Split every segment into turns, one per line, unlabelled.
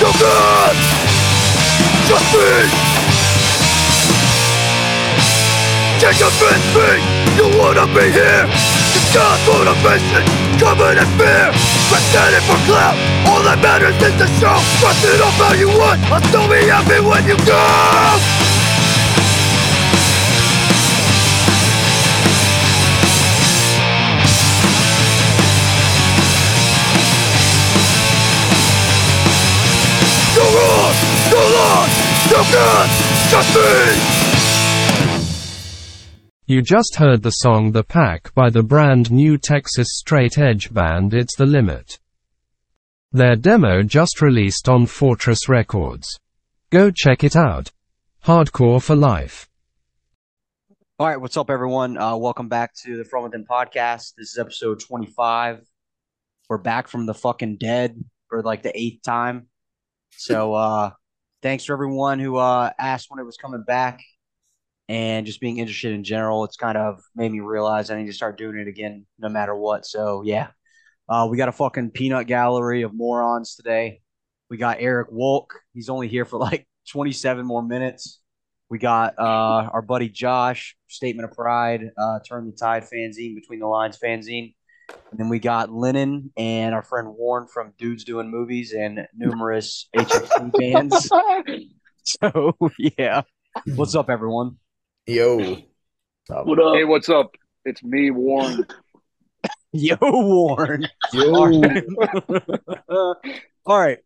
you got? Just me! Can't convince me you wanna be here Disguise motivation, covered in fear Pretending for clout, all that matters is the show Trust it off how you want, I'll still be happy when you go You're wrong, you're lost, you can't trust me
You just heard the song The Pack by the brand new Texas straight edge band It's the Limit. Their demo just released on Fortress Records. Go check it out. Hardcore for life.
All right, what's up, everyone? Uh, welcome back to the From Within podcast. This is episode 25. We're back from the fucking dead for like the eighth time. So, uh, thanks for everyone who uh, asked when it was coming back and just being interested in general. It's kind of made me realize I need to start doing it again no matter what. So, yeah, uh, we got a fucking peanut gallery of morons today. We got Eric Wolk. He's only here for like 27 more minutes. We got uh, our buddy Josh, Statement of Pride, uh, Turn the Tide fanzine, Between the Lines fanzine. And then we got Lennon and our friend Warren from Dudes Doing Movies and numerous HFC bands. So, yeah. What's up, everyone?
Yo.
What up?
Hey, what's up? It's me, Warren.
Yo, Warren.
Yo.
All right.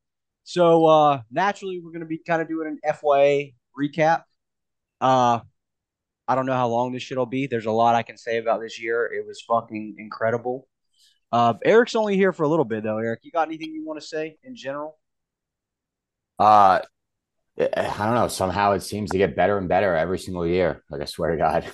So uh naturally we're gonna be kind of doing an FYA recap. Uh I don't know how long this shit'll be. There's a lot I can say about this year. It was fucking incredible. Uh Eric's only here for a little bit though, Eric. You got anything you want to say in general?
Uh I I don't know. Somehow it seems to get better and better every single year. Like I swear to God.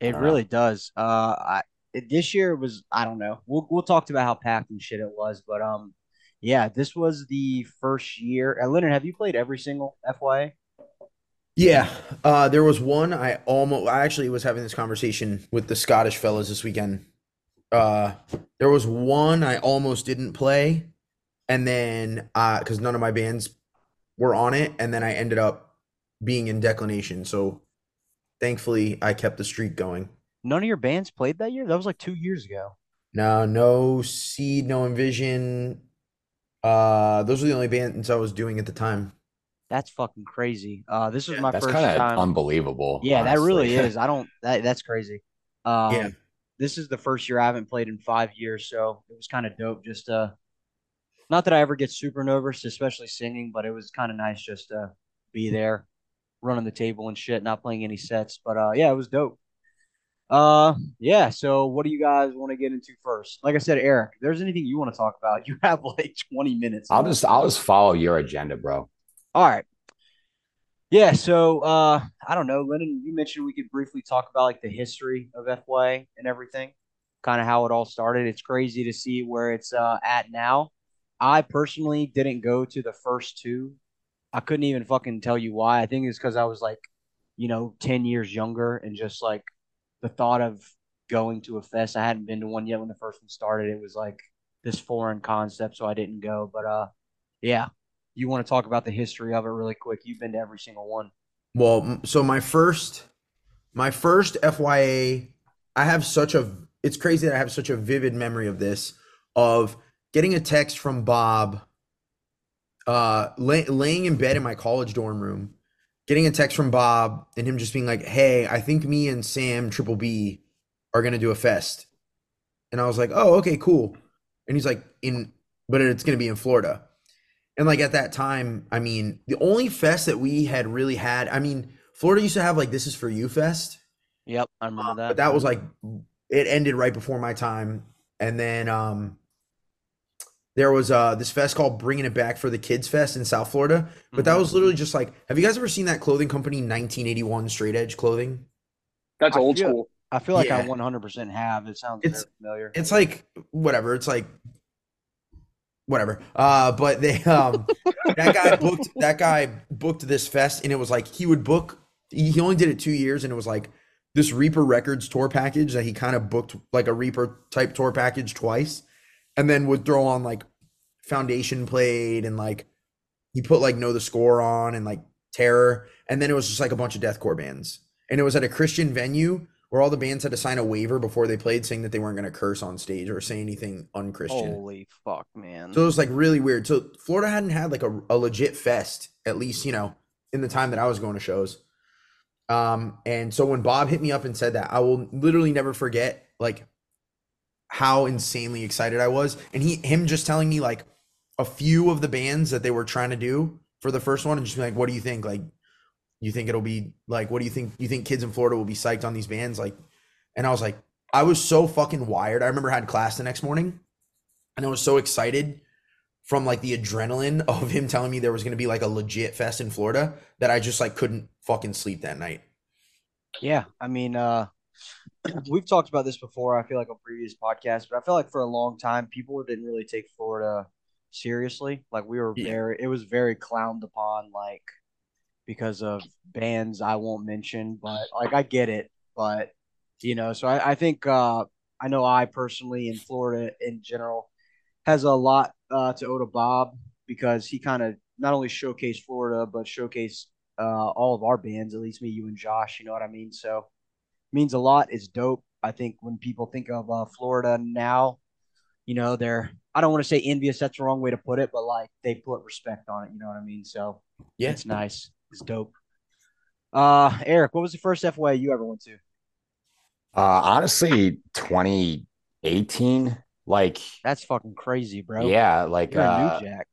It
Uh,
really does. Uh, I it, this year was I don't know. We'll we'll talk about how packed and shit it was, but um, yeah, this was the first year. And Leonard, have you played every single FYA?
Yeah, uh, there was one I almost I actually was having this conversation with the Scottish fellas this weekend. Uh, there was one I almost didn't play, and then uh, because none of my bands were on it, and then I ended up being in declination. So thankfully, I kept the streak going.
None of your bands played that year. That was like two years ago.
No, no seed, no envision. Uh, those were the only bands I was doing at the time.
That's fucking crazy. Uh, this was my
That's
first
kind of
time.
unbelievable.
Yeah, that really
honestly.
is. I don't. That, that's crazy. Um,
Yeah.
This is the first year I haven't played in five years, so it was kind of dope. Just uh, not that I ever get super nervous, especially singing, but it was kind of nice just to be there, running the table and shit, not playing any sets. But uh, yeah, it was dope. Uh, yeah. So what do you guys want to get into first? Like I said, Eric, if there's anything you want to talk about, you have like 20 minutes.
I'll just I'll just follow your agenda, bro.
All right. Yeah, so uh I don't know, Lennon, you mentioned we could briefly talk about like the history of FYA and everything, kind of how it all started. It's crazy to see where it's uh at now. I personally didn't go to the first two. I couldn't even fucking tell you why. I think it's cuz I was like, you know, 10 years younger and just like the thought of going to a fest, I hadn't been to one yet when the first one started. It was like this foreign concept, so I didn't go, but uh yeah you want to talk about the history of it really quick. You've been to every single one.
Well, m- so my first, my first FYA, I have such a, it's crazy that I have such a vivid memory of this, of getting a text from Bob, uh, lay, laying in bed in my college dorm room, getting a text from Bob and him just being like, "Hey, I think me and Sam Triple B are gonna do a fest," and I was like, "Oh, okay, cool," and he's like, "In, but it's gonna be in Florida." And like at that time, I mean, the only fest that we had really had, I mean, Florida used to have like this is for you fest,
Yep, I remember that.
but that was like it ended right before my time. And then um there was uh this fest called Bringing It Back for the Kids Fest in South Florida, but
Mm-hmm.
that was literally just like have you guys ever seen that clothing company 1981 Straight Edge Clothing?
That's
I
old
feel-
school.
I feel like I
yeah.
100% have. It sounds
It's-
very familiar.
It's like whatever, it's like whatever. Uh but they um that guy booked that guy booked this fest and it was like he would book he he only did it two years and it was like this Reaper Records tour package that he kind of booked like a Reaper type tour package twice and then would throw on like Foundation played and like he put like know the score on and like terror and then it was just like a bunch of deathcore bands and it was at a christian venue where all the bands had to sign a waiver before they played saying that they weren't going to curse on stage or say anything unchristian
Holy fuck, man.
so it was like really weird so florida hadn't had like a, a legit fest at least you know in the time that i was going to shows um and so when bob hit me up and said that i will literally never forget like how insanely excited i was and he him just telling me like a few of the bands that they were trying to do for the first one and just be like, what do you think? Like, you think it'll be like, what do you think? You think kids in Florida will be psyched on these bands? Like, and I was like, I was so fucking wired. I remember I had class the next morning and I was so excited from like the adrenaline of him telling me there was going to be like a legit fest in Florida that I just like couldn't fucking sleep that night.
Yeah, I mean, uh, we've talked about this before. I feel like on previous podcasts, but I feel like for a long time, people didn't really take Florida seriously. Like we were
Yeah.
very, it was very clowned upon, like because of bands I won't mention. But like I get it, but you know, so I, I think uh, I know I personally in Florida in general has a lot uh, to owe to Bob because he kind of not only showcased Florida but showcased uh, all of our bands, at least me, you, and Josh. You know what I mean? So means a lot. It's dope. I think when people think of uh, Florida now, you know, they're I don't want to say envious. That's the wrong way to put it, but like they put respect on it. You know what I mean? So
Yeah.
it's nice. It's dope. Uh, Eric, what was the first FYA you ever went to?
Uh, honestly, 2018, like,
That's fucking crazy, bro.
yeah, like,
You're
uh,
a new jack.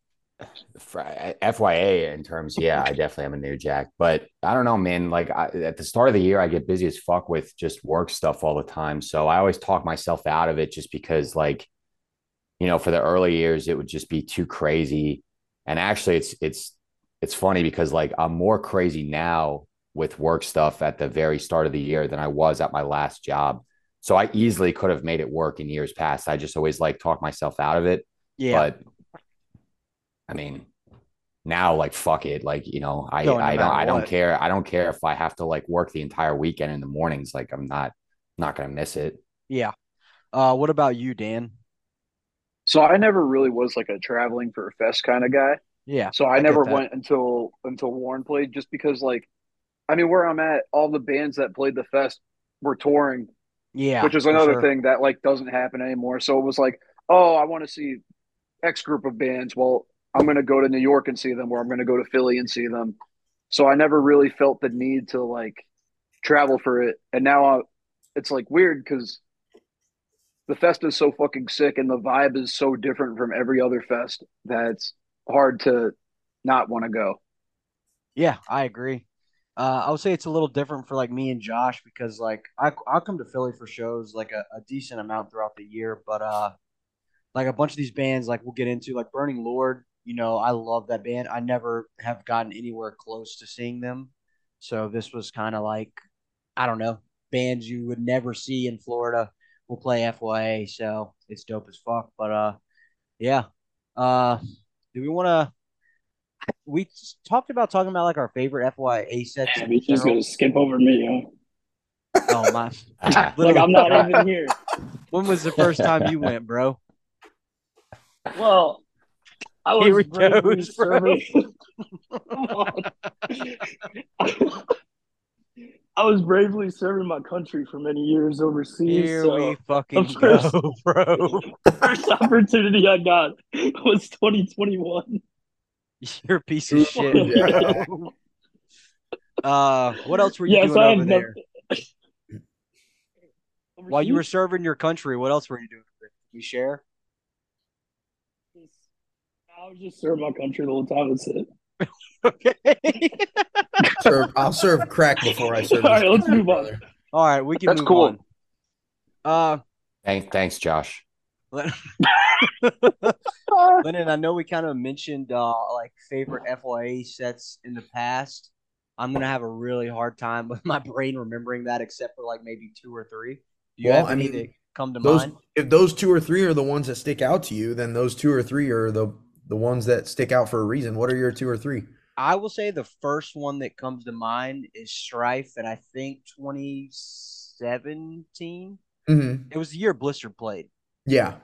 fr- uh, FYA in terms, yeah, I definitely am a new jack, but I don't know, man. Like I, at the start of the year, I get busy as fuck with just work stuff all the time, so I always talk myself out of it just because, like, you know, for the early years, it would just be too crazy. And actually, it's it's it's funny because like I'm more crazy now with work stuff at the very start of the year than I was at my last job. So I easily could have made it work in years past. I just always like talk myself out of it.
Yeah,
But I mean, now like fuck it, like you know, I
No, no
I don't
matter
I don't
what.
care. I don't care if I have to like work the entire weekend in the mornings. Like I'm not not gonna miss it.
yeah. Uh, what about you, Dan?
So I never really was like a traveling for a fest kind of guy.
Yeah,
So I,
I get
never
that.
went until until Warren played, just because like, I mean, where I'm at, all the bands that played the fest were touring,
yeah.
which is
for
another
sure.
thing that like doesn't happen anymore. So it was like, oh, I want to see X group of bands. Well, I'm going to go to New York and see them, or I'm going to go to Philly and see them. So I never really felt the need to like travel for it. And now I, it's like weird because the fest is so fucking sick and the vibe is so different from every other fest that it's hard to not want to go.
Yeah, I agree. Uh, I would say it's a little different for like me and Josh because like I I'll come to Philly for shows like a, a decent amount throughout the year, but uh, like a bunch of these bands like we'll get into like Burning Lord. You know, I love that band. I never have gotten anywhere close to seeing them, so this was kind of like I don't know bands you would never see in Florida will play FYA, so it's dope as fuck. But uh, yeah. Uh, do we want to? we s- talked about talking about like our favorite FYA sets.
Damn,
in
he's just
general.
gonna skip over me, huh?
oh my!
Like I'm
Literally,
not even here.
when was the first time you went, bro?
Well, I was
Here it
bravely
goes, bro.
serving- Come on. I was bravely serving my country for many years overseas.
Here
so
we fucking
of course.
go, bro.
first opportunity I got was 2021.
You're a piece of shit, bro. Uh, what else were you
Yes,
doing
I
over
had
there?
nothing-
While you were serving your country, what else were you doing? over there? Can we share?
I was just serving my country the whole time. That's it.
Okay.
Serve, I'll serve crack before I serve.
All
this
right, let's
country,
move on.
brother.
All right, we can
That's
move
cool.
on. Uh,
Thanks, thanks, Josh.
Lennon, I know we kind of mentioned uh, like favorite FYA sets in the past. I'm gonna have a really hard time with my brain remembering that, except for like maybe two or three. Do you
Well,
have
I
any
mean,
that come to
those
mind?
if those two or three are the ones that stick out to you, then those two or three are the the ones that stick out for a reason. What are your two or three?
I will say the first one that comes to mind is Strife, and I think 2017.
Mm-hmm.
It was the year Blister played.
Yeah,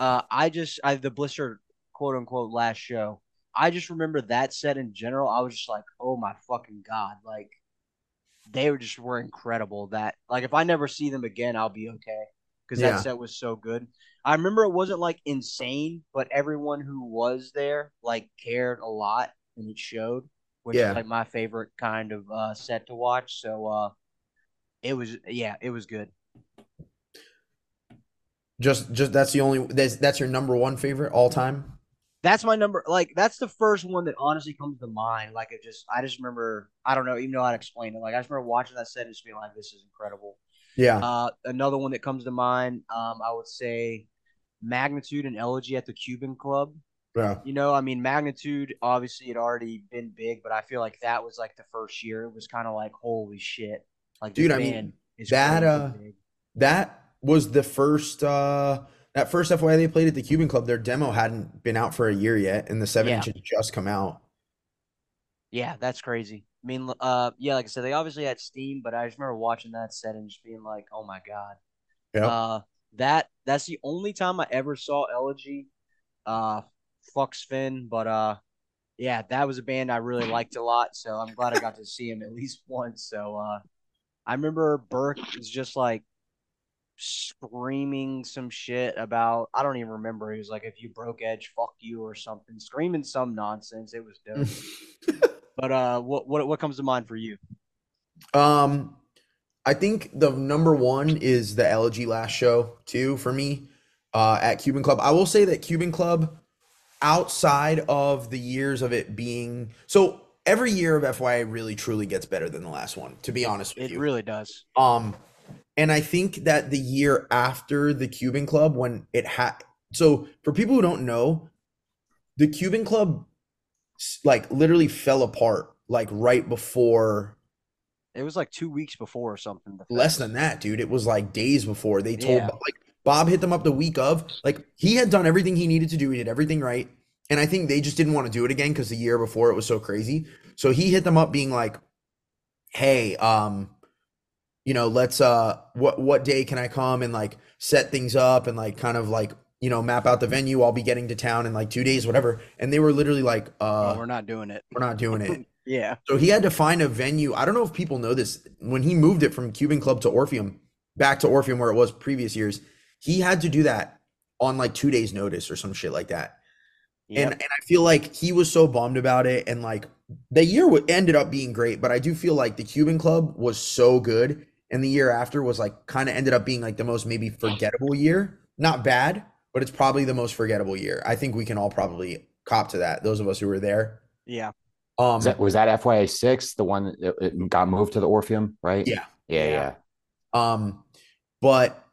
Uh, I just I the Blister quote unquote last show. I just remember that set in general. I was just like, oh my fucking god, like they were just were incredible. That like if I never see them again, I'll be okay because
Yeah.
that set was so good. I remember it wasn't like insane, but everyone who was there like cared a lot and it showed, which
Yeah.
is like my favorite kind of uh, set to watch. So uh, it was yeah, it was good.
Just, just that's the only that's that's your number one favorite all time.
That's my number. Like that's the first one that honestly comes to mind. Like it just, I just remember. I don't know, even know how to explain it. Like I just remember watching that set and just being like, "This is incredible."
Yeah,
Uh, another one that comes to mind, um, I would say, Magnitude and Elegy at the Cuban Club.
yeah,
You know, I mean, Magnitude obviously had already been big, but I feel like that was like the first year. It was kind of like, "Holy shit!" Like, this
dude. I
band
mean,
is
that,
crazy
uh,
big.
that was the first uh that first FYI they played at the Cuban Club. Their demo hadn't been out for a year yet, and the seven
Yeah.
inch had just come out.
Yeah, that's crazy. I mean, l- uh, yeah, like I said, they obviously had Steam, but I just remember watching that set and just being like, "Oh my god!"
Yep.
Uh, that that's the only time I ever saw Elegy. Uh, fuck Finn, but uh, yeah, that was a band I really liked a lot, so I'm glad I got to see him at least once. So uh, I remember Burke was just like screaming some shit about I don't even remember. He was like, "If you broke Edge, fuck you" or something, screaming some nonsense. It was dope. But uh, what what what comes to mind for you?
Um, I think the number one is the Elegy last show too for me uh, at Cuban Club. I will say that Cuban Club, outside of the years of it being so, every year of FYA really truly gets better than the last one. To be honest with
It
you,
really does.
Um, and I think that the year after the Cuban Club, when it had, so for people who don't know, the Cuban Club s- like literally fell apart like right before,
It was like two weeks before or something. the
less
fest.
than that, dude. It was like days before they told
Yeah.
Bo- like Bob hit them up the week of. Like he had done everything he needed to do, he did everything right. And I think they just didn't want to do it again because the year before it was so crazy. So he hit them up being like, hey um you know let's uh what what day can i come and like set things up and like kind of like you know map out the venue i'll be getting to town in like two days whatever and they were literally like
Oh,
uh
we're not doing it.
we're not doing it
Yeah,
so he had to find a venue i don't know if people know this when he moved it from cuban club to orpheum back to orpheum where it was previous years he had to do that on like two days notice or some shit like that
yeah.
and and I feel like he was so bummed about it, and like the year w- ended up being great, but I do feel like the Cuban Club was so good, and the year after was like kind of ended up being like the most maybe forgettable year. Not bad, but it's probably the most forgettable year. I think we can all probably cop to that. Those of us who were there.
yeah.
Um,
Was that, was that FYA six, the one that that got moved to the Orpheum, right?
Yeah.
Yeah, yeah.
Um, but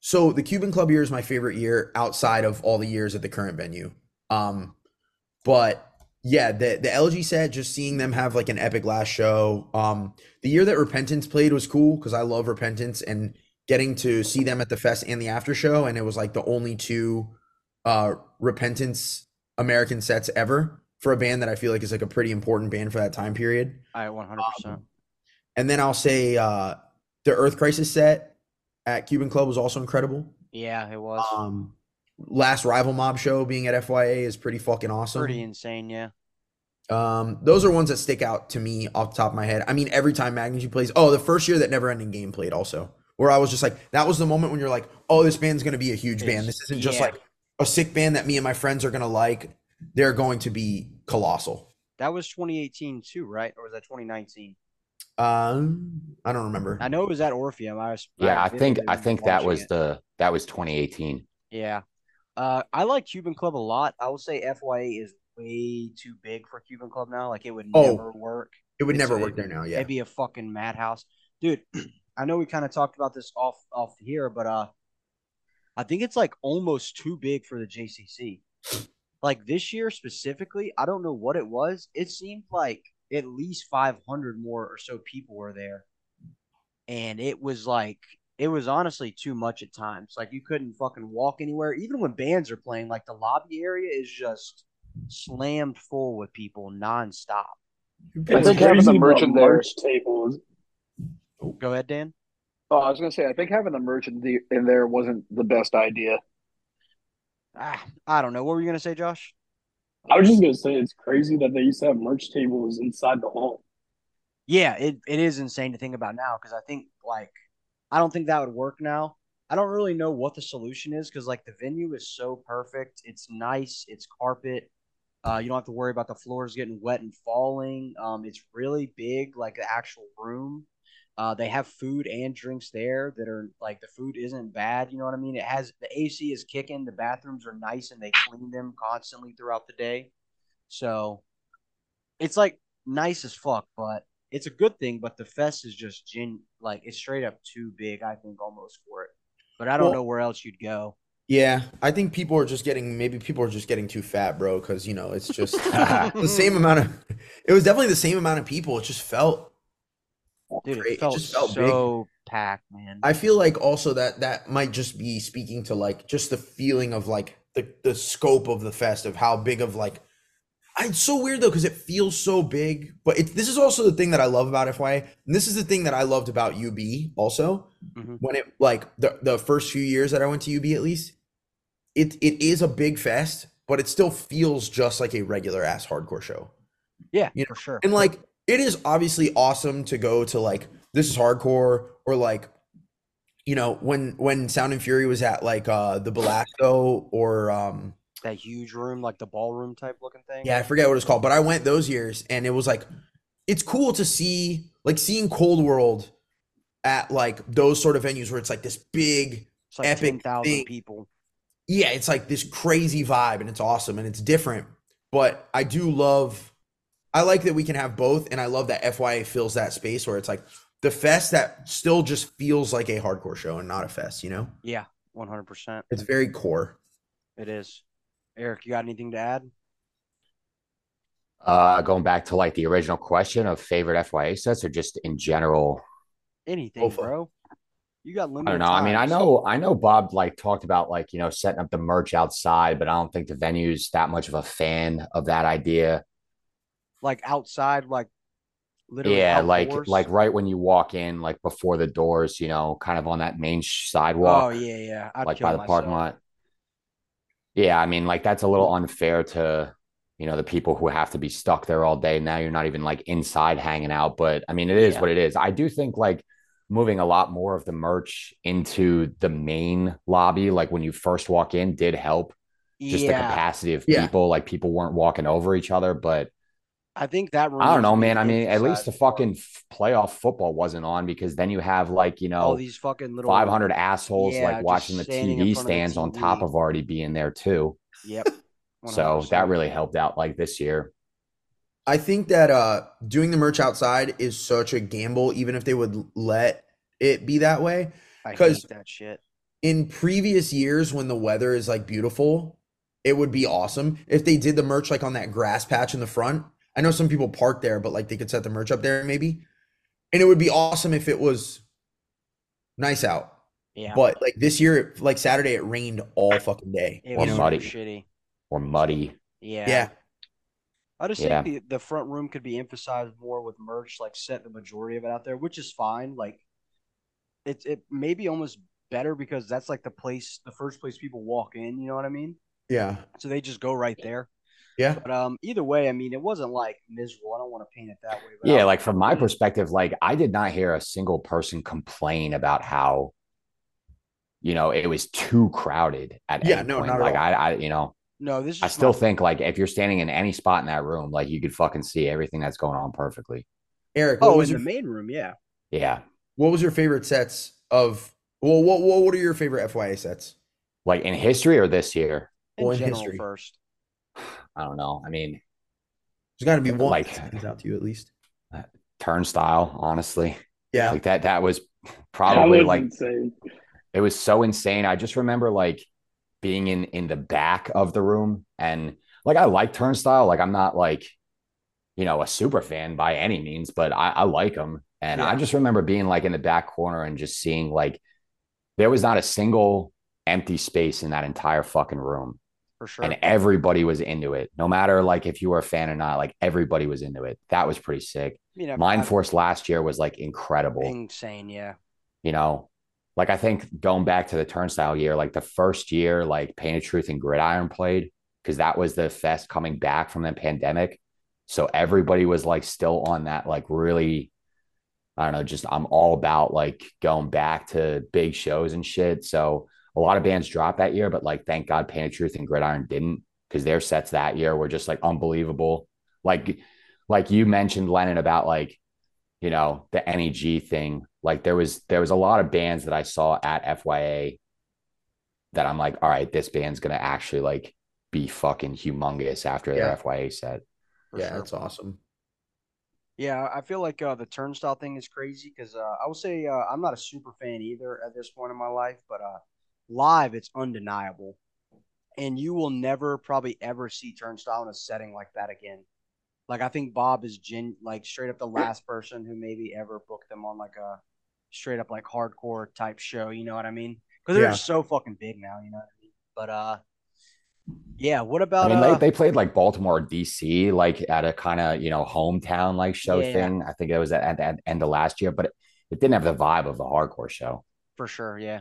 so the Cuban Club year is my favorite year outside of all the years at the current venue. Um, but yeah, the the LG set, just seeing them have like an epic last show. Um, the year that Repentance played was cool because I love Repentance and getting to see them at the fest and the after show, and it was like the only two uh Repentance American sets ever for a band that I feel like is like a pretty important band for that time period.
I 100. percent
Um,
And then I'll say uh, the Earth Crisis set at Cuban Club was also incredible.
Yeah, it was
Um, last Rival Mob show being at FYA is pretty fucking awesome.
pretty insane. Yeah,
Um, those are ones that stick out to me off the top of my head. I mean, every time Magnitude plays, oh, the first year that Never Ending Game played also, where I was just like, that was the moment when you're like, oh, this band's gonna be a huge band. This isn't just
yeah.
like a sick band that me and my friends are gonna like. They're going to be colossal.
that was 2018 too, right? Or was that 2019?
Um, I don't remember.
I know it was at Orpheum. I was.
Yeah, I think I
vividly
think that
watching
was
it.
the that was 2018.
Yeah. Uh, I like Cuban Club a lot. I will say FYA is way too big for Cuban Club now. Like it would
Oh,
never work.
it would
it's-
never work there now. Yeah.
It'd be a fucking madhouse, dude. I know we kind of talked about this off off here, but uh, I think it's like almost too big for the JCC. Like this year specifically, I don't know what it was. It seemed like at least 500 more or so people were there, and it was like it was honestly too much at times. Like you couldn't fucking walk anywhere, even when bands are playing. Like the lobby area is just slammed full with people nonstop.
I think having the
Crazy about
merchant there.
merch tables.
Go ahead, Dan.
Oh, I was gonna say, I think having the merchant the- in there wasn't the best idea.
Ah, I don't know. What were you gonna say, Josh?
I was just gonna say it's crazy that they used to have merch tables inside the hall.
Yeah, it, it is insane to think about now because I think like I don't think that would work now. I don't really know what the solution is because like the venue is so perfect. It's nice. It's carpet. Uh, you don't have to worry about the floors getting wet and falling. Um, it's really big, like the actual room. Uh, they have food and drinks there that are like the food isn't bad. You know what I mean? It has the AC is kicking. The bathrooms are nice and they clean them constantly throughout the day. So it's like nice as fuck, but it's a good thing, but the fest is just gen like it's straight up too big, I think, almost for it. But I don't
Well-
know where else you'd go.
Yeah, I think people are just getting maybe people are just getting too fat, bro, because you know it's just the same amount of. It was definitely the same amount of people. It just felt.
Dude,
great.
it felt,
just felt big.
so packed, man.
I feel like also that that might just be speaking to like just the feeling of like the the scope of the fest of how big of like I, it's so weird though because it feels so big, but it, this is also the thing that I love about FYA, and this is the thing that I loved about UB also
Mhm.
when it like the the first few years that I went to UB at least, it it is a big fest, but it still feels just like a regular ass hardcore show.
yeah,
you know,
for sure.
And like it is obviously awesome to go to like this is hardcore or like you know when when Sound and Fury was at like uh the Belasco or um
that huge room, like the ballroom type looking thing.
yeah, I forget what it's called, but I went those years and it was like it's cool to see like seeing Cold World at like those sort of venues where it's like this big
it's like
epic
ten thousand
thing.
people.
yeah, it's like this crazy vibe and it's awesome and it's different. But I do love, I like that we can have both. And I love that FYA fills that space where it's like the fest that still just feels like a hardcore show and not a fest, you know?
Yeah, one hundred percent.
It's very core.
It is. Eric, you got anything to add?
Uh, going back to like the original question of favorite FYA sets or just in general.
Anything,
Bofa.
bro? You got
I
limited.
don't know. I mean, I
time, so-
know, I know Bob like talked about like, you know, setting up the merch outside, but I don't think the venue's that much of a fan of that idea.
like outside, like literally.
yeah,
outdoors.
like like right when you walk in, like before the doors, you know, kind of on that main sh- sidewalk.
Oh yeah, yeah. I'd
like
kill
by the parking
myself.
lot. Yeah, I mean, like that's a little unfair to, you know, the people who have to be stuck there all day. Now you're not even like inside hanging out, but I mean, it is
Yeah.
what it is. I do think like moving a lot more of the merch into the main lobby, like when you first walk in, did help just the
yeah,
capacity of
Yeah.
people. Like people weren't walking over each other, but
I think that.
I don't
removes
know,
the
man. I
kid
mean, at
side
least the
as well.
fucking f- playoff football wasn't on because then you have like, you know,
all these fucking little
500 assholes
Yeah,
like
just
watching the
standing in
TV
front of the
stands on
TV.
top of already being there too.
Yep.
So
100%.
that really helped out like this year.
I think that uh doing the merch outside is such a gamble, even if they would let it be that way.
I
'cause-
hate that shit.
in previous years when the weather is like beautiful, it would be awesome if they did the merch like on that grass patch in the front. I know some people park there, but like they could set the merch up there maybe. And it would be awesome if it was nice out.
Yeah.
But like this year, it, like Saturday, it rained all fucking day.
it
or
was super
muddy.
shitty.
Or muddy.
Yeah.
Yeah.
I just
Yeah.
think the, the front room could be emphasized more with merch, like set the majority of it out there, which is fine. Like it it may be almost better because that's like the place the first place people walk in, you know what I mean?
Yeah.
So they just go right there.
Yeah.
But um either way, I mean it wasn't like miserable. I don't want to paint it that way, but
Yeah,
I-
like from my perspective, like I did not hear a single person complain about how, you know, it was too crowded at
Yeah,
any
no,
point.
not at
like
all.
I, I, you know,
no, this is
I
just my
still think like if you're standing in any spot in that room, like you could fucking see everything that's going on perfectly.
Eric, what
Oh,
was
in the
your,
main room, yeah.
Yeah.
what was your favorite sets of well what what, what are your favorite FYA sets?
Like in history or this year?
In
Well, in
general
history.
first.
I don't know. I mean,
There's gotta be one
Like-
that stands out to you at least.
turnstile, honestly.
Yeah.
Like that, that was
That
probably
was
like
insane.
it was so insane i just remember like being in in the back of the room and like i like turnstile like i'm not like you know a super fan by any means but i, I like them and i
Yeah.
just remember being like in the back corner and just seeing like there was not a single empty space in that entire fucking room
For sure.
and everybody was into it no matter like if you were a fan or not like everybody was into it that was pretty sick
you know,
mind
I've-
force last year was like incredible
insane, yeah.
you know, like I think going back to the turnstile year, like the first year, like Pain of Truth and Gridiron played, because that was the fest coming back from the pandemic. So everybody was like still on that, like really, I don't know, just I'm all about like going back to big shows and shit. So a lot of bands dropped that year, but like thank God Panic Truth and Gridiron didn't because their sets that year were just like unbelievable. Like, like you mentioned, Lennon, about like, you know, the NEG thing. Like there was there was a lot of bands that I saw at FYA that I'm like, all right, this band's gonna actually like be fucking humongous after
Yeah.
their FYA set.
for
Yeah,
sure.
that's awesome.
Yeah, I feel like uh, the turnstile thing is crazy because uh, I would say uh, I'm not a super fan either at this point in my life, but uh, live it's undeniable, and you will never probably ever see turnstile in a setting like that again. Like I think Bob is gen like straight up the last person who maybe ever booked them on like a straight up like hardcore type show. You know what I mean? Because they're
Yeah.
so fucking big now. You know what I mean? But uh, yeah. What
I
about
mean,
uh,
they, they played like Baltimore, DC, like at a kind of you know hometown like show
Yeah.
thing. I think it was at, at the end of last year, but it, it didn't have the vibe of the hardcore show.
for sure? Yeah.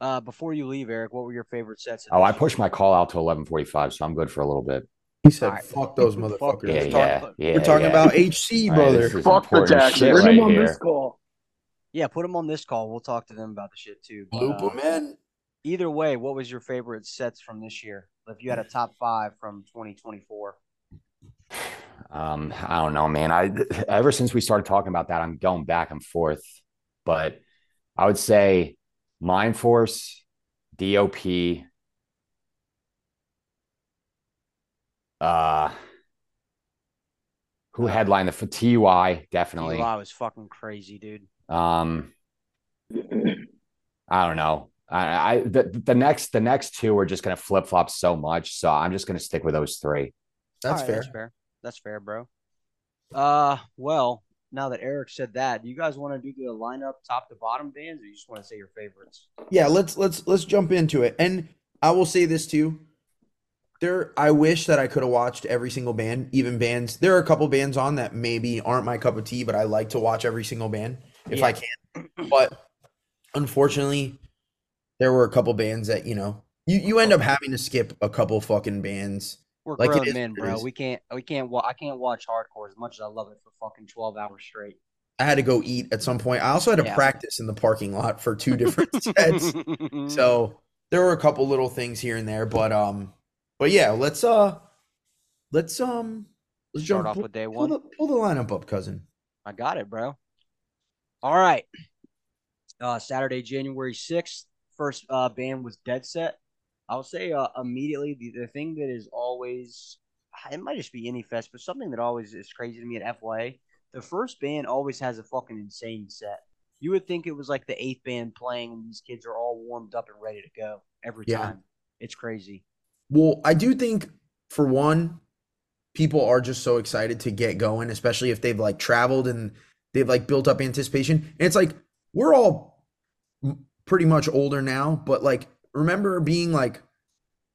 Uh, before you leave, Eric, what were your favorite sets? of
Oh, I
this year?
pushed my call out to eleven forty five, so I'm good for a little bit.
He said,
Alright.
"Fuck those
Fuck
motherfuckers."
Yeah,
Let's
We're
talk
yeah,
about-
yeah.
talking
yeah.
about HC,
All right,
brother.
this
Fuck
is
the
important
Jacksons.
shit
Bring
right
them on this
here.
call.
Yeah, put them on this call. We'll talk to them about the shit too. But,
Loop
uh,
'em in.
either way, what was your favorite sets from this year? If you had a top five from 2024,
Um, I don't know, man. I ever since we started talking about that, I'm going back and forth, but I would say Mind Force, DOP, uh, who headlined the for TY definitely.
Eli was fucking crazy, dude.
Um, I don't know. I, I the, the next the next two are just gonna flip flop so much, so I'm just gonna stick with those three.
That's
All right,
fair.
That's fair. That's fair, bro. Uh, well, now that Eric said that, do you guys want to do the lineup top to bottom bands, or you just want to say your favorites?
Yeah, let's let's let's jump into it. And I will say this too. There I wish that I could have watched every single band, even bands. There are a couple bands on that maybe aren't my cup of tea, but I like to watch every single band if I can. But unfortunately, there were a couple bands that, you know, you, you end up having to skip a couple fucking bands.
We're
Like it
grown
is,
men,
it
bro.
is.
We can't. We can't. Wa- I can't watch hardcore as much as I love it for fucking 12 hours straight.
I had to go eat at some point. I also had to
Yeah.
practice in the parking lot for two different sets. So there were a couple little things here and there, but um, but yeah, let's uh, let's um, let's
start
jump
off
pull,
with day
pull
one.
the pull the lineup up, cousin.
I got it, bro. All right. Uh, Saturday, January 6th, first uh, band was Dead Set. I'll say uh, immediately the, the thing that is always, it might just be any fest, but something that always is crazy to me at FYA, the first band always has a fucking insane set. You would think it was like the eighth band playing, and these kids are all warmed up and ready to go every
Yeah.
time. It's crazy.
Well, I do think for one, people are just so excited to get going, especially if they've like traveled and they've like built up anticipation. And it's like we're all m- pretty much older now, but like remember being like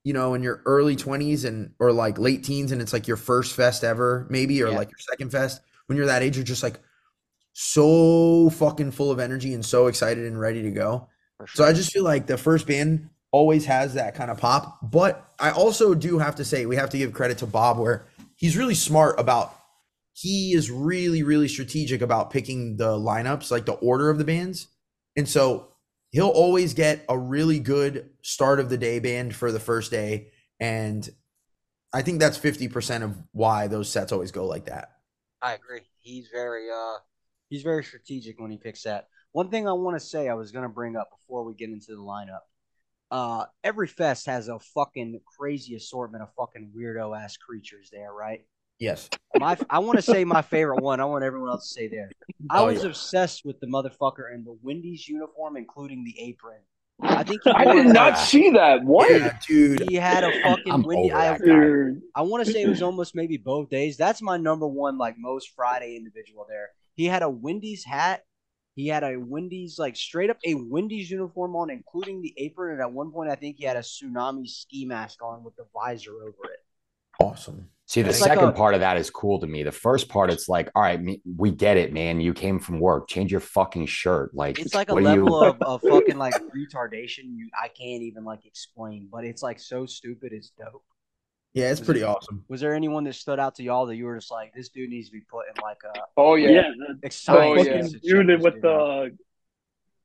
you know in your early 20s and or like late teens and it's like your first fest ever maybe or
Yeah.
like your second fest when you're that age you're just like so fucking full of energy and so excited and ready to go
For
so
sure.
I just feel like the first band always has that kind of pop. But I also do have to say we have to give credit to Bob where he's really smart about he is really, really strategic about picking the lineups, like the order of the bands. And so he'll always get a really good start of the day band for the first day. And I think that's 50% of why those sets always go like that.
I agree. He's very uh he's very strategic when he picks that. One thing I want to say I was gonna bring up before we get into the lineup. Uh every fest has a fucking crazy assortment of fucking weirdo ass creatures there, right?
Yes.
My I want to say my favorite one. I want everyone else to say theirs. I
Oh,
was
yeah.
obsessed with the motherfucker in the Wendy's uniform, including the apron. I think he
I
wore
did
like-
not see that. What?
Yeah, dude.
he had a fucking
I'm
Wendy.
over
I,
that guy.
Dude.
I want to say it was almost maybe both days. That's my number one, like most Friday individual there. He had a Wendy's hat. He had a Wendy's, like straight up a Wendy's uniform on, including the apron. And at one point, I think he had a tsunami ski mask on with the visor over it.
Awesome.
See, the
It's like
second
a-
part of that is cool to me. The first part, it's like, all right, me- we get it, man. You came from work. Change your fucking shirt. Like,
It's like a
what do
level
you,
of, of fucking like retardation you I can't even like explain, but it's like so stupid. It's dope.
Yeah, it's pretty awesome.
Was there anyone that stood out to y'all that you were just like, this dude needs to be put in like a
Oh yeah.
Yeah, the,
exciting
yeah.
fucking
situation,
dude with
you know?
the,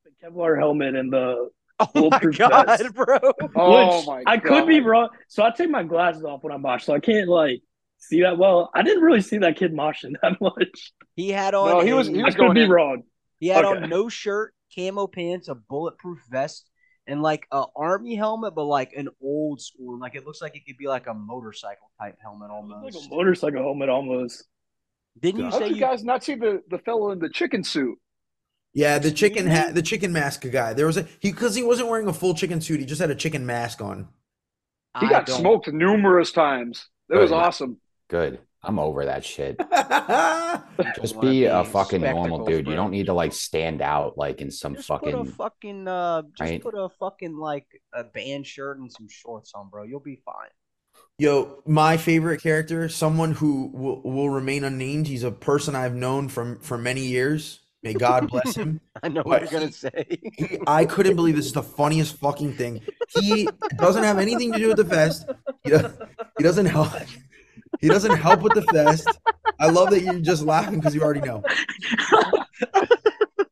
the Kevlar helmet and the
Oh my
bulletproof
god,
vest.
bro!
Oh
which
my
I could be
God.
wrong. So I take my glasses off when I mosh, so I can't like see that well. I didn't really see that kid moshing that much.
He had on.
No, Oh, he was-
a-
he
I
was-
could
going
be
in.
wrong.
He had
Okay.
on no shirt, camo pants, a bulletproof vest, and like a army helmet, but like an old school. Like it looks like it could be like a motorcycle type helmet
Like
almost.
a motorcycle helmet almost.
Didn't you
How
say
did
you?
you guys not see the the fellow in the chicken suit?
Yeah, the chicken hat, the chicken mask guy. There was a he because he wasn't wearing a full chicken suit. He just had a chicken mask on.
He
I
got
don't- Oh,
smoked numerous times. That was
Good.
awesome.
Good. I'm over that shit.
yeah,
Just
Wanna
be a
be
fucking normal
spectacles,
dude. You
bro.
don't need to like stand out like in some
Just put a
fucking.
fucking uh, just
Right.
put a fucking like a band shirt and some shorts on, bro. You'll be fine.
Yo, my favorite character, someone who will, will remain unnamed. He's a person I've known from for many years. May God bless him.
I know
What?
what you're gonna say.
He- I couldn't believe this is the funniest fucking thing. He doesn't have anything to do with the vest. He, does, he doesn't help. He doesn't help with the vest. I love that you're just laughing because you already know.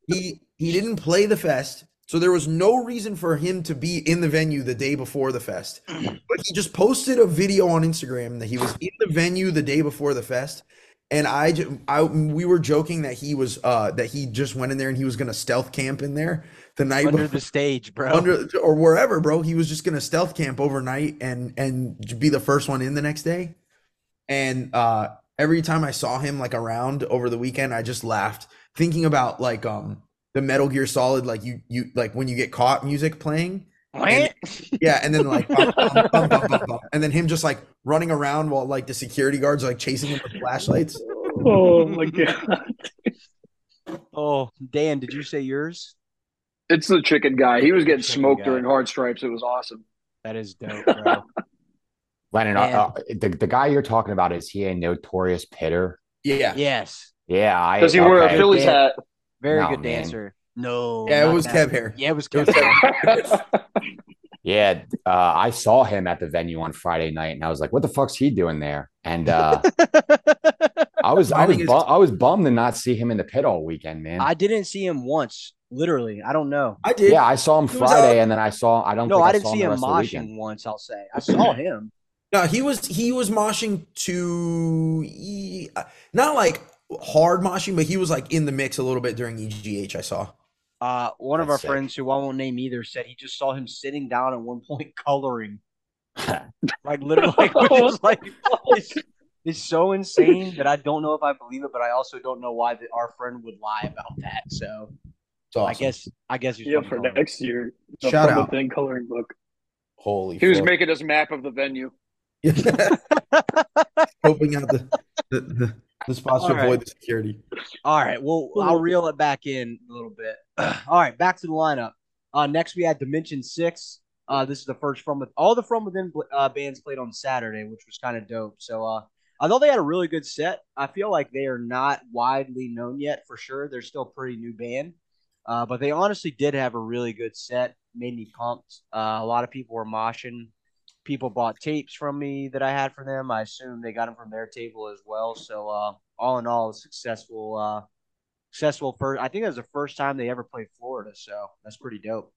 He he didn't play the fest, so there was no reason for him to be in the venue the day before the fest. But he just posted a video on Instagram that he was in the venue the day before the fest. And I, ju- I, we were joking that he was, uh, that he just went in there and he was gonna stealth camp in there the night before
Under the stage, bro.
under or wherever, bro. He was just gonna stealth camp overnight and and be the first one in the next day. And uh every time I saw him like around over the weekend, I just laughed thinking about like um the Metal Gear Solid like you you like when you get caught music playing. And- yeah, and then like bum, bum, bum, bum, bum, bum. and then him just like running around while like the security guards are, like chasing him with flashlights.
Oh my god.
oh, Dan, did you say yours?
It's the chicken guy. He was getting
Chicken
smoked
guy.
during hard stripes. It was awesome.
That is dope, bro.
Lennon, uh,
Man.
uh, the, the guy you're talking about, is he a notorious pitter?
Yeah.
yes,
Yeah. I,
Does he wear a
okay.
Phillies
Yeah.
hat?
very
No,
good
man.
dancer. No,
Yeah, it
not
was
that.
Kev here.
Yeah, it was
It was
Kev.
Yeah, uh, I saw him at the venue on Friday night, and I was like, "What the fuck's he doing there?" And uh, I was, I was,
Finding his-
bu- I was bummed to not see him in the pit all weekend, man.
I didn't see him once. Literally, I don't know.
I did.
yeah, I saw him
He was
Friday, and then I saw, I don't,
No,
think
I didn't
saw
see
him
him
the rest of the weekend.
moshing once. I'll say I saw him.
No, he was he was moshing to E- uh, not like hard moshing, but he was like in the mix a little bit during EGH. I saw.
Uh, one of
That's
our
sick.
friends, who I won't name either, said he just saw him sitting down at one point coloring, like literally, like, which was like it's, it's so insane that I don't know if I believe it, but I also don't know why that our friend would lie about that. So
It's awesome.
I guess I guess he's
Yeah,
fucking
for
coloring.
next year. The
Shout
Fun
out.
Thing coloring book.
Holy.
He was
fuck.
making us map of the venue.
Hoping out the the, the, the spots to
All right.
avoid the security.
All right. Well, I'll reel it back in a little bit. All right, back to the lineup. Uh, next, we had Dimension Six. Uh, this is the first from with all the from within uh, bands played on Saturday, which was kind of dope. So, uh, although they had a really good set, I feel like they are not widely known yet for sure. They're still a pretty new band, uh, but they honestly did have a really good set. Made me pumped. Uh, a lot of people were moshing. People bought tapes from me that I had for them. I assume they got them from their table as well. So, uh, all in all, a successful. Uh, successful first. I think that was the first time they ever played Florida, so that's pretty dope.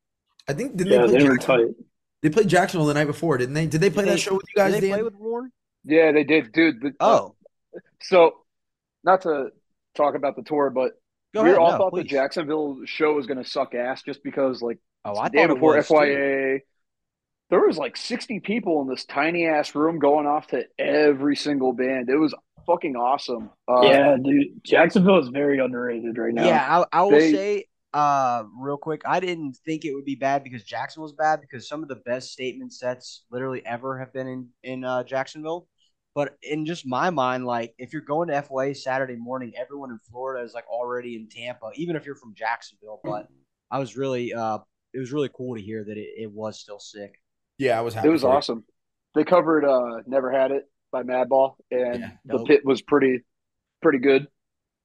I think did
Yeah,
they play
they were
Jacksonville?
tight.
They played Jacksonville the night before, didn't they? Did they play
they-
that show with you
Did
guys?
they
Dan?
play with Warren?
Yeah, they did, dude. The- uh,
Oh,
so not to talk about the tour, but
go
we
ahead.
all
no,
thought
please.
the Jacksonville show was going to suck ass just because, like,
Oh, I
the day
thought it
before
was, too.
FYA, there was like 60 people in this tiny ass room going off to every single band. It was fucking awesome. Uh,
yeah, dude. Jacksonville is very underrated right now.
Yeah, I, I will
They-
say uh, real quick, I didn't think it would be bad because Jacksonville was bad because some of the best statement sets literally ever have been in in uh, Jacksonville. But in just my mind, like if you're going to FYA Saturday morning, everyone in Florida is like already in Tampa, even if you're from Jacksonville. But I was really, uh, it was really cool to hear that it, it was still sick.
Yeah, I was happy.
It was
for you.
awesome. They covered uh, "Never Had It" by Madball, and
Yeah.
the
Dope.
pit was pretty, pretty good.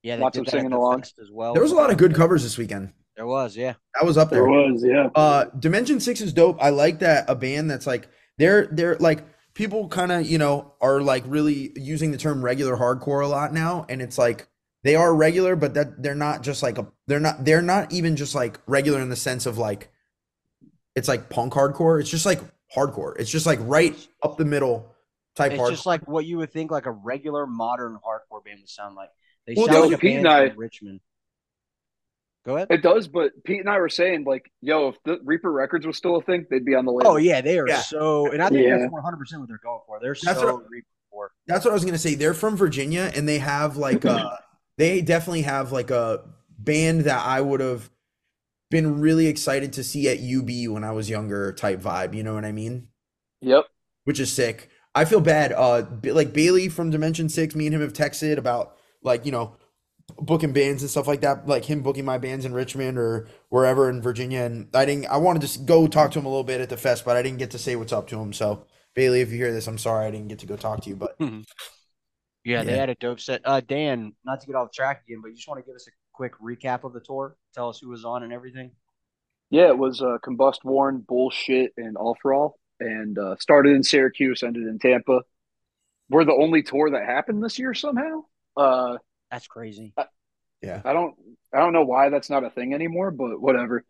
Yeah,
Lots
did
of
that at
singing
the
along.
fest as well.
There was a lot of good covers this weekend.
There was, yeah.
That was up there.
There was, yeah.
Uh, Dimension Six is dope. I like that a band that's like they're they're like people kind of, you know, are like really using the term regular hardcore a lot now. And it's like they are regular, but that they're not just like a, they're not, they're not even just like regular in the sense of like, it's like punk hardcore. It's just like hardcore. It's just like right up the middle type
It's
hardcore.
just like what you would think like a regular modern hardcore band would sound like. They
Well,
sound
no,
like a
Pete
band
and I-
from Richmond. Go ahead.
It does, but Pete and I were saying like, yo, if the Reaper Records was still a thing, they'd be on the list.
Oh yeah, they are
Yeah.
so, and I think
Yeah.
that's one hundred percent what they're going for. They're
That's
so
what-
re- for.
That's what I was gonna say. They're from Virginia, and they have like a, they definitely have like a band that I would have been really excited to see at UB when I was younger type vibe. You know what I mean?
Yep.
Which is sick. I feel bad. Uh, Ba- like Bailey from Dimension Six, me and him have texted about like you know booking bands and stuff like that. Like him booking my bands in Richmond or wherever in Virginia, and I didn't. I wanted to s- go talk to him a little bit at the fest, but I didn't get to say what's up to him. So Bailey, if you hear this, I'm sorry I didn't get to go talk to you, but.
Yeah, they
Yeah.
had a dope set. Uh, Dan, not to get off track again, but you just want to give us a quick recap of the tour. Tell us who was on and everything.
Yeah, it was uh, Combust Warren, Bullshit, and All for All, and uh, started in Syracuse, ended in Tampa. We're the only tour that happened this year somehow. Uh,
That's crazy.
I don't, I don't know why that's not a thing anymore, but whatever.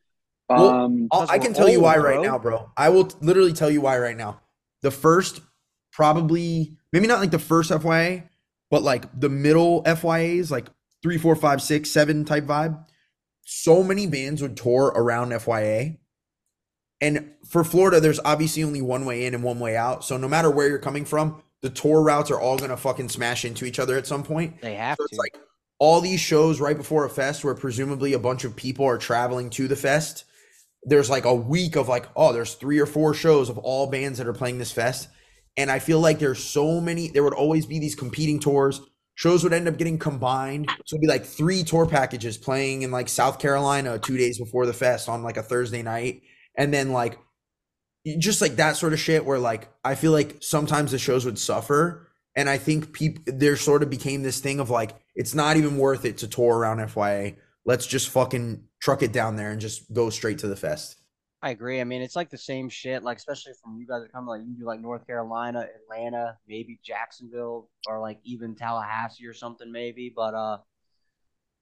Well,
Um,
I'll,
Because
Oh, I
we're
can tell you
old,
why right
bro.
now, bro. I will t- literally tell you why right now. The first, probably, maybe not like the first FYA, but like the middle FYAs, like three, four, five, six, seven type vibe. So many bands would tour around FYA. And for Florida, there's obviously only one way in and one way out. So no matter where you're coming from, the tour routes are all going to fucking smash into each other at some point.
They have
So
to.
it's like all these shows right before a fest where presumably a bunch of people are traveling to the fest. There's like a week of like, oh, there's three or four shows of all bands that are playing this fest. And I feel like there's so many, there would always be these competing tours. Shows would end up getting combined. So it'd be like three tour packages playing in like South Carolina two days before the fest on like a Thursday night. And then like you- just like that sort of shit where like I feel like sometimes the shows would suffer and I think people there sort of became this thing of like it's not even worth it to tour around FYA. Let's just fucking truck it down there and just go straight to the fest.
I agree. I mean, it's like the same shit. Like, especially from you guys that come, like you can do like North Carolina, Atlanta, maybe Jacksonville, or like even Tallahassee or something, maybe. But uh,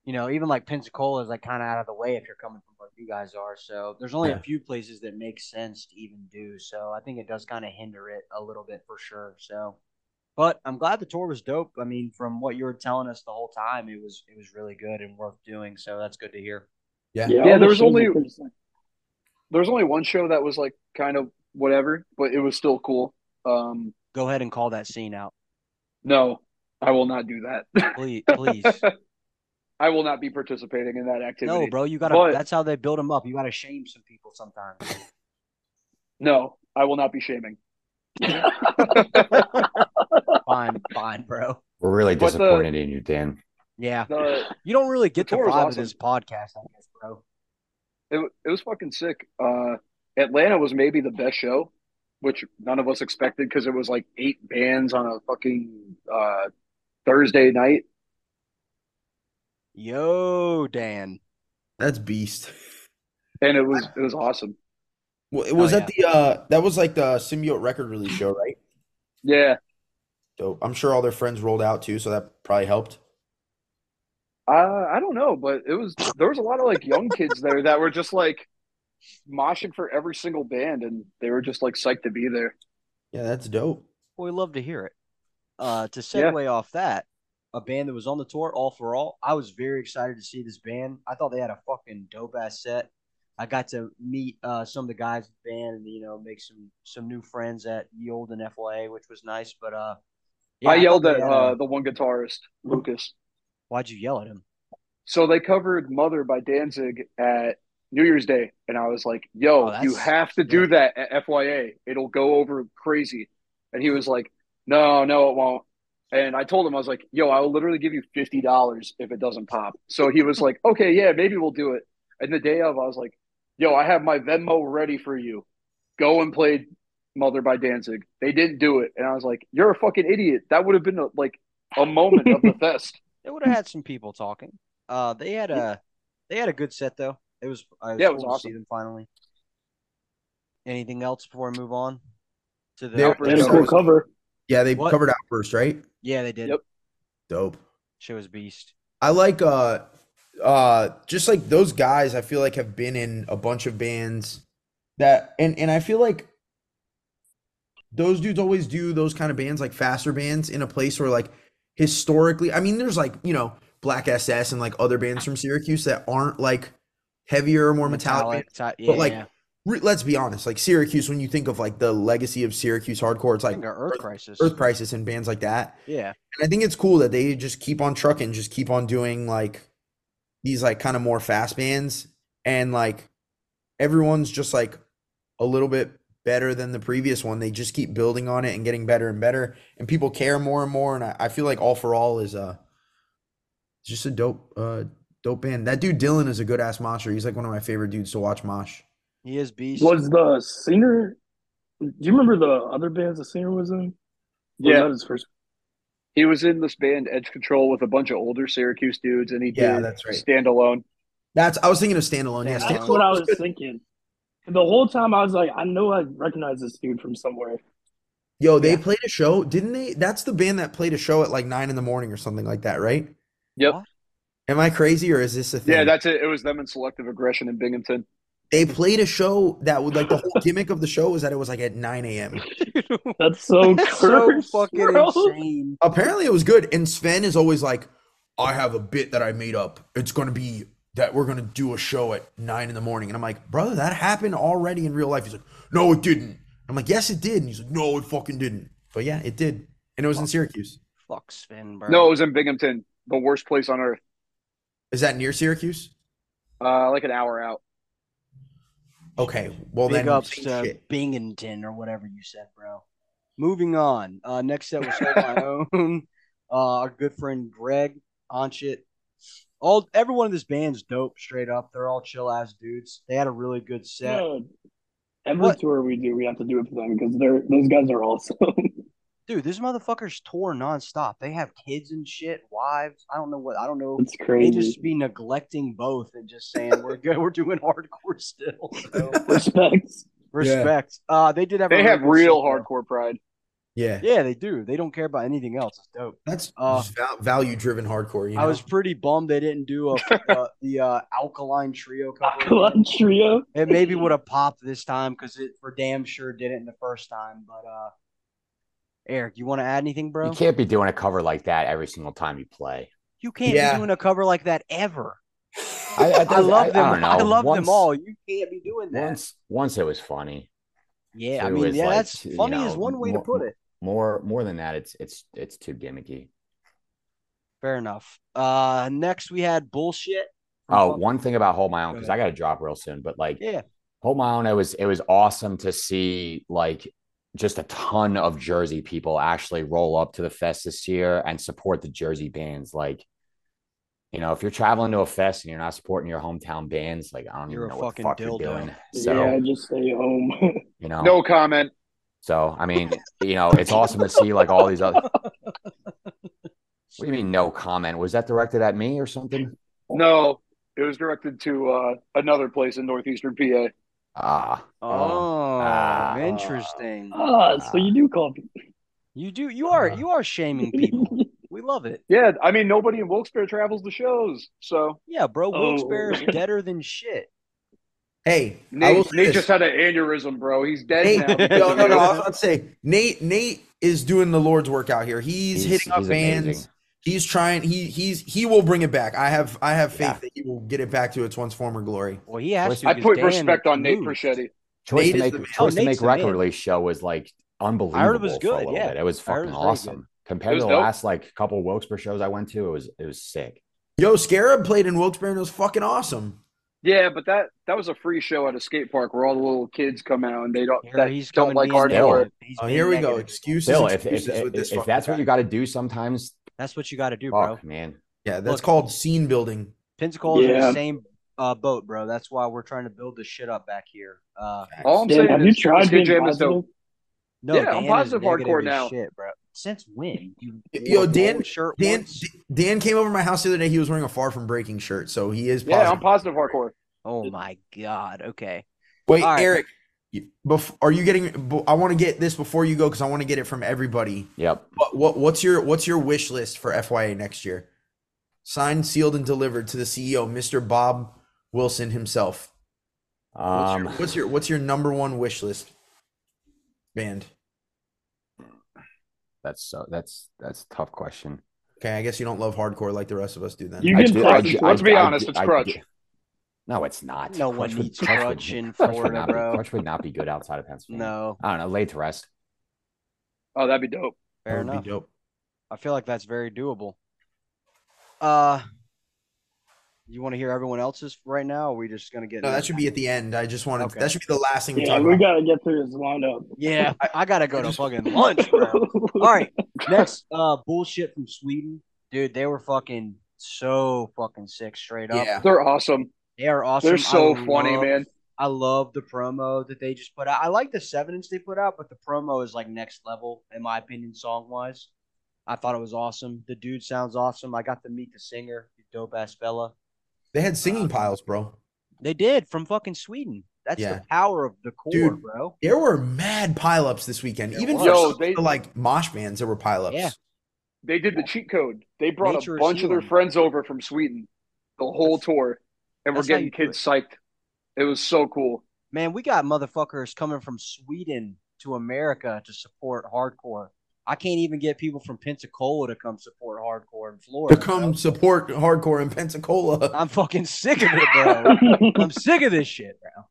you know, even like Pensacola is like kind of out of the way if you're coming from where you guys are. So there's only
Yeah.
a few places that make sense to even do. So I think it does kind of hinder it a little bit for sure. So, but I'm glad the tour was dope. I mean, from what you were telling us the whole time, it was it was really good and worth doing. So that's good to hear.
Yeah,
all
there
the
was
shows
only-
are pretty sick.
there's only one show that was like kind of whatever, but it was still cool. Um,
Go ahead and call that scene out,
no, I will not do that.
please, please.
I will not be participating in that activity.
No, bro, you gotta.
But-
that's how they build them up. You gotta shame some people sometimes.
No, I will not be shaming.
fine, fine, bro.
We're really
But the-
disappointed in you, Dan.
Yeah,
The-
you don't really get
The
the,
tour
vibe
was
of
awesome.
this podcast, I guess, bro.
it, wa- it was fucking sick. Uh, Atlanta was maybe the best show, which none of us expected because it was like eight bands on a fucking uh, Thursday night.
Yo, Dan.
That's beast.
And it was it was awesome.
Well, it was
Oh,
at the uh that was like the symbiote record release show, right?
Yeah.
Dope. I'm sure all their friends rolled out too, so that probably helped.
Uh, I don't know, but it was there was a lot of like young kids there that were just like moshing for every single band and they were just like psyched to be there.
Yeah, that's dope.
Well, we love to hear it. Uh, to
Yeah.
segue off that, a band that was on the tour, All for All. I was very excited to see this band. I thought they had a fucking dope ass set. I got to meet uh, some of the guys in the band, and you know, make some some new friends at Ye Olden FYA, which was nice. But uh, yeah,
I
thought
yelled at
they had a-
uh, the one guitarist, Lucas.
why'd you yell at him?
So they covered Mother by Danzig at New Year's Day. And I was like,
Oh,
yo,
that's-
you have to do that at FYA. It'll go over crazy. And he was like, no, no, it won't. And I told him, I was like, yo, I will literally give you $50 if it doesn't pop. So he was like, okay, yeah, maybe we'll do it. And the day of, I was like, yo, I have my Venmo ready for you. Go and play Mother by Danzig. They didn't do it. And I was like, you're a fucking idiot. That would have been a, like a moment of the fest.
They would have had some people talking. Uh, they had a they had a good set though. It was uh,
Yeah, it was
cool to see
awesome.
them finally. Anything else before we move on to the
They-
upper.
And a cool cover.
Yeah, they
What?
covered Outburst, right?
Yeah, they did.
Yep.
Dope.
Shit was beast.
I like uh uh just like those guys I feel like have been in a bunch of bands that and and I feel like those dudes always do those kind of bands like faster bands in a place where like historically I mean there's like you know Black SS and like other bands from Syracuse that aren't like heavier more metallic, bands.
Metallic, ti- yeah,
like,
yeah.
Re- let's be honest like Syracuse when you think of like the legacy of Syracuse hardcore it's
I
like
think our Earth Crisis.
Earth Crisis and bands like that
Yeah,
and I think it's cool that they just keep on trucking, just keep on doing like these like kind of more fast bands and like everyone's just like a little bit better than the previous one. They just keep building on it and getting better and better and people care more and more and I, I feel like All for All is uh just a dope uh dope band. That dude Dylan is a good ass mosher. He's like one of my favorite dudes to watch mosh.
he is beast.
Was the singer? Do you remember the other bands the singer was in? Or was
Yeah.
that his first.
He was in this band Edge Control with a bunch of older Syracuse dudes, and he
Yeah,
did
that's right.
standalone.
That's I was thinking of standalone. Yeah,
That's
That's
standalone.
what I was thinking. The whole time I was like, I know I recognize this dude from somewhere.
Yo, they played a show, didn't they? That's the band that played a show at like nine in the morning or something like that, right?
Yep.
What?
Am I crazy or is this a
Yeah,
thing?
that's it. It was them and Selective Aggression in Binghamton.
they played a show that would like the whole gimmick of the show was that it was like at 9 a.m.
That's so
That's so
cursed,
fucking
bro.
insane.
Apparently it was good. And Sven is always like, I have a bit that I made up. It's gonna be that we're gonna do a show at nine in the morning. And I'm like, brother, that happened already in real life. He's like, No, it didn't. I'm like, Yes, it did. And he's like, No, it fucking didn't. But yeah, it did. And it was in Syracuse.
Fuck Sven, bro.
No, it was in Binghamton, the worst place on earth.
Is that near Syracuse?
Uh, like an hour out.
Okay. Well
big
then
ups
same
to
shit.
Binghamton or whatever you said, bro. Moving on. Uh, next set was Hold my own. Uh, our good friend Greg Onchit. All every one of this band's dope, straight up. They're all chill ass dudes. They had a really good set.
No, every
What?
tour we do, we have to do it for them because they're those guys are awesome.
Dude, these motherfuckers tour nonstop. They have kids and shit, wives. I don't know what. I don't know.
it's
They
crazy.
just be neglecting both and just saying we're good. We're doing hardcore still. So
Respects.
respect. Uh, they did have. a
They
really
have
good
real
set, though.
hardcore pride.
Yeah.
Yeah, they do. They don't care about anything else. It's dope.
That's
Uh,
value driven hardcore. You know?
I was pretty bummed they didn't do a, uh, the uh, Alkaline Trio cover.
Alkaline Trio.
It maybe would have popped this time because it for damn sure didn't the first time. But uh, Eric, you want to add anything, bro?
You can't be doing a cover like that every single time you play.
You can't
Yeah.
be doing a cover like that ever.
I,
I love them.
don't know.
I, love
Once-
them all. You can't be doing that.
Once, once it was funny.
yeah, I
two
mean,
is
yeah,
like
that's
two, you
funny is
know,
one way to
more-
put it.
More, more than that, it's it's it's too gimmicky.
Fair enough. Uh, next we had bullshit.
Oh, one thing about Hold My Own
Go
because I got to drop real soon, but like
Yeah,
Hold My Own, it was it was awesome to see like just a ton of Jersey people actually roll up to the fest this year and support the Jersey bands. Like, you know, if you're traveling to a fest and you're not supporting your hometown bands, like I don't
You're a
even know what the
fucking
fuck you're
dildo.
doing. So
yeah, just stay home.
you know,
No comment.
so I mean, you know, it's awesome to see like all these other. What do you mean, no comment? Was that directed at me or something?
No, it was directed to uh, another place in northeastern PA.
Ah,
Oh,
Ah.
interesting.
Uh.
ah, so you do call people.
You do. You are.
Uh.
You are shaming Mm, people. we love it.
Yeah, I mean nobody in Wilkes-Barre travels the shows, so
Yeah, bro. Wilkes-Barre
Oh.
is deader than shit.
hey, I will
Nate,
say
Nate
this.
just had an aneurysm, bro. He's dead
Nate,
now.
no, no, no. I was about to say Nate. Nate is doing the Lord's work out here. He's, hitting up bands.
amazing.
He's trying. He he's he will bring it back. I have I have faith
Yeah.
that he will get it back to its once former glory.
Well, he has to.
I
because
put
Dan
respect on Nate
moved.
Prosciutti.
Choice
Nate is
to make
the man.
choice
Oh,
to
Nate's
make
the
record
man.
release show was like unbelievable.
heard it was
for a
good,
little
yeah.
bit. it was
I heard it
fucking
was very
awesome
good.
compared
It was
to the
dope.
last like couple Wilkes-Barre shows I went to. It was it was sick.
Yo, Scarab played in Wilkes-Barre and it was fucking awesome.
Yeah, but that that was a free show at a skate park where all the little kids come out and they don't
Here,
that
he's
don't
coming
like
being
hardcore.
negative. He's
Oh,
being
here we go.
negative.
Excuses.
Bill, if, if,
excuses with this
if, if
fucking
that's
guy.
what you got to do sometimes,
That's what you got to do, bro.
fuck man.
yeah, that's
Look.
called scene building.
Pensacola's in
Yeah.
the same uh, boat, bro. That's why we're trying to build this shit up back here. Uh,
All I'm
Dan,
saying
have
is
you tried
Skate
being
Jam is dope.
positive?
no,
Yeah, I'm
Dan is
positive
negative
hardcore
as
now.
shit, bro. Since when? You
Yo,
wore a
Dan-
gold shirt
Dan
once?
Dan came over to my house the other day. He was wearing a far from breaking shirt, so he is.
Yeah, I'm
positive.
positive hardcore.
Oh my god. Okay.
Wait,
All right.
Eric, you- bef- are you getting? b- I want to get this before you go because I want to get it from everybody.
Yep.
What, what what's your what's your wish list for FYA next year? Signed, sealed, and delivered to the CEO, Mr. Bob Wilson himself. What's,
Um,
your, what's your what's your number one wish list? Band.
that's so that's that's a tough question.
Okay, I guess you don't love hardcore like the rest of us do then.
You
I
can
do-
play.
I do-
Let's
I-
be
I
honest,
do-
it's
I
Crutch.
do- No, it's not.
No one
would-
needs
would-
Crutch in
would
Florida,
not be-
bro.
Crutch would not be good outside of Pennsylvania.
No,
I don't know. Laid to rest.
Oh, that'd be dope.
fair
That would
enough.
be dope.
I feel like that's very doable. Uh, you want to hear everyone else's right now? Or are we just gonna get?
No, that should be at the end. I just wanted
Okay.
that should be the last thing we
Yeah,
talk
we
about.
gotta get through this lineup.
Yeah, I, I gotta go to fucking lunch, bro. All right, next uh bullshit from Sweden, dude. They were fucking so fucking sick straight up.
Yeah.
They're awesome.
They are awesome.
They're so
I
funny,
love-
man.
I love the promo that they just put out. I like the seven inch they put out, but the promo is like next level in my opinion, song wise. I thought it was awesome. The dude sounds awesome. I got to meet the singer, dope ass fella.
They had singing piles, bro.
They did from fucking Sweden. That's
Yeah.
the power of the core,
Dude,
bro.
There were mad pileups this weekend.
There
Even
was.
for
Yo,
some
they-
of the, like mosh bands, there were pileups.
Yeah.
They did the cheat code. They brought
Nature
a
is
bunch of their
healing.
friends over from Sweden the whole tour, and we're
that's how
getting
you do
kids psyched. It was so cool.
Man, we got motherfuckers coming from Sweden to America to support hardcore. I can't even get people from Pensacola to come support hardcore in Florida.
To come
bro.
support hardcore in Pensacola.
I'm fucking sick of it, bro. I'm sick of this shit, bro.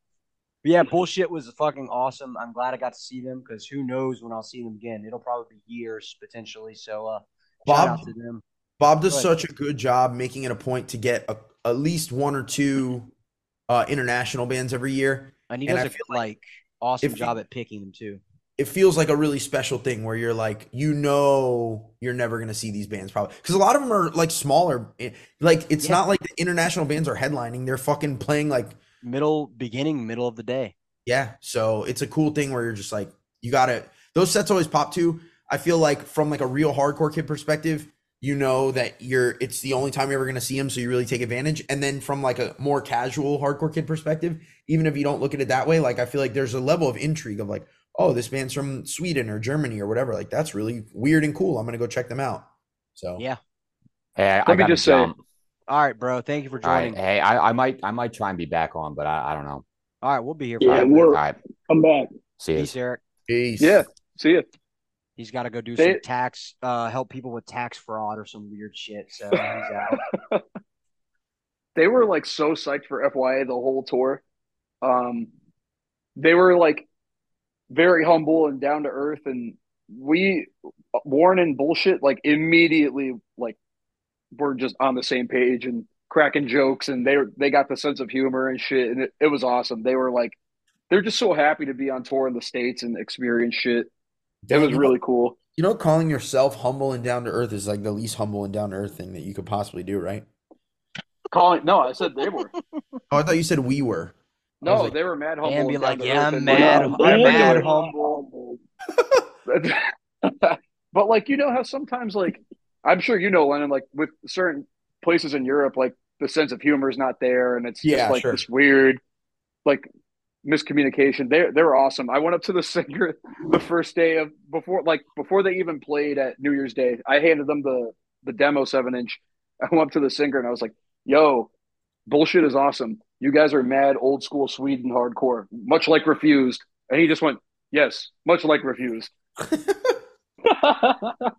But yeah, bullshit was fucking awesome. I'm glad I got to see them because who knows when I'll see them again. It'll probably be years potentially. So uh shout
Bob
out to them.
Bob does
Go ahead.
such a good job making it a point to get a, at least one or two uh, international bands every year.
And he
And
does
I
a
feel
like, awesome
if
job at picking them too.
It feels like a really special thing where you're like, you know, you're never going to see these bands probably because a lot of them are like smaller. eh, Like it's
Yeah.
not like the international bands are headlining; they're fucking playing like
Middle beginning, middle of the day.
Yeah. So it's a cool thing where you're just like, you gotta those sets always pop too. I feel like from like a real hardcore kid perspective, you know that you're it's the only time you're ever gonna see him, so you really take advantage. And then from like a more casual hardcore kid perspective, even if you don't look at it that way, like I feel like there's a level of intrigue of like, oh, this band's from Sweden or Germany or whatever. Like that's really weird and cool. I'm gonna go check them out. So
Yeah.
Hey, I, I
me
gotta
just say-
jump.
All right, bro. Thank you for
All right.
joining.
Hey, I, I might I might try and be back on, but I, I don't know.
All right, we'll be here for
Yeah,
All right,
we're-
all right.
Come back.
See you.
Peace, Eric.
peace.
Yeah. See ya.
He's got to go do
They-
some tax, uh, help people with tax fraud or some weird shit. So he's out.
they were like so psyched for FYA the whole tour. Um, they were like very humble and down to earth, and we Warren and bullshit like immediately like were just on the same page and cracking jokes, and they they got the sense of humor and shit, and it, it was awesome. They were like they're just so happy to be on tour in the states and experience shit. It was really cool.
you know calling yourself humble and down to earth is like the least humble and down to earth thing that you could possibly do, right?
Calling no, I said they were
Oh, I thought you said we were. I
no,
was like-
they were mad humble.
And be
down
like,
to
yeah,
earth
I'm
and-
mad.
Yeah,
I'm
yeah.
mad, humble.
but like you know how sometimes like I'm sure you know Lennon like with certain places in Europe like the sense of humor is not there and it's
Yeah,
just like
sure.
this weird like miscommunication. They they were awesome. I went up to the singer the first day of before like before they even played at New Year's Day. I handed them the the demo seven inch. I went up to the singer and I was like, "Yo, bullshit is awesome. You guys are mad old school Sweden hardcore, much like Refused." And he just went, "Yes, much like Refused."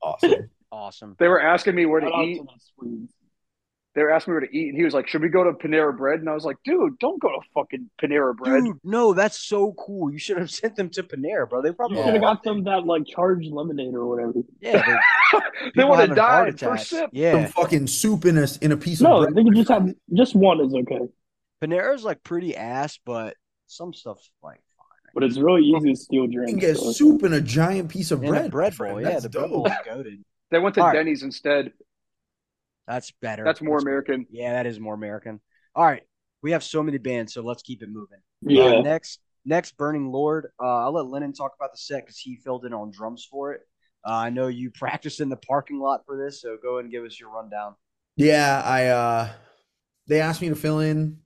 Awesome.
Awesome.
They were asking me where to
Shout out
eat.
to the Swedes.
They were asking me where to eat, and he was like, "Should we go to Panera Bread?" And I was like, "Dude, don't go to fucking Panera Bread."
Dude, no, that's so cool. You should have sent them to Panera, bro. They probably
You should have got them that like charged lemonade or whatever.
yeah. they-
they
people
would have
having heart
died first
attacks.
sip.
Some
Yeah,
fucking soup in a in a piece
No,
of bread.
they could just have just one is okay,
Panera's like pretty ass, but some stuff's like
but it's really easy to steal
You
drinks.
can get
so-
soup in a giant piece of
and
bread.
a
my
bread
friend.
bowl. Yeah,
That's
the bread
dope.
bowl is goaded.
They went to
All right.
Denny's instead.
That's better.
That's more American.
Yeah, that is more American. All right, we have so many bands, so let's keep it moving. Uh,
Yeah,
next, next, Burning Lord. Uh, I'll let Lennon talk about the set because he filled in on drums for it. Uh, I know you practiced in the parking lot for this, so go ahead and give us your rundown.
Yeah, I uh they asked me to fill in.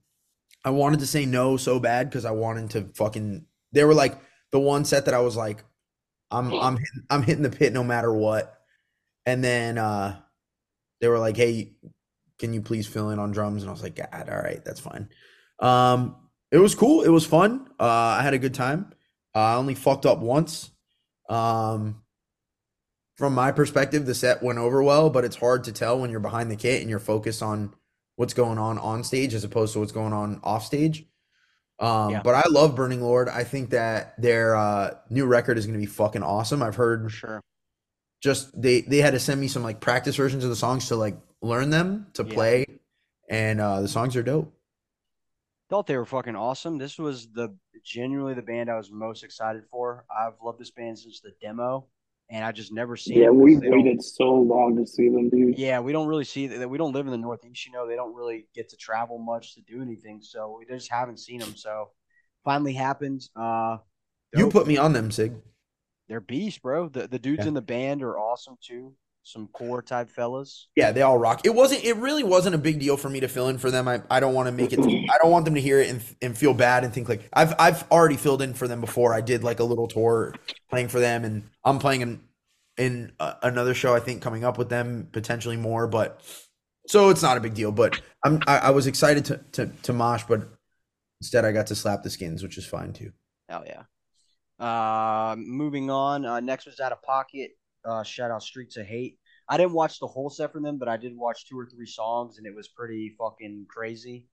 I wanted to say no so bad because I wanted to fucking They were like the one set that I was like, I'm I'm hitting, I'm hitting the pit no matter what. And then uh they were like, "Hey, can you please fill in on drums?" And I was like, "God, all right, that's fine." Um it was cool. It was fun. Uh I had a good time. Uh, I only fucked up once. Um from my perspective, the set went over well, but it's hard to tell when you're behind the kit and you're focused on what's going on on stage as opposed to what's going on off stage. Um,
Yeah.
But I love Burning Lord. I think that their uh, new record is going to be fucking awesome. I've
for
heard
sure.
just they they had to send me some like practice versions of the songs to like learn them to
Yeah.
play, and uh, the songs are dope.
Thought they were fucking awesome. This was the genuinely the band I was most excited for. I've loved this band since the demo, and I just never seen.
Yeah,
them
we
because they don't-
waited so long to see them, dude.
Yeah, we don't really see that. We don't live in the Northeast, you know. They don't really get to travel much to do anything, so we just haven't seen them. So finally happened. Uh,
You
dope.
put me on them, Sig.
they're beasts, bro. The the dudes
Yeah.
in the band are awesome too. Some core type fellas.
Yeah, they all rock. It wasn't. It really wasn't a big deal for me to fill in for them. I, I don't want to make it. I don't want them to hear it and, and feel bad and think like I've I've already filled in for them before. I did like a little tour playing for them, and I'm playing in in uh, another show. I think coming up with them potentially more, but so it's not a big deal. But I'm I, I was excited to to to mosh, but instead I got to slap the skins, which is fine too.
Hell yeah. Uh, moving on. Uh, next was out of pocket. Uh, shout out Streets of Hate. I didn't watch the whole set from them, but I did watch two or three songs, and it was pretty fucking crazy.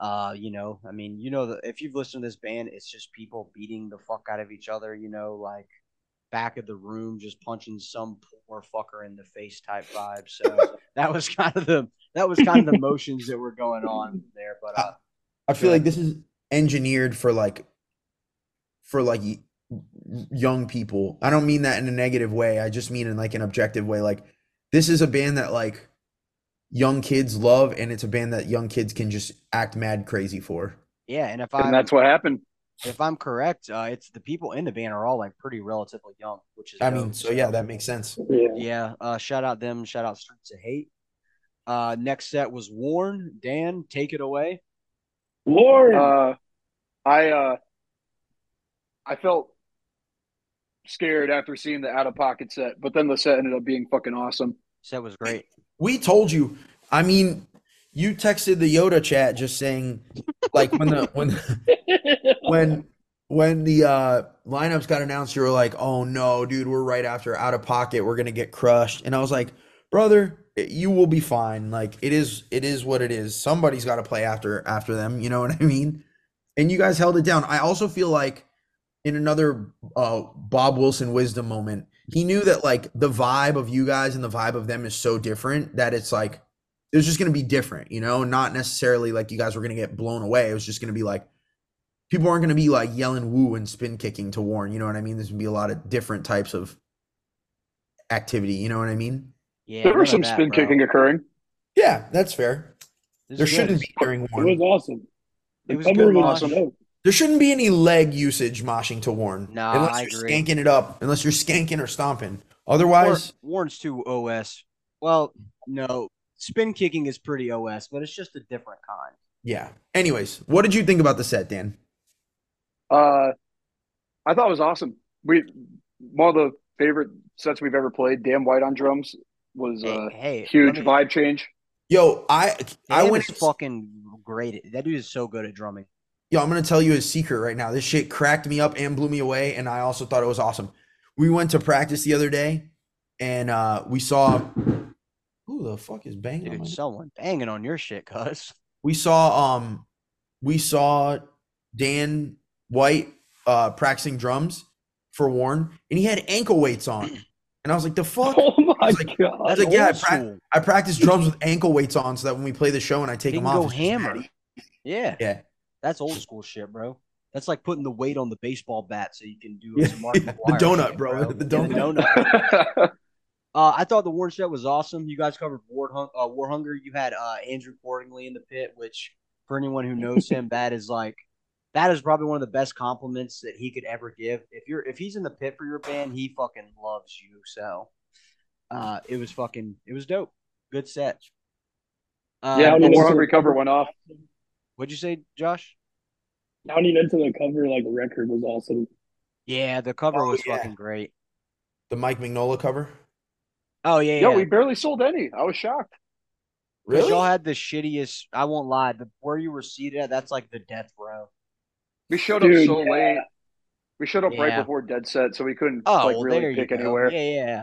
Uh, you know, I mean, you know, the, if you've listened to this band, it's just people beating the fuck out of each other. You know, like back of the room, just punching some poor fucker in the face type vibe. So that was kind of the that was kind of the motions that were going on there. But uh,
I feel
Yeah.
like this is engineered for like for like y- young people. I don't mean that in a negative way. I just mean in like an objective way. Like this is a band that like young kids love and it's a band that young kids can just act mad crazy for.
yeah, and if I
and that's what happened.
if I'm correct, uh, it's the people in the band are all like pretty relatively young, which is
I
dope.
mean, so yeah, that makes sense.
Yeah.
yeah. Uh, shout out them. Shout out Streets of Hate. Uh, next set was Warn. Dan, take it away.
Lord.
Uh, I uh, I felt scared after seeing the out of pocket set, but then the set ended up being fucking awesome.
Set was great.
We told you. I mean, you texted the Yoda chat just saying like when the when when when the uh lineups got announced you were like oh no dude we're right after out of pocket we're gonna get crushed and i was like brother it- you will be fine like it is it is what it is somebody's got to play after after them you know what i mean and you guys held it down i also feel like in another uh bob wilson wisdom moment he knew that like the vibe of you guys and the vibe of them is so different that it's like it was just going to be different, you know, not necessarily like you guys were going to get blown away. It was just going to be like people aren't going to be like yelling woo and spin kicking to Warren, you know what I mean? There's going to be a lot of different types of activity, you know what I mean?
Yeah,
there
none
was
of
some
that,
spin
bro.
kicking occurring.
Yeah, that's fair.
This
there
is good.
shouldn't be during
It was
Warren.
awesome.
It was
That
good.
movie
mosh.
was dope.
There shouldn't be any leg usage moshing to Warren.
Nah,
unless
I
you're
agree.
skanking it up, unless you're skanking or stomping.
Warn,
Otherwise,
Warn's too OS. Well, no, spin kicking is pretty OS, but it's just a different kind.
yeah. Anyways, what did you think about the set, Dan?
Uh, I thought it was awesome. We one of the favorite sets we've ever played. Damn White on drums was uh, a
Hey, hey
huge
let me-
vibe change.
Yo, I I
Dan
went
is fucking great. at- That dude is so good at drumming.
Yo, I'm gonna tell you a secret right now. This shit cracked me up and blew me away, and I also thought it was awesome. We went to practice the other day, and uh, we saw who the fuck is banging? on
Dude,
my-
someone banging on your shit, cuz.
We saw um, we saw Dan White uh, practicing drums for Warren, and he had ankle weights on, and I was like, the fuck.
Oh my
It's like-
god.
That's like, yeah, I,
old
prac-
school.
I practice drums with ankle weights on so that when we play the show and I take
They
them
can
off,
go
it's just
hammer.
natty.
Yeah,
Yeah,
that's old school shit, bro. That's like putting the weight on the baseball bat so you can do
Yeah,
some Mark
yeah, the
McGwire
donut,
shit,
bro. The
Yeah,
donut.
Uh, I thought the Warren set was awesome. You guys covered War, Hun- uh, War Hunger. You had uh, Andrew Cordingley in the pit, which for anyone who knows him, that is like that is probably one of the best compliments that he could ever give. If you're if he's in the pit for your band, he fucking loves you. So uh, it was fucking it was dope. Good set. Uh,
yeah,
I
the
mean,
War
it's-
Hungry cover went off.
What'd you say, Josh?
Counting into the cover like record was awesome.
Yeah, the cover
Oh,
was
yeah.
fucking great.
The Mike Mignola cover.
Oh yeah,
Yo,
yeah.
we barely sold any. I was shocked.
'Cause
Really?
Y'all had the shittiest. I won't lie. The where you were seated at, that's like the death row.
We showed
Dude,
up so
yeah.
late. We showed up right
Yeah.
before dead set, so we couldn't
Oh,
like
well, there
really
you
pick
go.
anywhere.
Yeah, yeah.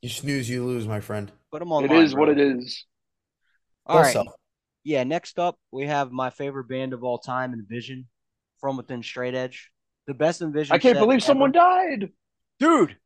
You snooze, you lose, my friend.
Put them
It
online.
is what
bro.
it is.
All right.
Also,
Yeah. Next up, we have my favorite band of all time, Envision, from within Straight Edge. The best Envision.
I can't
set
believe someone
ever.
died.
dude.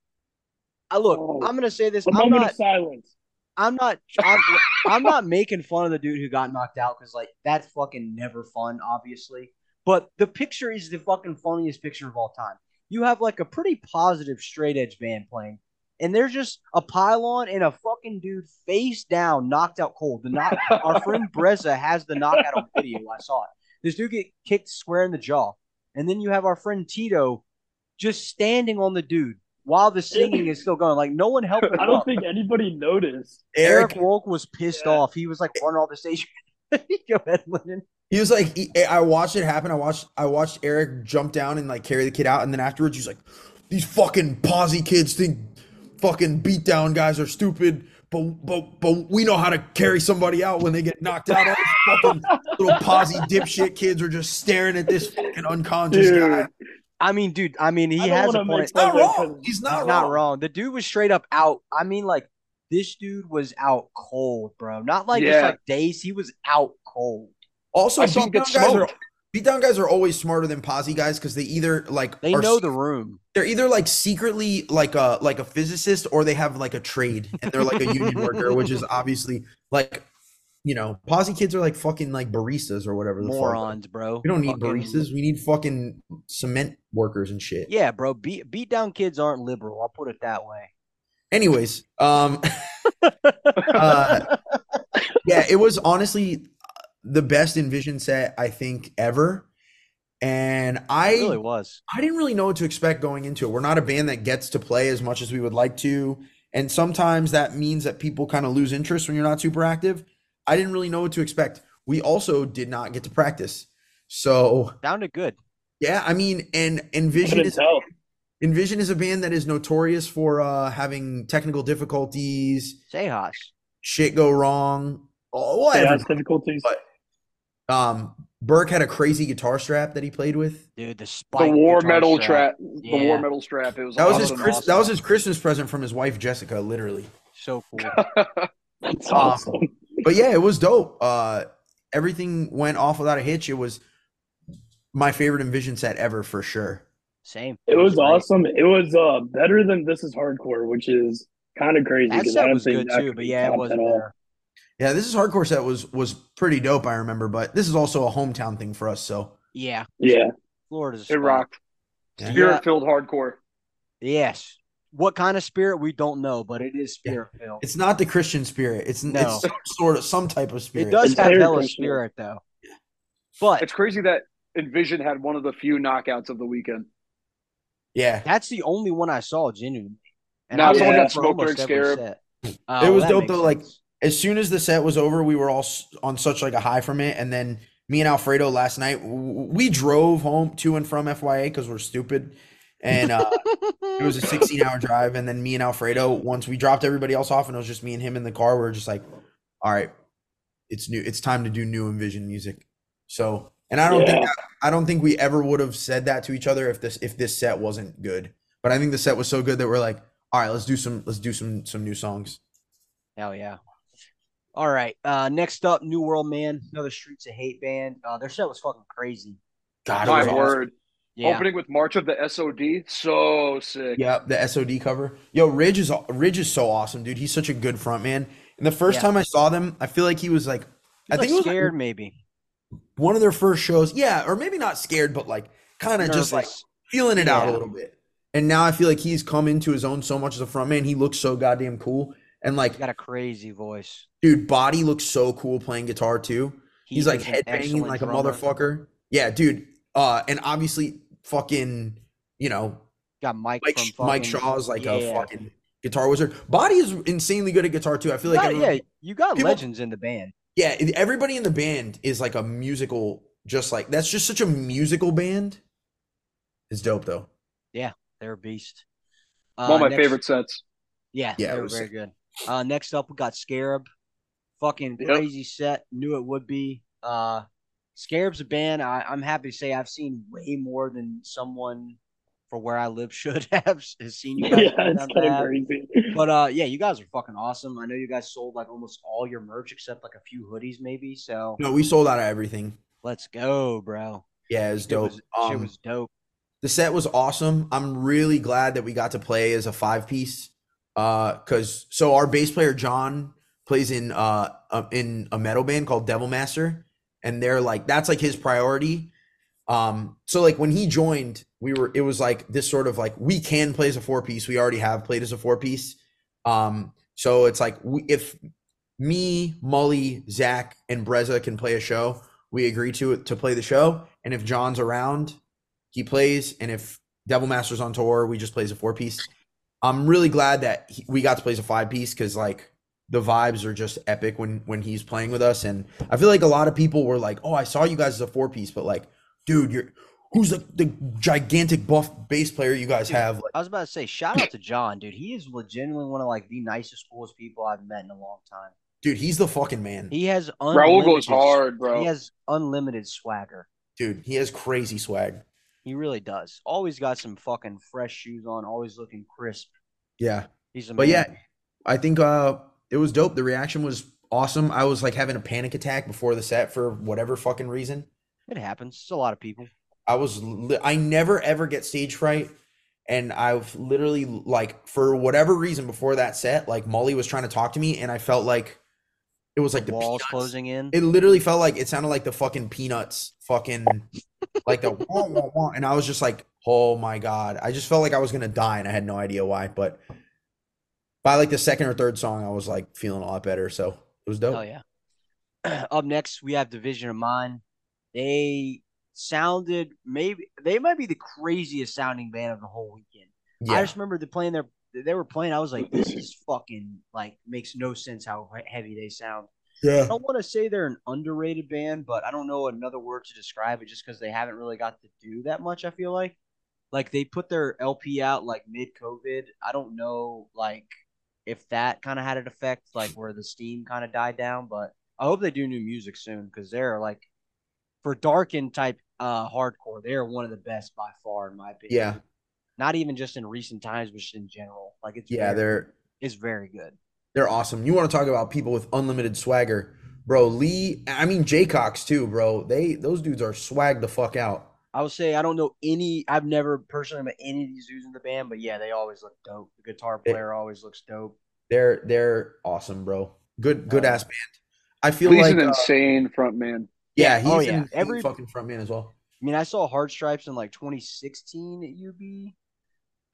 I look.
Oh.
I'm gonna say this.
A
I'm
moment
not.
of silence.
I'm not. I'm, I'm not making fun of the dude who got knocked out because like that's fucking never fun, obviously. But the picture is the fucking funniest picture of all time. You have like a pretty positive straight edge band playing, and there's just a pylon and a fucking dude face down, knocked out cold. The knock, our friend Brezza has the knockout on video. I saw it. This dude get kicked square in the jaw, and then you have our friend Tito just standing on the dude while the singing is still going. Like no one helped him
I
up.
don't think anybody noticed.
Eric,
Eric Wolk was pissed
Yeah.
off. He was like running off the station. Go ahead, Lennon.
he was like, he- I watched it happen. I watched, I watched Eric jump down and like carry the kid out, and then afterwards, he's like, these fucking posse kids think fucking beat down guys are stupid, but but but we know how to carry somebody out when they get knocked out. All these fucking little posse dipshit kids are just staring at this fucking unconscious
Dude,
guy.
I mean, dude. I mean, he
I don't
has a
wanna
point.
He's
make
not
Okay,
wrong.
'cause
He's
He's
not,
not
wrong.
wrong. The dude was straight up out. I mean, like this dude was out cold, bro. Not like just
Yeah.
like days. He was out cold.
Also,
I saw
beat
him
down
get
guys are
smoked.
beat down guys are always smarter than posse guys because they either like
They
are
know the room.
they're either like secretly like a like a physicist or they have like a trade and they're like a union worker which is obviously like you know posse kids are like fucking like baristas or whatever the fuck.
Morons, bro.
we don't need
Fucking-
baristas we need fucking cement workers and shit
Yeah, bro. Beat beat down kids aren't liberal. I'll put it that way.
anyways um uh, yeah it was honestly the best envision set i think ever and i
It really was.
I didn't really know what to expect going into it. We're not a band that gets to play as much as we would like to. And sometimes that means that people kind of lose interest when you're not super active. I didn't really know what to expect. We also did not get to practice. So,
Sounded good.
yeah, I mean, and
I
Envision
couldn't
is
tell.
Envision is a band that is notorious for uh having technical difficulties,
Sejas.
shit go wrong, oh, whatever.
Chaos difficulties.
But- Um Burke had a crazy guitar strap that he played with.
Dude, the
The
spike.
war
guitar
metal
strap.
trap. The war
Yeah.
metal strap. It was
That was his
awesome.
Chris, that was his Christmas present from his wife Jessica, literally.
So cool.
That's awesome.
but yeah, it was dope. Uh, everything went off without a hitch. It was my favorite Envision set ever for sure.
Same.
It was
great.
awesome. It was uh better than this is hardcore, which is kind of crazy.
That
'cause I
set
don't
was
think
good
that
too,
could
but
be
yeah, it
topped
wasn't
at all.
there.
Yeah, this is hardcore set was was pretty dope. I remember, but this is also a hometown thing for us. So
Yeah,
Yeah,
Florida's a
It
spot.
rocked.
Yeah.
Spirit filled hardcore.
Yes. What kind of spirit we don't know, but it is spirit filled.
it's not the Christian spirit. It's
No.
it's some sort of some type of spirit.
It does
It's
have
very
hella
Christian.
spirit though. But
It's crazy that Envision had one of the few knockouts of the weekend.
Yeah,
that's the only one I saw genuinely.
Now
I was
someone
there for
got
smoked
almost
during
every
Scarab.
set. Oh,
was
that
dope,
makes
though, like-
sense.
as soon as the set was over, we were all s- on such like a high from it, and then me and Alfredo last night w- we drove home to and from FYA because we're stupid, and uh, it was a 16 hour drive and then me and alfredo once we dropped everybody else off and it was just me and him in the car we were just like all right it's new it's time to do new envision music so and i don't think
Yeah.
that, i don't think we ever would have said that to each other if this if this set wasn't good but i think the set was so good that we're like all right let's do some let's do some some new songs
Hell yeah. All right. Uh next up, New World Man, another Streets of Hate band. Uh their set was fucking crazy.
god it
My
was awesome.
word.
Yeah.
Opening with March of the SOD. So sick.
yeah the sod cover yo ridge is ridge is so awesome dude he's such a good front man and the first
Yeah.
time i saw them i feel like he was like i
I
think it
think
was like,
scared maybe.
one of their first shows. Yeah, or maybe not scared, but like kind of just like
Nervous.
feeling it out a
Yeah.
little bit. And now I feel like he's come into his own so much as a front man. He looks so goddamn cool. And like,
He's got a crazy voice.
dude, Body looks so cool playing guitar too.
He
He's like
is an
headbanging
excellent
like
drummer.
a motherfucker. Yeah, dude. Uh, and obviously, fucking, you know,
Got Mike,
Mike
from fucking,
Mike Shaw is like a
Yeah.
fucking guitar wizard. Body is insanely good at guitar too. I feel like
Got-
everyone-
yeah, you got
people-
legends in the band.
Yeah, everybody in the band is like a musical just like that's just such a musical band. It's dope though.
They're a beast.
One of
Uh,
my
next-
favorite sets.
Yeah,
Yeah, it
they were
was
very
sick.
good. Uh, next up, we got Scarab. Fucking
Yep.
crazy set. Knew it would be. Uh, Scarab's a band. I, I'm happy to say I've seen way more than someone for where I live should have has seen you guys.
yeah,
put
it's
out
kind
that.
of crazy.
But uh, yeah, you guys are fucking awesome. I know you guys sold like almost all your merch except like a few hoodies, maybe. So
No, we sold out of everything.
let's go, bro.
Yeah, it was
It
dope.
was, shit
um,
was dope.
the set was awesome. I'm really glad that we got to play as a five piece. Uh, cause so our bass player John plays in uh a- in a metal band called Devil Master, and they're like that's like his priority. Um, so like when he joined, we were it was like this sort of like we can play as a four piece. We already have played as a four piece. Um, so it's like we, if me, Mully, Zach, and Brezza can play a show, we agree to it to play the show. And if John's around, he plays, and if Devil Master's on tour, we just plays a four piece. I'm really glad that he, we got to play as a five piece because like the vibes are just epic when when he's playing with us, and I feel like a lot of people were like, "Oh, I saw you guys as a four piece," but like, dude, you're who's the, the gigantic buff bass player you guys have? Like,
I was about to say, shout out to John, dude. He is legitimately one of like the nicest, coolest people I've met in a long time.
dude, he's the fucking man.
He has
Raul
unlimited.
goes hard, bro.
He has unlimited swagger.
Dude, he has crazy swag.
He really does. Always got some fucking fresh shoes on. Always looking crisp.
Yeah.
He's a
But yeah,
man.
I think uh it was dope. The reaction was awesome. I was like having a panic attack before the set for whatever fucking reason.
it happens. It's a lot of people.
I was li- I never ever get stage fright and I've literally like for whatever reason before that set, like Molly was trying to talk to me and I felt like it was like the
Walls
Peanuts.
closing in.
It literally felt like it sounded like the fucking peanuts fucking like the wah, wah, wah. and I was just like, oh my god. I just felt like I was gonna die and I had no idea why. But by like the second or third song, I was like feeling a lot better. So it was dope.
Oh yeah. Up next, we have Division of Mind. They sounded maybe they might be the craziest sounding band of the whole weekend. I
Yeah.
just remember the playing their they were playing. I was like, this is fucking like makes no sense how he- heavy they sound. I
yeah.
don't want to say they're an underrated band, but I don't know another word to describe it just because they haven't really got to do that much. I feel like like they put their LP out like mid COVID. I don't know like if that kind of had an effect, like where the steam kind of died down. But I hope they do new music soon because they're like for darkened type uh hardcore, they're one of the best by far in my opinion.
Yeah.
Not even just in recent times, but just in general. Like it's
Yeah,
very,
they're
it's very good.
they're awesome. You want to talk about people with unlimited swagger. Bro, Lee, I mean Jaycox too, bro. They those dudes are swag the fuck out.
I would say I don't know any. I've never personally met any of these dudes in the band, but yeah, they always look dope. The guitar
They-
player always looks dope.
They're they're awesome, bro. Good good
Uh,
ass band. I feel
He's
like
an
uh,
insane front man.
yeah, he's
Oh, yeah.
an
Every-
every fucking front man as well.
I mean, I saw Hard Stripes in like 2016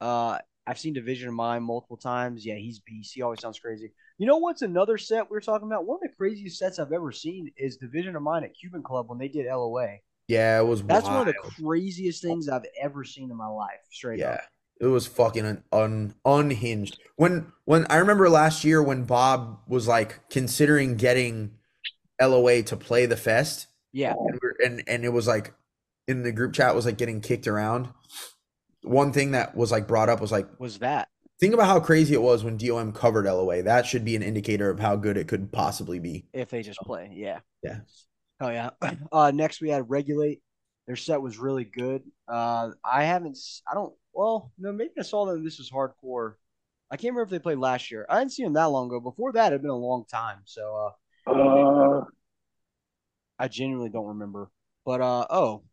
at UB. Uh, I've seen Division of Mine multiple times. Yeah, he's beast. He always sounds crazy. You know what's another set we were talking about? One of the craziest sets I've ever seen is Division of Mine at Cuban Club when they did LOA.
Yeah, it was
That's
wild.
one of the craziest things I've ever seen in my life. Straight
yeah.
up.
It was fucking un, un unhinged. When when I remember last year when Bob was like considering getting LOA to play the fest
Yeah.
and, we are and and it was like in the group chat was like getting kicked around. One thing that was like brought up was like
Was that?
think about how crazy it was when DOM covered LOA. That should be an indicator of how good it could possibly be.
if they just play. Yeah.
Yeah.
Oh yeah. Uh, next we had regulate. Their set was really good. Uh, I haven't. s- I don't. Well, no, maybe I saw them. This is hardcore. I can't remember if they played last year. I didn't see them that long ago. Before that, it had been a long time. So uh,
Uh,
I genuinely don't remember. But uh, oh,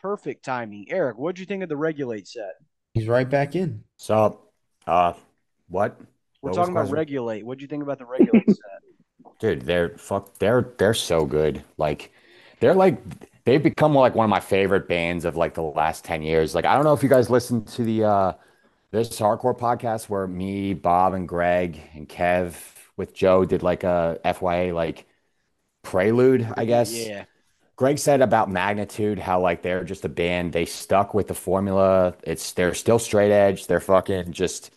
perfect timing, Eric. What'd you think of the regulate set?
He's right back in.
So, uh, what?
We're
What was
talking about
question?
regulate. What'd you think about the regulate set?
Dude, they're fuck. They're they're so good. Like, they're like they've become like one of my favorite bands of like the last ten years. Like, I don't know if you guys listen to the uh this hardcore podcast where me, Bob, and Greg and Kev with Joe did like a FYA like prelude, I guess.
Yeah.
Greg said about Magnitude how like they're just a band. They stuck with the formula. It's they're still straight edge. They're fucking just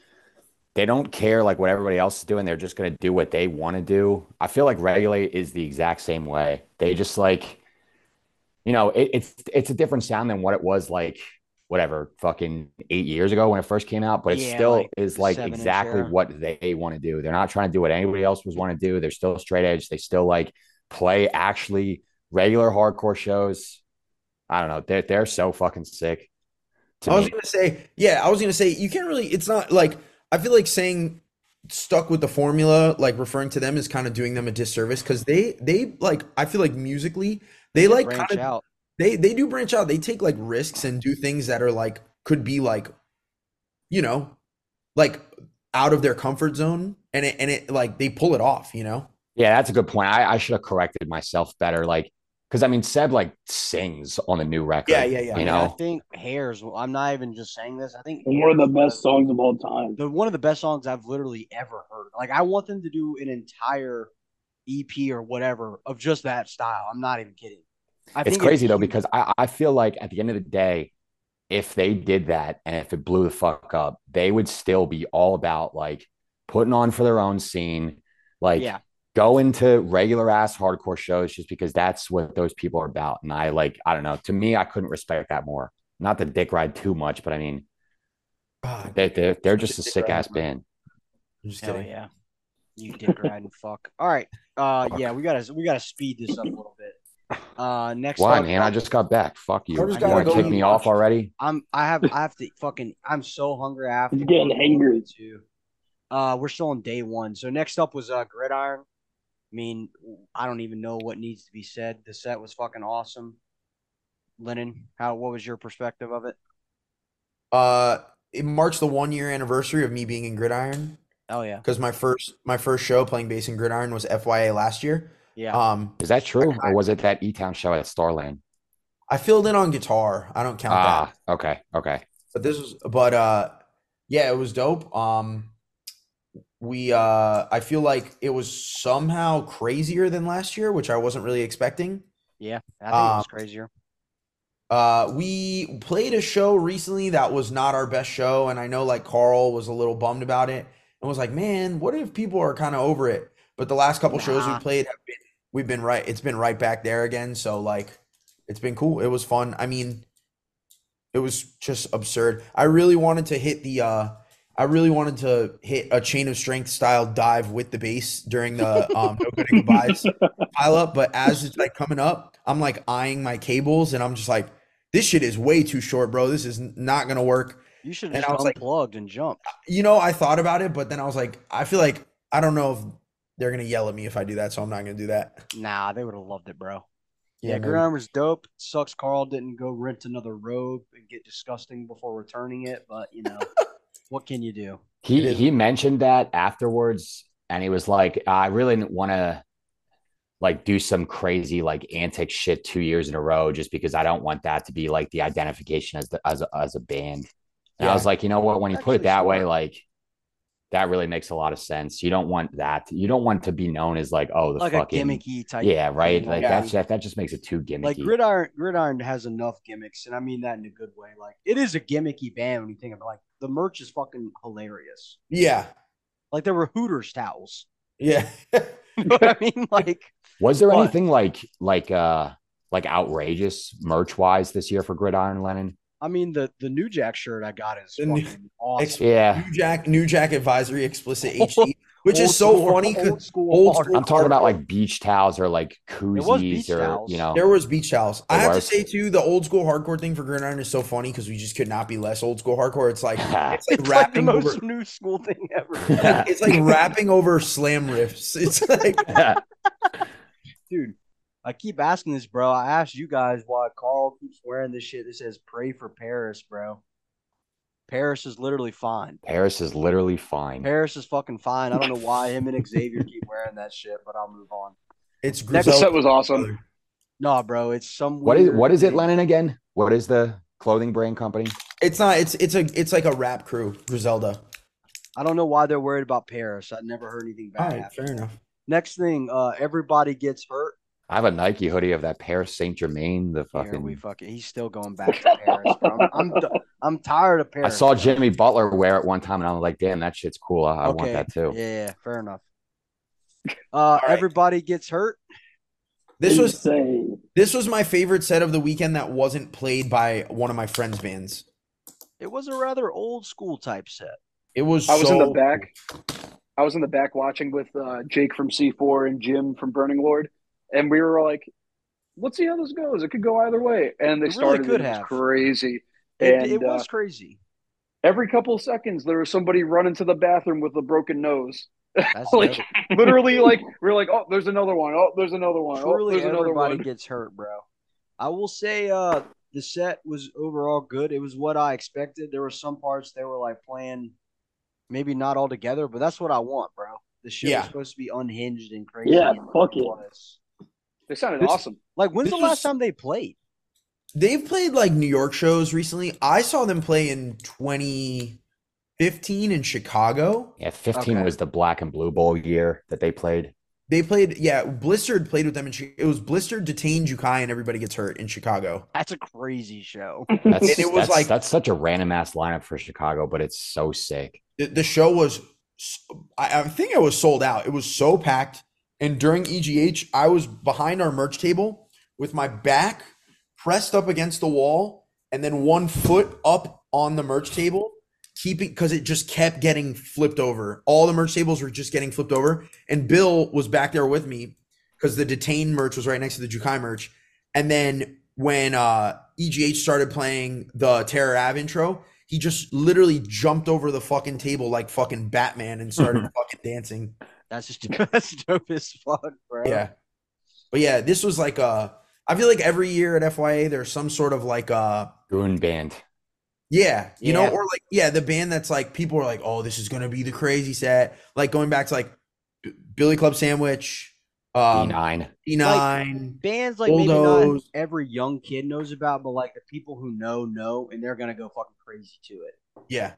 they don't care like what everybody else is doing. They're just gonna do what they want to do. I feel like Regulate is the exact same way. They just like you know, it, it's it's a different sound than what it was like whatever fucking eight years ago when it first came out, but it
Yeah,
still
like
is like
seven inch
exactly
era.
what they want to do. They're not trying to do what anybody else was want to do. They're still straight edge. They still like play actually regular hardcore shows. I don't know. They're they're so fucking sick. To
I was
me.
gonna say, yeah, I was gonna say you can't really. It's not like I feel like saying stuck with the formula, like referring to them is kind of doing them a disservice because they they like I feel like musically they like
branch
kinda-
out.
they they do branch out. They take like risks and do things that are like could be like, you know, like out of their comfort zone, and it and it like they pull it off, you know.
Yeah, that's a good point. I, I should have corrected myself better. Like, because I mean, Seb like sings on the new record.
Yeah, yeah, yeah.
You
Yeah, I
know,
think Hairs. I'm not even just saying this. I think
One of the
Hairs-
best songs of all time.
the one of the best songs I've literally ever heard. Like I want them to do an entire EP or whatever of just that style. I'm not even kidding. I
it's
think
crazy though
huge.
because I, I feel like at the end of the day, if they did that and if it blew the fuck up, they would still be all about like putting on for their own scene, like
yeah,
going to regular ass hardcore shows just because that's what those people are about. And I like, I don't know. To me, I couldn't respect that more. Not the dick ride too much, but I mean,
God,
they, they're they're
Such a
just a
dick
sick ass
ride.
band.
I'm just
hell
kidding.
yeah. You dick riding fuck. All right, uh, yeah, we gotta we gotta speed this up a little bit. Uh, next,
Why,
up-
man? I just got back. Fuck you.
I just
You
gotta
want
go
to kick
and
me
watch-
off already?
I'm I have I have to fucking I'm so hungry after
He's getting hangry.
too. Uh we're still on day one. So next up was uh Gridiron. I mean, I don't even know what needs to be said. The set was fucking awesome. Lennon, how what was your perspective of it?
Uh, it marks the one year anniversary of me being in Gridiron.
Oh yeah.
because my first my first show playing bass in Gridiron was FYA last year.
Yeah.
Um,
Is that true? Or was it that E Town show at Starland?
I filled in on guitar. I don't count
Ah,
that.
okay. Okay.
But this was, but uh, yeah, it was dope. Um, we uh, I feel like it was somehow crazier than last year, which I wasn't really expecting.
yeah. I think it was
um,
crazier.
Uh, we played a show recently that was not our best show, and I know like Carl was a little bummed about it and was like, "Man, what if people are kind of over it?" But the last couple shows we
Nah.
played have been we've been right. It's been right back there again. So like, it's been cool. It was fun. I mean, it was just absurd. I really wanted to hit the uh, I really wanted to hit a chain of strength style dive with the bass during the um, no good and goodbyes pile up. But as it's like coming up, I'm like eyeing my cables and I'm just like, this shit is way too short, bro. This is n- not gonna work.
You should
and
have
I
just
was like-
unplugged and jumped.
You know, I thought about it, but then I was like, I feel like I don't know if they're gonna yell at me if I do that, so I'm not gonna do that.
Nah, they would have loved it, bro. Yeah,
maybe.
Gridiron was dope. Sucks Carl didn't go rent another robe and get disgusting before returning it, but you know, what can you do?
It
He
is.
he mentioned that afterwards, and he was like, "I really didn't want to like do some crazy like antic shit two years in a row, just because I don't want that to be like the identification as the as a, as a band." And I
Yeah.
was like, you know what? When you put
Actually
it that way,
smart.
like that really makes a lot of sense. You don't want that. You don't want to be known as like, oh, the
Like a
fucking
gimmicky type.
yeah, right.
thing
Like
already.
that's that, that just makes it too gimmicky.
Like Gridiron, Gridiron has enough gimmicks, and I mean that in a good way. Like it is a gimmicky band when you think of it. Like the merch is fucking hilarious.
Yeah,
Like there were Hooters towels.
yeah.
You know what I mean? Like
Was there
But-
anything like like uh like outrageous merch wise this year for Gridiron Lennon?
I mean the the New Jack shirt I got is
The new-
fucking awesome.
Yeah.
New Jack, New Jack Advisory Explicit HD, which is so funny
Old
because
school.
old
hard-
school-
I'm talking about like beach towels or like koozies
beach
or
towels.
you know
there was beach towels. I
There
have to
was.
say too, the old school hardcore thing for Gridiron is so funny because we just could not be less old school hardcore. It's like it's like
It's like the
rapping over.
most new school thing ever,
it's like rapping over slam riffs. It's like
dude. I keep asking this, bro. I asked you guys why Carl keeps wearing this shit that says "Pray for Paris," bro. Paris is literally fine.
Paris is literally fine.
Paris is fucking fine. I don't know why him and Xavier keep wearing that shit, but I'll move on.
it's
Next-
The
Griselda.
set was awesome.
Nah, bro, it's some.
What is
weird
what is it,
thing.
Lennon again? What is the clothing brand company?
It's not. It's it's a it's like a rap crew. Griselda.
I don't know why they're worried about Paris. I never heard anything
All
about
right,
that.
fair enough.
Next thing, uh, everybody gets hurt.
I have a Nike hoodie of that Paris Saint Germain. The
Here we
fucking
fucking. He's still going back to Paris. Bro. I'm I'm, d- I'm tired of Paris.
I saw Jimmy Butler wear it one time, and I'm like, damn, that shit's cool. I, I want
Okay,
that too.
Yeah, yeah, fair enough. Uh,
right.
Everybody gets hurt.
This was
insane.
this was my favorite set of the weekend that wasn't played by one of my friends' bands.
It was a rather old school type set.
It was.
I was in
so-
the back. I was in the back watching with uh, Jake from C4 and Jim from Burning Lord, and we were like, "Let's see how this goes. It could go either way." And they
It really
started.
could
it
have.
was crazy.
It,
and
it
uh,
was crazy.
every couple of seconds, there was somebody running to the bathroom with a broken nose.
That's
like
dope.
literally, like we are like, "Oh, there's another one. Oh, there's another one. oh,
truly
there's another
everybody
one."
gets hurt, bro. I will say uh the set was overall good. It was what I expected. There were some parts they were like playing maybe not all together, but that's what I want, bro. The show
Yeah.
is supposed to be unhinged and crazy.
Yeah,
and
fuck it.
was.
They sounded
This-
awesome.
Like when's
This
the last
was-
time they played?
They've played like New York shows recently. I saw them play in 2015 in Chicago.
Yeah, 15
Okay.
was the black and blue bowl year that they played.
They played, yeah. Blizzard played with them in. Chi- It was Blizzard detained Yukai and everybody gets hurt in Chicago.
That's a crazy show.
That's,
And it was
that's-
like-
that's such a random ass lineup for Chicago, but it's so sick.
The, the show was, s- I, I think it was sold out. It was so packed. And during EGH, I was behind our merch table with my back pressed up against the wall and then one foot up on the merch table, keeping because it just kept getting flipped over. All the merch tables were just getting flipped over. And Bill was back there with me because the detained merch was right next to the Jukai merch. And then when uh, EGH started playing the Terror Av intro, he just literally jumped over the fucking table like fucking Batman and started fucking dancing.
That's just that's dope as fuck, bro.
Yeah. But yeah, this was like a. I feel like every year at FYA, there's some sort of like a.
Goon band.
Yeah, you
Yeah.
know, or like, yeah, the band that's like, people are like, oh, this is going to be the crazy set. Like going back to like B- Billy Club Sandwich, um,
D9.
E9.
Bands like maybe not
Bulldoze.
every young kid knows about, but like the people who know know, and they're gonna go fucking crazy to it.
yeah.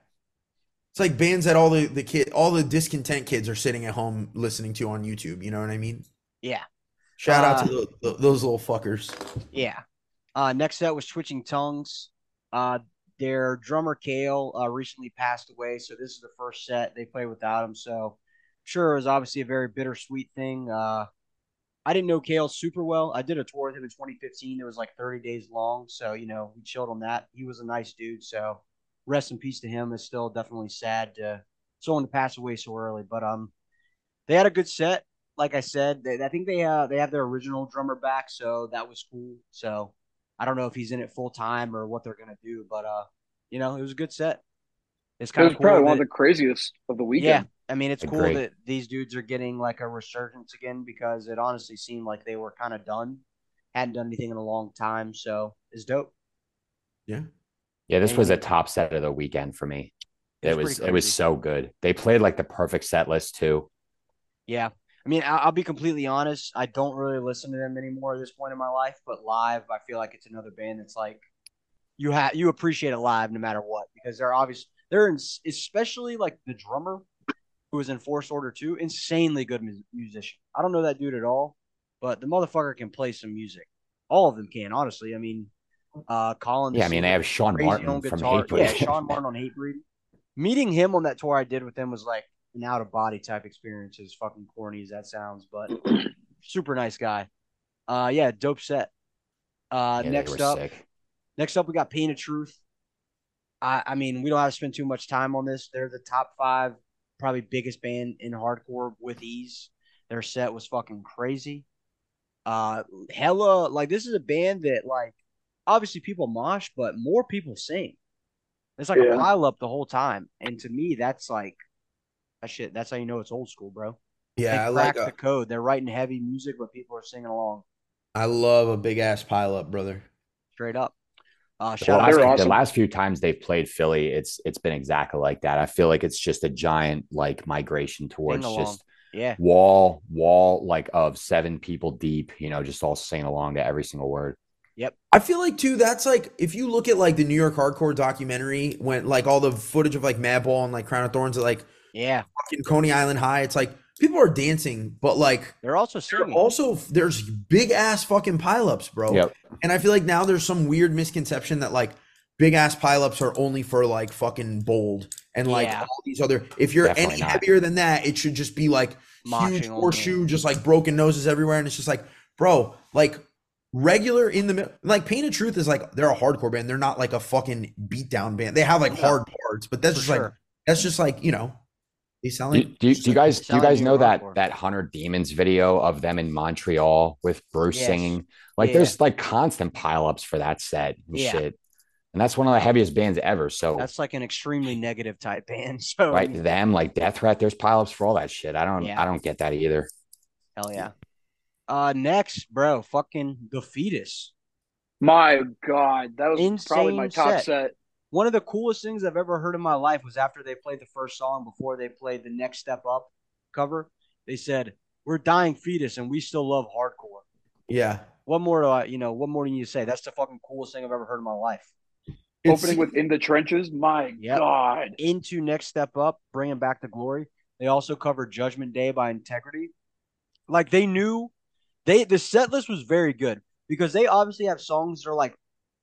It's like bands that all the, the kid, all the discontent kids are sitting at home listening to on YouTube. You know what I mean?
Yeah.
Shout
Ah.
out to tho- tho- those little fuckers.
Yeah. Uh, next set was Twitching Tongues. Uh, their drummer Kale uh, recently passed away, so this is the first set they played without him. So, sure, it was obviously a very bittersweet thing. Uh, I didn't know Kale super well. I did a tour with him in 2015. It was like 30 days long, so you know we chilled on that. He was a nice dude. So, rest in peace to him. It's still definitely sad to someone to pass away so early, but um, they had a good set like I said, they, I think they uh they have their original drummer back, so that was cool. So I don't know if he's in it full time or what they're gonna do, but uh, you know, it was a good set. It's
It
kind
was
of cool.
probably one of
that-
the craziest of the weekend.
yeah, I mean, it's cool
Agreed.
that these dudes are getting like a resurgence again because it honestly seemed like they were kind of done, hadn't done anything in a long time, so it's dope.
Yeah, this was a
And-
top set of the weekend for me.
It
It
was
was
pretty
it was
crazy.
so good. They played like the perfect set list too.
Yeah. I mean, I- I'll be completely honest. I don't really listen to them anymore at this point in my life, but live, I feel like it's another band that's like you have you appreciate it live no matter what because they're obvious they're in, especially like the drummer who was in Force Order 2, insanely good mu- musician. I don't know that dude at all, but the motherfucker can play some music. All of them can, honestly. I mean, uh Colin the
Yeah, I mean they
singer,
have Sean
crazy on
Martin from
guitar.
Hatebreed.
Yeah, Sean Martin on Hatebreed. Meeting him on that tour I did with them was like an out of body type experience. As fucking corny as that sounds, but super nice guy. Uh, yeah, dope set. Uh,
Yeah, they
next
were
up,
sick.
next up we got Pain of Truth. I, I mean, we don't have to spend too much time on this. They're the top five, probably biggest band in hardcore with ease. Their set was fucking crazy. Uh, hella like this is a band that like obviously people mosh, but more people sing. It's like
Yeah.
a pile up the whole time, and to me, that's like that shit. That's how you know it's old school, bro. They
Yeah, I like uh,
cracked the
a,
code. They're writing heavy music, but people are singing along
I love a big ass pile up, brother.
straight up. Uh,
The
shout
Well,
out
last,
they were
to
the
awesome.
last few times they've played Philly, it's it's been exactly like that. I feel like it's just a giant like migration towards
Sing-along.
just
yeah,
wall wall like of seven people deep you know just all singing along to every single word
I feel like too that's like if you look at like the New York hardcore documentary when like all the footage of like Madball and like Crown of Thorns at like
yeah.
fucking Coney Island High, it's like people are dancing, but like
They're also
they're
singing.
also there's big ass fucking pileups, bro.
yep
And I feel like now there's some weird misconception that like big ass pileups are only for like fucking bold and like
Yeah.
all these other if you're
Definitely
any
not.
heavier than that, it should just be like
Moshing
huge
only.
horseshoe, just like broken noses everywhere, and it's just like, bro, like regular in the middle. Like Pain of Truth is like they're a hardcore band. They're not like a fucking beatdown band. They have like
No.
hard parts, but that's
For
just like
sure.
that's just like you know. They sound
Do,
like
do, do you guys do you
selling
guys
new
know that
hardcore.
that Hunter Demons video of them in Montreal with Bruce
Yes.
singing? Like
Yeah.
there's like constant pileups for that set and
Yeah.
shit. And that's one of the heaviest bands ever. So
That's like an extremely negative type band. So
right, them like Death Threat, there's pileups for all that shit. I don't
Yeah.
I don't get that either.
hell yeah. Uh, next, bro, fucking the fetus.
My God, that was probably my
Insane
top
set.
set.
One of the coolest things I've ever heard in my life was after they played the first song before they played the next step up cover. They said, "We're dying fetus, and we still love hardcore."
yeah.
What more do I, you know, what more do you say? That's the fucking coolest thing I've ever heard in my life.
It's-
Opening with In the Trenches. My
Yep.
God.
into Next Step Up, bringing back the glory. They also covered Judgment Day by Integrity. Like they knew they the set list was very good because they obviously have songs that are like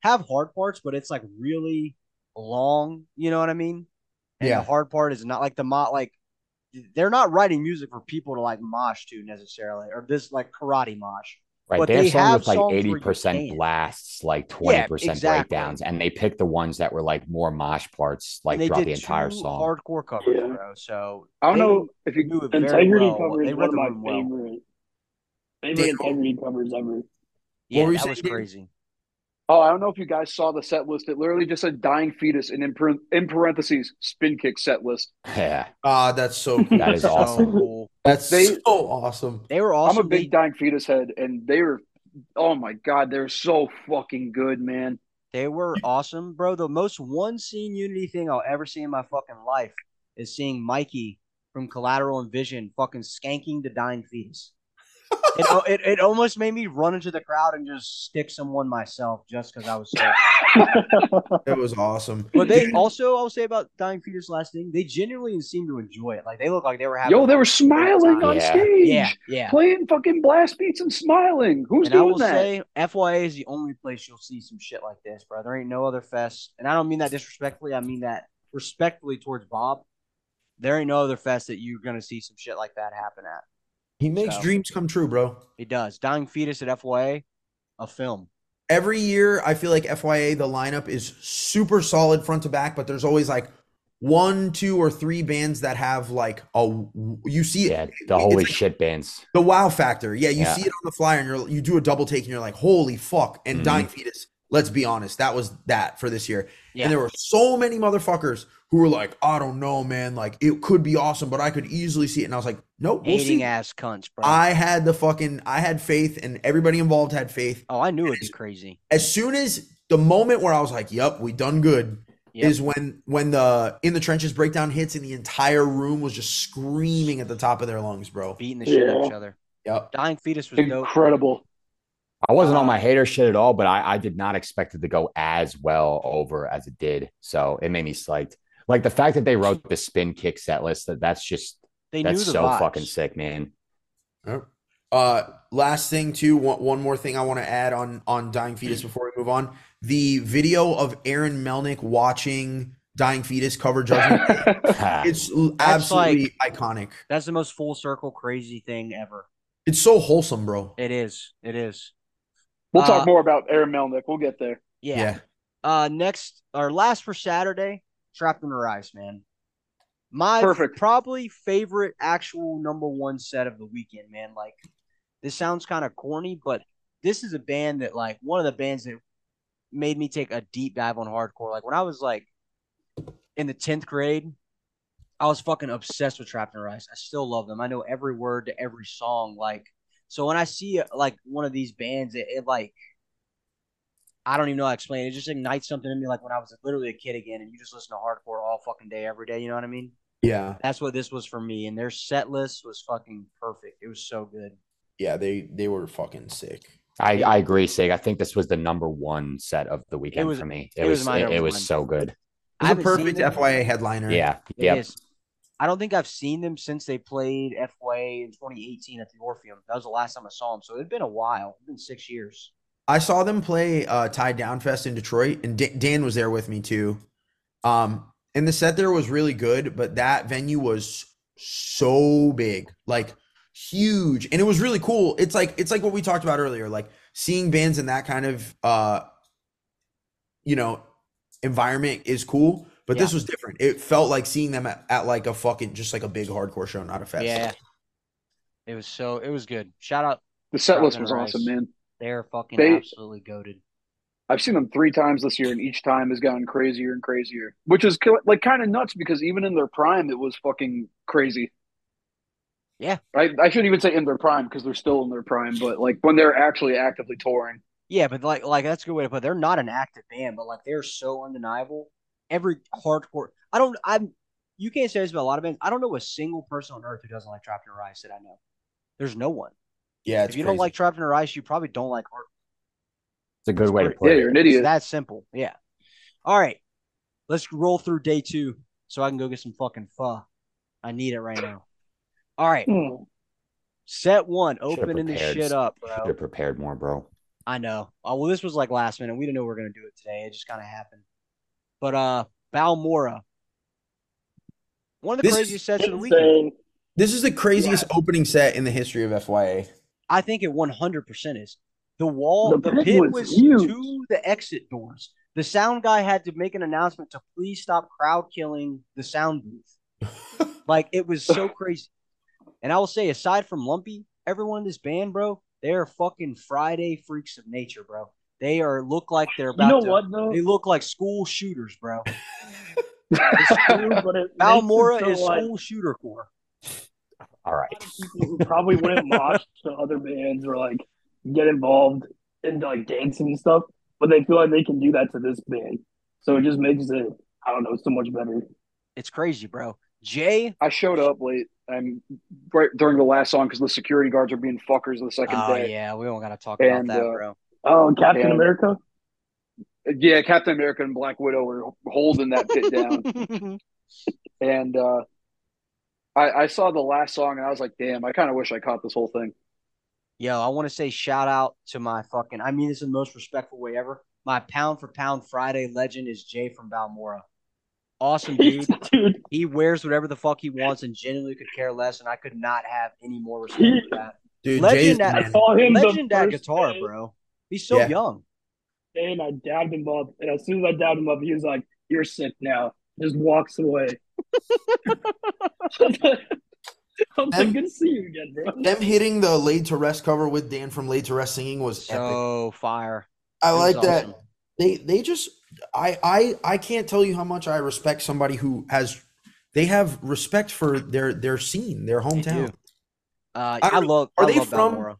have hard parts, but it's like really long. You know what I mean? And
Yeah.
the hard part is not like the mo like they're not writing music for people to like mosh to necessarily or this like karate mosh.
Right.
But
they have
they
songs
have
with like
songs where you
80%
can.
blasts, like 20%
exactly.
breakdowns, and they picked the ones that were like more mosh parts, like
and they
throughout
did
the entire
two
song.
hardcore covers,
Yeah.
bro. So
I don't
They
know if you
knew it very
Integrity
well.
cover
They
is one
read
of
the
my
room well.
favorite favorite
Damn.
integrity covers ever.
Yeah,
were you
that was
saying, Dave?
crazy.
Oh, I don't know if you guys saw the set list. It literally just said dying fetus and in, par- in parentheses spin kick set list.
Yeah.
Ah, that's so cool.
That is
So
awesome.
cool.
that's
They-
so awesome.
They were awesome.
I'm a big
They-
dying fetus head, and they were, oh my God, they're so fucking good, man.
They were awesome, bro. The most one scene unity thing I'll ever see in my fucking life is seeing Mikey from Collateral and Vision fucking skanking the dying fetus. it, it, it almost made me run into the crowd and just stick someone myself just because I was so.
That was awesome.
But they also, I'll say about Dying Fetus last thing, they genuinely seemed to enjoy it. Like they looked like they were having.
Yo, they were smiling on
Yeah.
stage,
Yeah, yeah.
playing fucking blast beats and smiling. Who's
and I
doing
will
that?
say, FYA is the only place you'll see some shit like this, bro. There ain't no other fest, and I don't mean that disrespectfully. I mean that respectfully towards Bob. There ain't no other fest that you're gonna see some shit like that happen at.
He makes
So.
dreams come true, bro.
He does. Dying fetus at FYA, a film.
Every year, I feel like FYA the lineup is super solid front to back, but there's always like one, two, or three bands that have like a you see
Yeah.
it.
The
it's
holy
like
shit bands.
the wow factor. Yeah, you
Yeah.
see it on the flyer, and you're you do a double take, and you're like, holy fuck! And
Mm-hmm.
Mhm.
dying fetus. Let's be honest, that was that for this year.
Yeah.
And there were so many motherfuckers who were like, I don't know, man. Like it could be awesome, but I could easily see it. And I was like, nope, we'll
Hating
see.
ass cunts, bro.
I had the fucking I had faith and everybody involved had faith.
oh, I knew it'd be crazy.
As soon as the moment where I was like, Yep, we done good
Yep.
is when when the in the trenches breakdown hits and the entire room was just screaming at the top of their lungs, bro.
Beating the shit out of
Yeah.
each other.
Yep.
Dying fetus was dope.
Incredible.
I wasn't
Uh-huh.
on my hater shit at all, but I, I did not expect it to go as well over as it did. So it made me psyched. Like the fact that they wrote the spin kick set list, that, that's just
They knew
that's
the
so
vibes.
fucking sick, man.
Yep. Uh last thing too, one, one more thing I want to add on on Dying Fetus before we move on. The video of Aaron Melnick watching Dying Fetus cover judgment. Day, it's l-
That's like-
absolutely iconic.
That's the most full circle crazy thing ever.
It's so wholesome, bro.
It is. It is.
We'll
Uh,
talk more about Aaron Melnick. We'll get there.
yeah. Uh, next or last for Saturday, Trapped in Her Eyes, man. My
Perfect.
probably favorite actual number one set of the weekend, man. Like, this sounds kind of corny, but this is a band that, like, one of the bands that made me take a deep dive on hardcore. Like, when I was like in the 10th grade, I was fucking obsessed with Trapped in Her Eyes. I still love them. I know every word to every song. Like, so when I see like one of these bands, it, it like I don't even know how to explain. It It just ignites something in me, like when I was literally a kid again, and you just listen to hardcore all fucking day, every day. You know what I mean?
Yeah.
That's what this was for me. And their set list was fucking perfect. It was so good.
Yeah, they they were fucking sick.
I, I agree, Sig. I think this was the number one set of the weekend
was-
for me.
it
It
was
was
my
it,
number
it was
one.
so good.
I
It was a
haven't seen
perfect
them.
FYA headliner.
Yeah.
It
Yep.
is. I don't think I've seen them since they played FYA in 2018 at the Orpheum. That was the last time I saw them. So it'd been a while. It's been six years.
I saw them play uh Tie Down Fest in Detroit and D- Dan was there with me too. Um and the set there was really good, but that venue was so big. Like huge and it was really cool it's like it's like what we talked about earlier like seeing bands in that kind of uh you know environment is cool but this was different it felt like seeing them at, at like a fucking just like a big hardcore show not a fest
Yeah. It was so it was good. Shout out
The set list
Troutman
was
Rice.
awesome, man.
they're fucking
They-
absolutely goaded.
I've seen them three times this year, and each time has gotten crazier and crazier, which is ki- like kind of nuts because even in their prime, it was fucking crazy.
Yeah.
I, I shouldn't even say in their prime because they're still in their prime, but like when they're actually actively touring.
Yeah, but like like that's a good way to put it. They're not an active band, but like they're so undeniable. Every hardcore I don't I'm you can't say this about a lot of bands. I don't know a single person on earth who doesn't like Trapped in Your Ice that I know. There's no one.
yeah
if you don't like Trapped in Your Ice, you probably don't like hardcore.
It's a good way to
great.
put
Yeah,
it.
you're an
It's
idiot.
that simple. Yeah. All right. Let's roll through day two so I can go get some fucking pho. I need it right now. All right.
Hmm.
Set one,
Should've
opening this
prepared.
shit up,
Should
bro.
have prepared more, bro.
I know. Oh, well, this was like last minute. We didn't know we were gonna do it today. It just kind of happened. But uh, Balmora, one of the
This is
craziest sets of the weekend.
Insane.
this is the craziest opening set in the history of fya
I think it one hundred percent is the wall. The,
The pit
pit
was
was
huge.
to the exit doors. The sound guy had to make an announcement to please stop crowd killing the sound booth. like it was so crazy. And I will say, aside from Lumpy, everyone in this band, bro, they are fucking Friday freaks of nature, bro. They are look like they're about
You know
to
what though?
They look like school shooters, bro.
It's true, but it makes it
Balmora
so,
is
like,
school shooter core.
All
a
right.
lot of people who probably wouldn't mosh to other bands or like get involved in like dancing and stuff, but they feel like they can do that to this band. So it just makes it, I don't know, so much better.
It's crazy, bro. Jay,
I showed up late and right during the last song because the security guards are being fuckers the second
oh
day.
yeah, we don't gotta talk
And,
about that,
uh,
bro.
Oh, Captain
Yeah.
America?
Yeah. Captain America and Black Widow were holding that pit down. And uh, I, I saw the last song and I was like, damn, I kind of wish I caught this whole thing.
Yo, I want to say shout out to my fucking. I mean this in the most respectful way ever. My pound for pound Friday legend is Jay from Balmora. Awesome dude.
Dude,
he wears whatever the fuck he wants and genuinely could care less, and I could not have any more respect for that.
dude
Legend
Jay is the
at-
I
man.
saw him
Legend
the
at
first
guitar,
day,
bro. He's so
Yeah.
young.
And I dabbed him up. And as soon as I dabbed him up, he was like, You're sick now. Just walks away. I'm like, good to see you again, bro.
them hitting the laid to rest cover with dan from laid to rest singing was epic
So fire.
i
It was
like that
awesome.
they they just I I I can't tell you how much I respect somebody who has they have respect for their their scene, their hometown.
Uh,
I
I,
don't-
love.
are
I
they
love
from-
Balmora.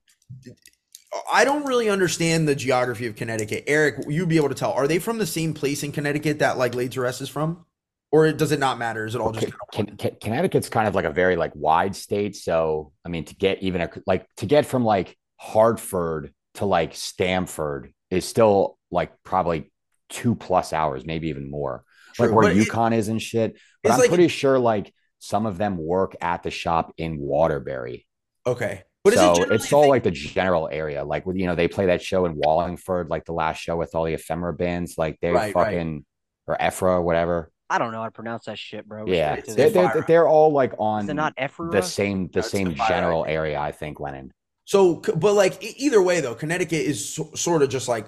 I don't really understand the geography of Connecticut. Eric, you'd be able to tell. Are they from the same place in Connecticut that like Laid to Rest is from? Or does it not matter? Is it all just
Con- Con- Con- Connecticut's kind of like a very like wide state, so I mean to get even a like to get from like Hartford to like Stamford is still like probably two plus hours, maybe even more.
true?
Like where
But it-
Yukon is and shit. But
it's
I'm
like-
pretty sure like some of them work at the shop in Waterbury.
okay. But is
so
it generally
it's
a
all
thing-
like the general area. Like with you know, they play that show in Wallingford, like the last show with all the ephemera bands, like they
Right, right.
fucking or Ephra, whatever.
I don't know how to pronounce that Oh, shit, bro.
Yeah.
Respect to
They're,
them.
they're, they're all like
Is
on
it not Ephra?
the same the
That's
same
the fire
general area i think lennon
so c- but like e- either way though, Connecticut is so, sort of just like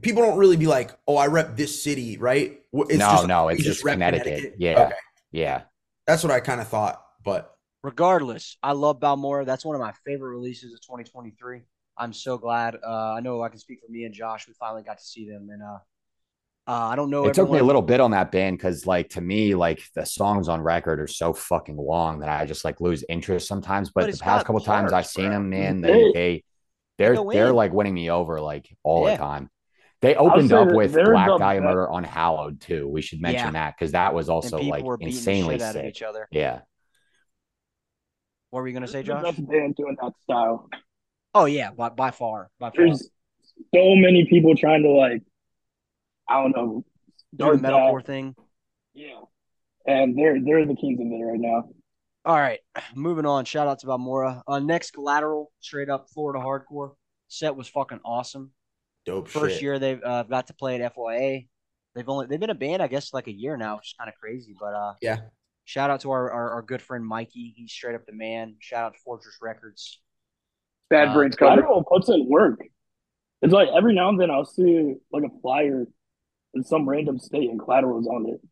people don't really be like, "Oh, I rep this city," right? Wh- It's
no
just,
no
we
it's just
rep
connecticut. yeah
Okay.
yeah
That's what I kind of thought, but
Regardless, I love Balmora. That's one of my favorite releases of 2023. I'm so glad. Uh, I know I can speak for me and Josh. We finally got to see them, and uh, uh, I don't know.
it took me a
everyone-
little bit on that band because like to me like the songs on record are so fucking long that i just like lose interest sometimes but,
But
the
it's
past
not
couple times
hard,
i've seen
bro.
them man
They-
they they they're
go
they're
in.
like winning me over like all
Yeah.
the time they opened
say
up
that
with
they're
black
the
dahlia
best.
murder on hallowed too we should mention
Yeah.
that because that was
and
also
people
like
were beating
insanely
shit out of
sick
each other.
yeah
What were you gonna say,
They're the
Josh?
best band doing that style.
Oh yeah, by, by far, by far.
There's so many people trying to like, I don't
Do
know,
the
start that.
metalcore thing.
Yeah, and they're they're the kings of it right now.
All right, moving on. Shout out to Balmora. Uh, next collateral, straight up Florida hardcore set was fucking awesome.
dope
First
shit.
year they've uh, got to play at FYA. They've only they've been a band, I guess, like a year now, which is kind of crazy. But uh,
Yeah.
Shout out to our, our, our good friend Mikey. He's straight up the man. Shout out to Fortress Records.
Bad
Uh,
brains covered.
Lateral puts in work. It's like every now and then I'll see like a flyer in some random state and collateral's on it.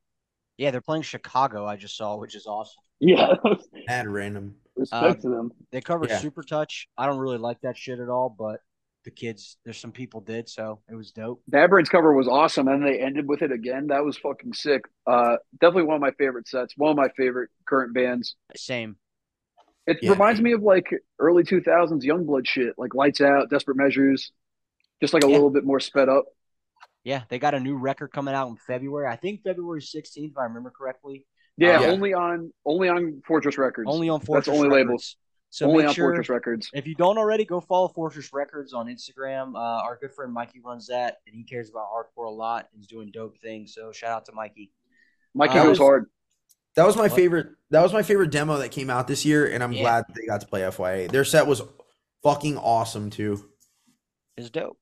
Yeah, they're playing Chicago, I just saw, which is awesome.
Yeah,
At random.
respect
Um,
to them.
They covered
Yeah.
Super Touch. I don't really like that shit at all, but the kids, there's some people did, so it was dope.
Bad Brains cover was awesome, and they ended with it again. That was fucking sick. Uh, definitely one of my favorite sets. One of my favorite current bands.
Same.
It
Yeah.
reminds me of like early two thousands Youngblood shit, like Lights Out, Desperate Measures, just like a
Yeah.
little bit more sped up.
Yeah, they got a new record coming out in February. I think February 16th, if I remember correctly.
Yeah,
Yeah.
only on only on Fortress Records.
Only on Fortress
only
Records.
label.
So
Only
make
on
sure,
Fortress Records.
If you don't already, go follow Fortress Records on Instagram. Uh, our good friend Mikey runs that, and he cares about hardcore a lot. He's doing dope things. So shout out to Mikey.
Mikey
Uh,
goes hard.
That was my
What?
favorite. That was my favorite demo that came out this year, and I'm
Yeah.
glad that they got to play FYA. Their set was fucking awesome too.
It's dope.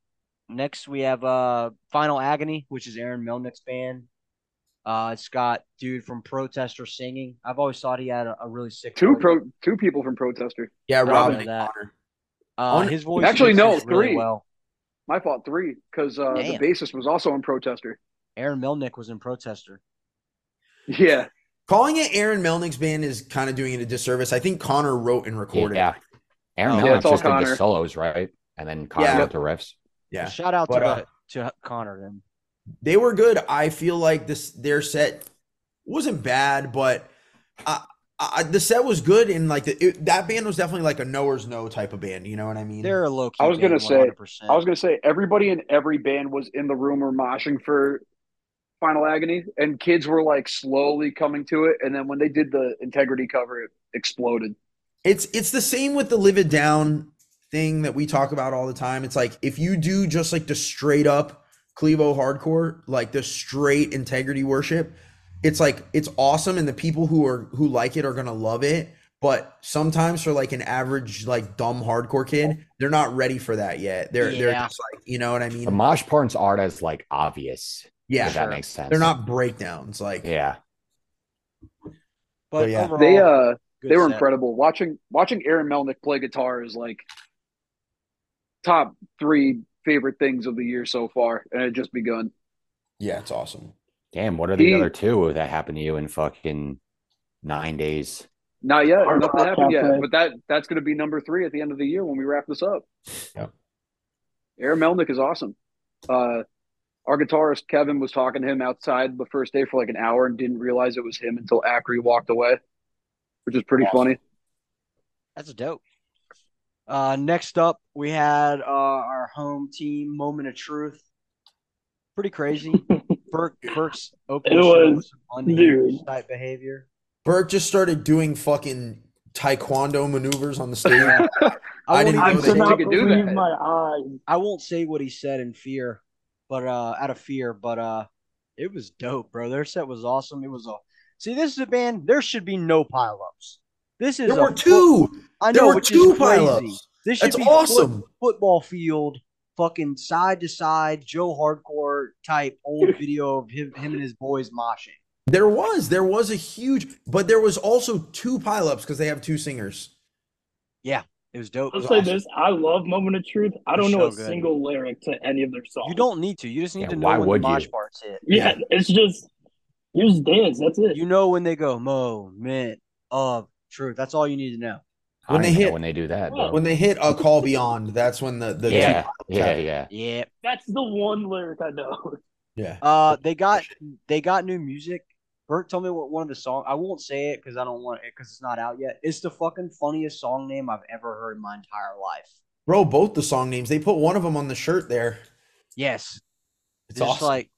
Next, we have uh, Final Agony, which is Aaron Melnick's band. Uh, it's got dude from Protester singing. I've always thought he had a, a really sick
Two
voice.
pro, two people from Protester.
Yeah,
Robin
Robin
did
and
that.
Connor.
Uh,
on-
his voice
Actually,
fits
no,
it really
three.
well.
My fault, three, because uh, the
Damn.
bassist was also on Protester.
Aaron Melnick was in Protester.
Yeah,
Calling it Aaron Melnick's band is kind of doing it a disservice. I think Connor wrote and recorded.
Yeah.
it.
Aaron
Yeah,
Mellon's
it's all
just did
Connor.
the solos, right? And then Connor
Yeah.
wrote the riffs.
Yeah.
Shout out
But,
to
uh,
the, to Connor then.
they were good. I feel like this their set wasn't bad, but I, I, the set was good and like the, it, that band was definitely like a knowers no type of band. You know what I mean?
They're a low key.
I was gonna say-
say.
I was gonna say everybody in every band was in the room or moshing for Final Agony, and kids were like slowly coming to it. And then when they did the Integrity cover, it exploded.
It's it's the same with the live it down thing that we talk about all the time. It's like if you do just like the straight up Clevo hardcore, like the straight integrity worship, it's like it's awesome and the people who are who like it are gonna love it. But sometimes for like an average like dumb hardcore kid, they're not ready for that yet. They're they're
Yeah.
just like you know what I
The
mean?
mosh parts aren't as like obvious.
Yeah,
if that
sure.
makes sense.
they're not breakdowns. Like
Yeah.
but
yeah.
overall,
They uh,
Oh, good
they were
set.
incredible. Watching watching Aaron Melnick play guitar is like top three favorite things of the year so far, and it just begun.
yeah, it's awesome.
Damn. What are the
He-
other two that happened to you in fucking nine days?
Not yet,
Hard
nothing
Rock
happened
Cafe.
yet, but that that's going to be number three at the end of the year when we wrap this up.
Yep.
Aaron Melnick is awesome. Uh, our guitarist Kevin was talking to him outside the first day for like an hour and didn't realize it was him until after he walked away, which is pretty funny.
That's dope. Uh, next up, we had uh, our home team, Moment of Truth. Pretty crazy. Burke, Burke's open
It
show
was-
some unhinged
dude.
type behavior.
Burke just started doing fucking taekwondo maneuvers on the stage. I
I won't,
didn't
I
even
know
say,
could not
you could do
believe
that.
my eyes.
I won't say what he said in fear, but uh, out of fear, but uh, it was dope, bro. Their set was awesome. It was a see. This is a band. There should be no pileups. This is
there
a
were
fo-
two.
I
There
know,
were
which
two
is crazy.
pileups.
This should
That's
be foot-
awesome.
football field, fucking side to side, Joe Hardcore type old video of him, him and his boys moshing.
There was, there was a huge, but there was also two pileups because they have two singers.
It was dope.
I'll
was
say
awesome.
this: I love Moment of Truth. I don't
They're
know
so
a
good.
single lyric to any of their songs.
You don't need to. You just need
Yeah,
to know
why
when the
would
mosh
you?
parts hit.
Yeah, it's just you just dance. That's it.
You know when they go moment of truth. That's all you need to know.
I
When
when
they
they
hit-
when they do that.
Well,
Bro.
When they hit a call beyond, that's when the the two-
yeah, yeah, yeah.
Yeah.
That's the one lyric I know.
yeah.
Uh, they got they got new music. Bert told me what one of the song. I won't say it because I don't want it because it's not out yet. It's the fucking funniest song name I've ever heard in my entire life.
Bro, both the song names. They put one of them on the shirt there.
Yes,
It's
it's just
awesome.
like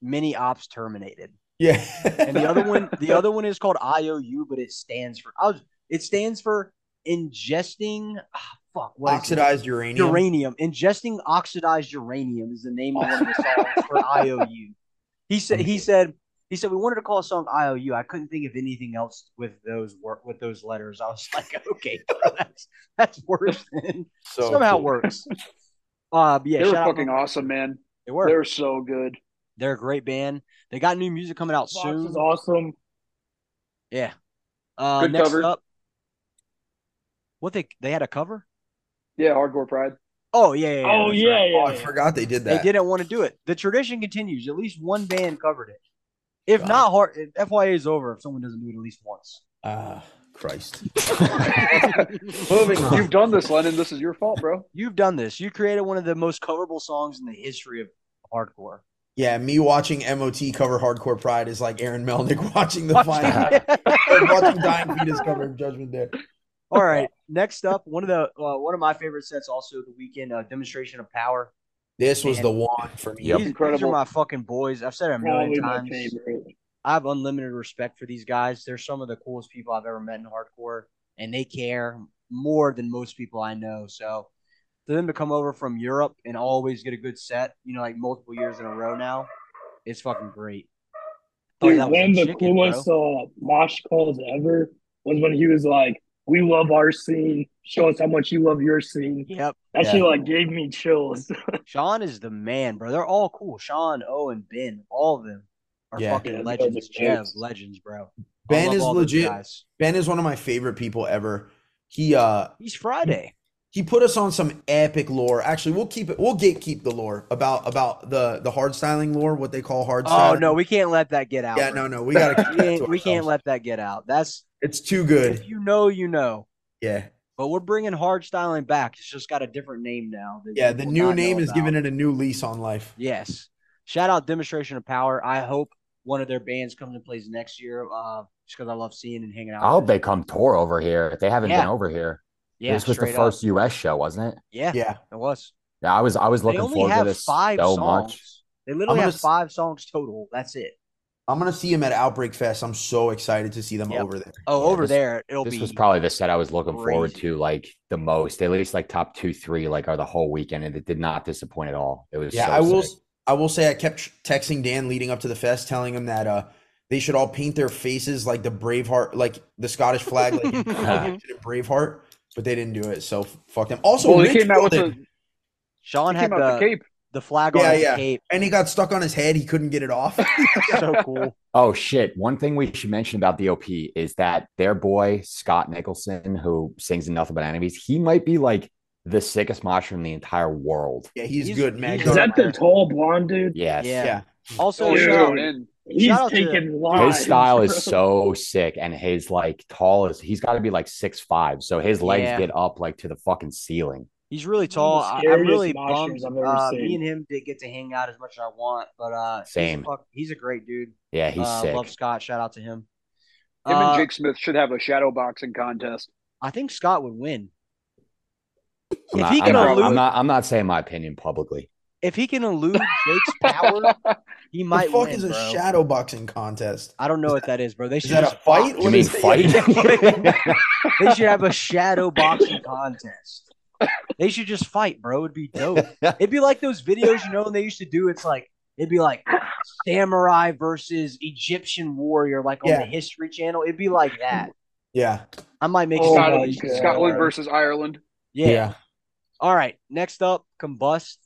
mini ops terminated.
yeah.
and the other one the other one is called IOU, but it stands for I was, it stands for ingesting ah, fuck what is it?
oxidized uranium.
uranium. Ingesting oxidized uranium is the name of one of the songs for IOU. He said he said he said we wanted to call a song IOU. I couldn't think of anything else with those wor- with those letters. I was like, okay, bro, that's that's worse than
So
somehow
cool.
works. Uh, but yeah,
they were
shout out
fucking
Mumble
awesome,
Rap.
man.
They were.
They
They're,
were so good.
a great band. They got new music coming out
Fox
soon.
is awesome.
Yeah. Uh,
Good
next
cover.
up, what they they had a cover?
Yeah, Hardcore Pride.
Oh yeah. yeah, yeah,
oh
that's
yeah,
right.
yeah,
Oh, I
yeah.
forgot they did
They
that.
didn't want to do it. The tradition continues. At least one band covered it. If
God.
not, hard, if FYA is over if someone doesn't do it at least once.
Ah, Christ. Moving on.
You've done this, Lennon. This is your fault, bro.
You've done this. You created one of the most coverable songs in the history of hardcore.
Yeah, me watching MOT cover Hardcore Pride is like Aaron Melnick watching the final.
Watching-
or watching Dying Fetus cover Judgment Day.
All right. Next up, one of the uh, one of my favorite sets also the weekend uh, demonstration of power.
This was the one for me.
These,
Yep.
these are
Incredible.
my fucking boys. I've said it a
Probably
million
my
times.
favorite.
I have unlimited respect for these guys. They're some of the coolest people I've ever met in hardcore, and they care more than most people I know. So, for them to come over from Europe and always get a good set, you know, like multiple years in a row now, it's fucking great. Oh,
Dude,
that was
one of the
chicken, bro.
coolest uh, mosh calls ever was when he was like, "We love our scene. Show us how much you love your scene."
Yep,
That
Yeah.
shit like gave me chills.
Sean is the man, bro. They're all cool. Sean, Owen, Ben, all of them are
Yeah.
fucking
Yeah, those are
legends.
the
Jeff,
dudes.
legends, bro. I
Ben
love
is
all those
legit.
guys.
Ben is one of my favorite people ever. He uh
He's Friday.
he put us on some epic lore. Actually, we'll keep it. We'll gatekeep the lore about about the the hard styling lore, what they call hard
Oh
styling.
no, we can't let that get out.
yeah,
bro.
no, no, we gotta. Keep
we
that to
can't, we can't
ourselves.
let that get out. That's
It's too good.
if you know, you know.
Yeah,
But we're bringing hard styling back. It's just got a different name now. that
yeah.
you
The
will
new
not
name
know
is
about.
giving it a new lease on life.
Yes. Shout out Demonstration of Power. I hope one of their bands comes and plays next year. Uh, just because I love seeing and hanging out.
I hope
with them.
they come tour over here. They haven't
Yeah.
been over here.
Yeah,
this was the
straight up.
first U.S. show, wasn't it?
Yeah,
Yeah,
it was.
Yeah, I was. I was
they
looking
only
forward to
have
this
five
so
songs.
much.
They literally
I'm
have
gonna s-
five songs total. That's it.
I'm gonna see him at Outbreak Fest. I'm so excited to see them
Yep.
over there.
Oh,
Yeah,
over
this-
there, it'll
This
be.
was probably the set I was looking forward
crazy.
to like the most, at least like top two, three, like are the whole weekend, and it did not disappoint at all. It was
Yeah,
so
I will.
sick.
I will say I kept tr- texting Dan leading up to the fest, telling him that uh they should all paint their faces like the Braveheart, like the Scottish flag, like in Braveheart. But they didn't do it, so f- fuck them. Also,
well, he
Rich
came out with
Wilden-
a,
Sean
he
had
came out with the
the,
cape.
the flag
Yeah,
on his
yeah.
cape.
and he got stuck on his head. He couldn't get it off.
So cool.
Oh shit! One thing we should mention about DOP is that their boy Scott Nicholson, who sings in Nothing But Enemies, he might be like the sickest mosher in the entire world.
yeah, he's,
He's-
good, man.
he's
Is that the tall blonde dude?
Yes.
Yeah.
yeah,
Also,
Oh, he's
shout out-
going in.
He's
Shout out to-
taking lives.
His style
bro.
is so sick, and his like tall is he's got to be like six five, so his legs
Yeah.
get up like to the fucking ceiling.
He's really
He's
tall.
one of the
I, I'm
scariest
really bummed.
monsters I've ever
Uh,
seen.
me and him did get to hang out as much as I want, but uh, he's a
Same.
fuck- He's a, great dude.
Yeah, he's
uh,
sick.
Love Scott. Shout out to him.
Him
Uh,
and Jake Smith should have a shadow boxing contest.
I think Scott would win
I'm,
if
not,
he
I'm,
can
not,
elude,
I'm not. I'm not saying my opinion publicly.
if he can elude Jake's power, he
the
might
fuck
win,
is a
bro.
shadow boxing contest?
I don't know what that is, bro. They
Is
should
that a
just-
fight?
You
What
mean
is
fight?
it?
they should have a shadow boxing contest. They should just fight, bro. It'd be dope. It'd be like those videos, you know, when they used to do. It's like it'd be like samurai versus Egyptian warrior, like on
Yeah.
the History Channel. It'd be like that.
Yeah,
I might make
Oh
some of
my
Scotland,
these.
God.
Scotland versus Ireland.
Yeah. All right. Next up, combust.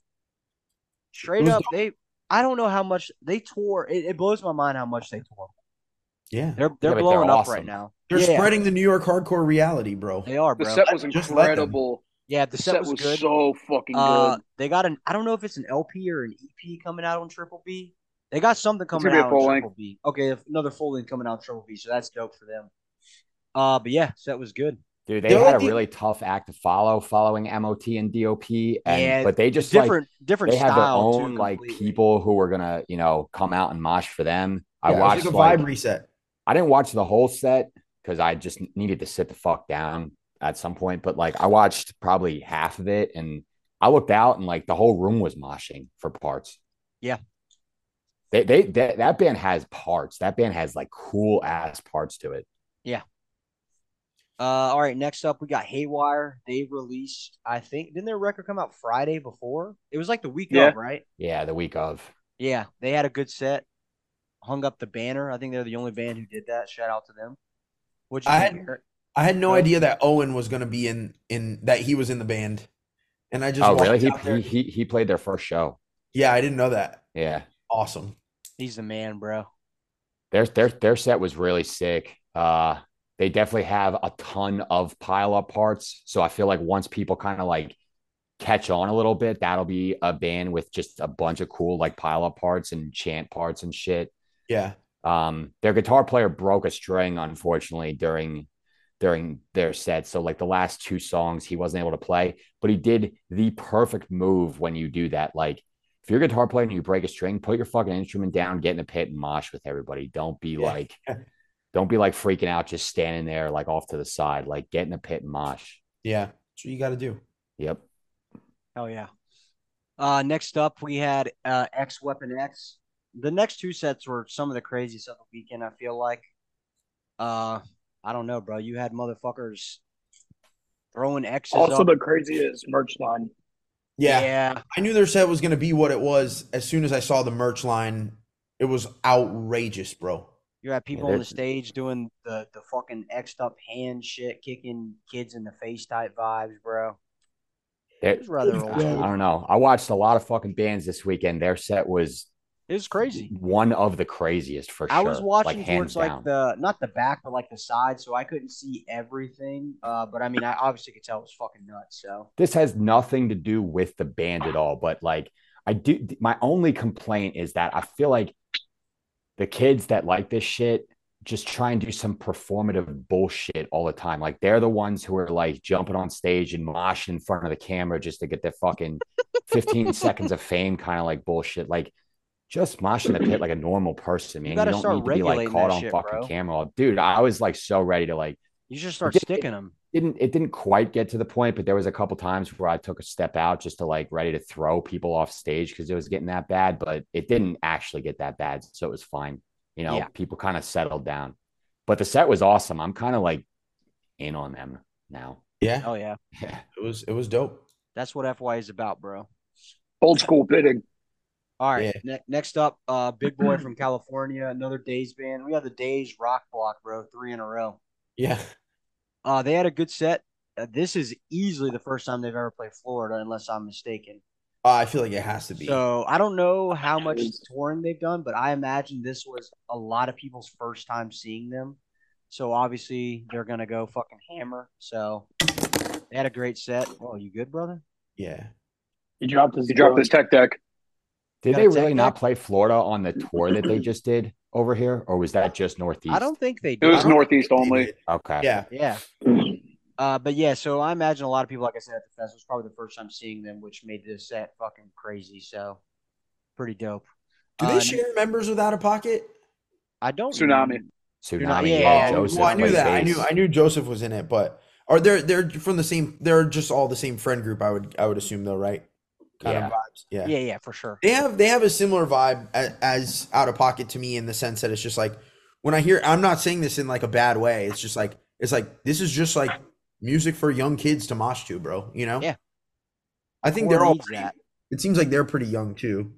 Straight
Who's
up, they. I don't know how much they tore. It, it blows my mind how much they tore.
yeah.
They're they're
but they're
blowing up
awesome.
right now.
They're
yeah,
spreading the New York hardcore reality, bro.
they are,
The
bro.
set was
Just let them.
incredible.
yeah, the
The
set, was, good.
so fucking
Uh,
good.
they got an I don't know if it's an LP or an EP coming out on Triple B. They got something
gonna
coming
be a
out
full
on
length.
Triple B. Okay, another full length coming out on Triple B, so that's dope for them. Uh, but yeah, so that was good.
Dude, they
They're
had
like
a
the-
really tough act to follow following MOT and DOP, and
Yeah,
but they just like
Different, different
they have their
style too,
own like
completely.
people who are gonna you know come out and mosh for them. I
Yeah, it was
watched
like a
like,
vibe reset.
I didn't watch the whole set because I just needed to sit the fuck down at some point. But like I watched probably half of it, and I looked out and like the whole room was moshing for parts.
Yeah.
They, they, that that band has parts. That band has like cool ass parts to it.
Uh, all right, next up we got Haywire. They released, I think, didn't their record come out Friday before? It was like the week
Yeah.
of, right?
Yeah, the week of.
Yeah, they had a good set. Hung up the banner. I think they're the only band who did that. Shout out to them. What'd you
I
think,
had-
Eric?
I had no
Right.
idea that Owen was gonna be in in that he was in the band, and I just
Oh,
walked
really? He,
out there-
he he he played their first show.
yeah, I didn't know that.
Yeah.
Awesome.
He's the man, bro.
Their their their set was really sick. Uh, they definitely have a ton of pile up parts. So I feel like once people kind of like catch on a little bit, that'll be a band with just a bunch of cool like pile up parts and chant parts and shit.
Yeah.
Um, their guitar player broke a string, unfortunately, during during their set. So like the last two songs he wasn't able to play, but he did the perfect move when you do that. Like if you're a guitar player and you break a string, put your fucking instrument down, get in a pit and mosh with everybody. Don't be like don't be like freaking out just standing there like off to the side. Like get in a pit and mosh.
Yeah. That's what you got to do.
Yep.
Oh yeah. Uh, next up, we had uh, X Weapon X. The next two sets were some of the craziest of the weekend. I feel like. Uh, I don't know, bro. You had motherfuckers throwing X's.
Also,
up.
the craziest merch line.
Yeah.
yeah.
I knew their set was going to be what it was as soon as I saw the merch line. It was outrageous, bro.
You had people
Yeah,
on the
that's-
stage doing the the fucking X'd up hand shit, kicking kids in the face type vibes, bro.
There-
It was rather old.
I don't know. I watched a lot of fucking bands this weekend. Their set was
It was crazy.
one of the craziest for sure.
I was watching
like, hands
towards like
down.
the not the back but like the side, so I couldn't see everything. Uh, but I mean, I obviously could tell it was fucking nuts. So
this has nothing to do with the band at all but like i do my only complaint is that i feel like the kids that like this shit just try and do some performative bullshit all the time like they're the ones who are like jumping on stage and moshing in front of the camera just to get their fucking 15 seconds of fame kind of like bullshit like just mosh in the pit like a normal person, man. You,
gotta
don't
start
need to be like
regulating
caught
that
on
shit,
fucking
bro.
camera. Dude, I was like so ready to like
you should start
did-
sticking them.
didn't it didn't quite get to the point, but there was a couple times where I took a step out just to like ready to throw people off stage because it was getting that bad, but it didn't actually get that bad, so it was fine. You know,
Yeah.
people kind of settled down, but the set was awesome. I'm kind of like in on them now.
Yeah.
Oh yeah,
Yeah,
It was it was dope.
that's what FY is about, bro.
Old school bidding.
All right.
Yeah.
Ne- next up, uh, Big Boy from California, another Days band. We had the Days Rock Block, bro, three in a row.
Yeah.
Uh, they had a good set. Uh, this is easily the first time they've ever played Florida, unless I'm mistaken.
Uh, I feel like it has to be.
So I don't know how much
Yes.
touring they've done, but I imagine this was a lot of people's first time seeing them. So obviously they're gonna go fucking hammer. So they had a great set. Oh, you good, brother?
yeah.
He dropped his.
He dropped his tech deck.
did
Got
they
a tech
really not
deck?
play Florida on the tour that they just did over here, or was that just Northeast?
I don't think they
It
did.
was Northeast only.
Okay,
Yeah.
Yeah. Uh, but yeah, so I imagine a lot of people, like I said at the fest, was probably the first time seeing them, which made this set fucking crazy. So pretty dope.
Do they
Uh,
share members without a pocket?
I don't
Tsunami.
tsunami.
yeah,
Yeah,
yeah.
Joseph.
well, I knew
played
that. I
bass.
knew I knew Joseph was in it, but are they they're from the same they're just all the same friend group I would I would assume though, right? Kind
Yeah.
of vibes. Yeah.
Yeah, yeah, for sure.
They have they have a similar vibe as, as out of pocket to me in the sense that it's just like when I hear I'm not saying this in like a bad way. It's just like it's like this is just like music for young kids to mosh to, bro, you know?
Yeah.
I think
Core
they're all
needs
pretty,
that.
it seems like they're pretty young too.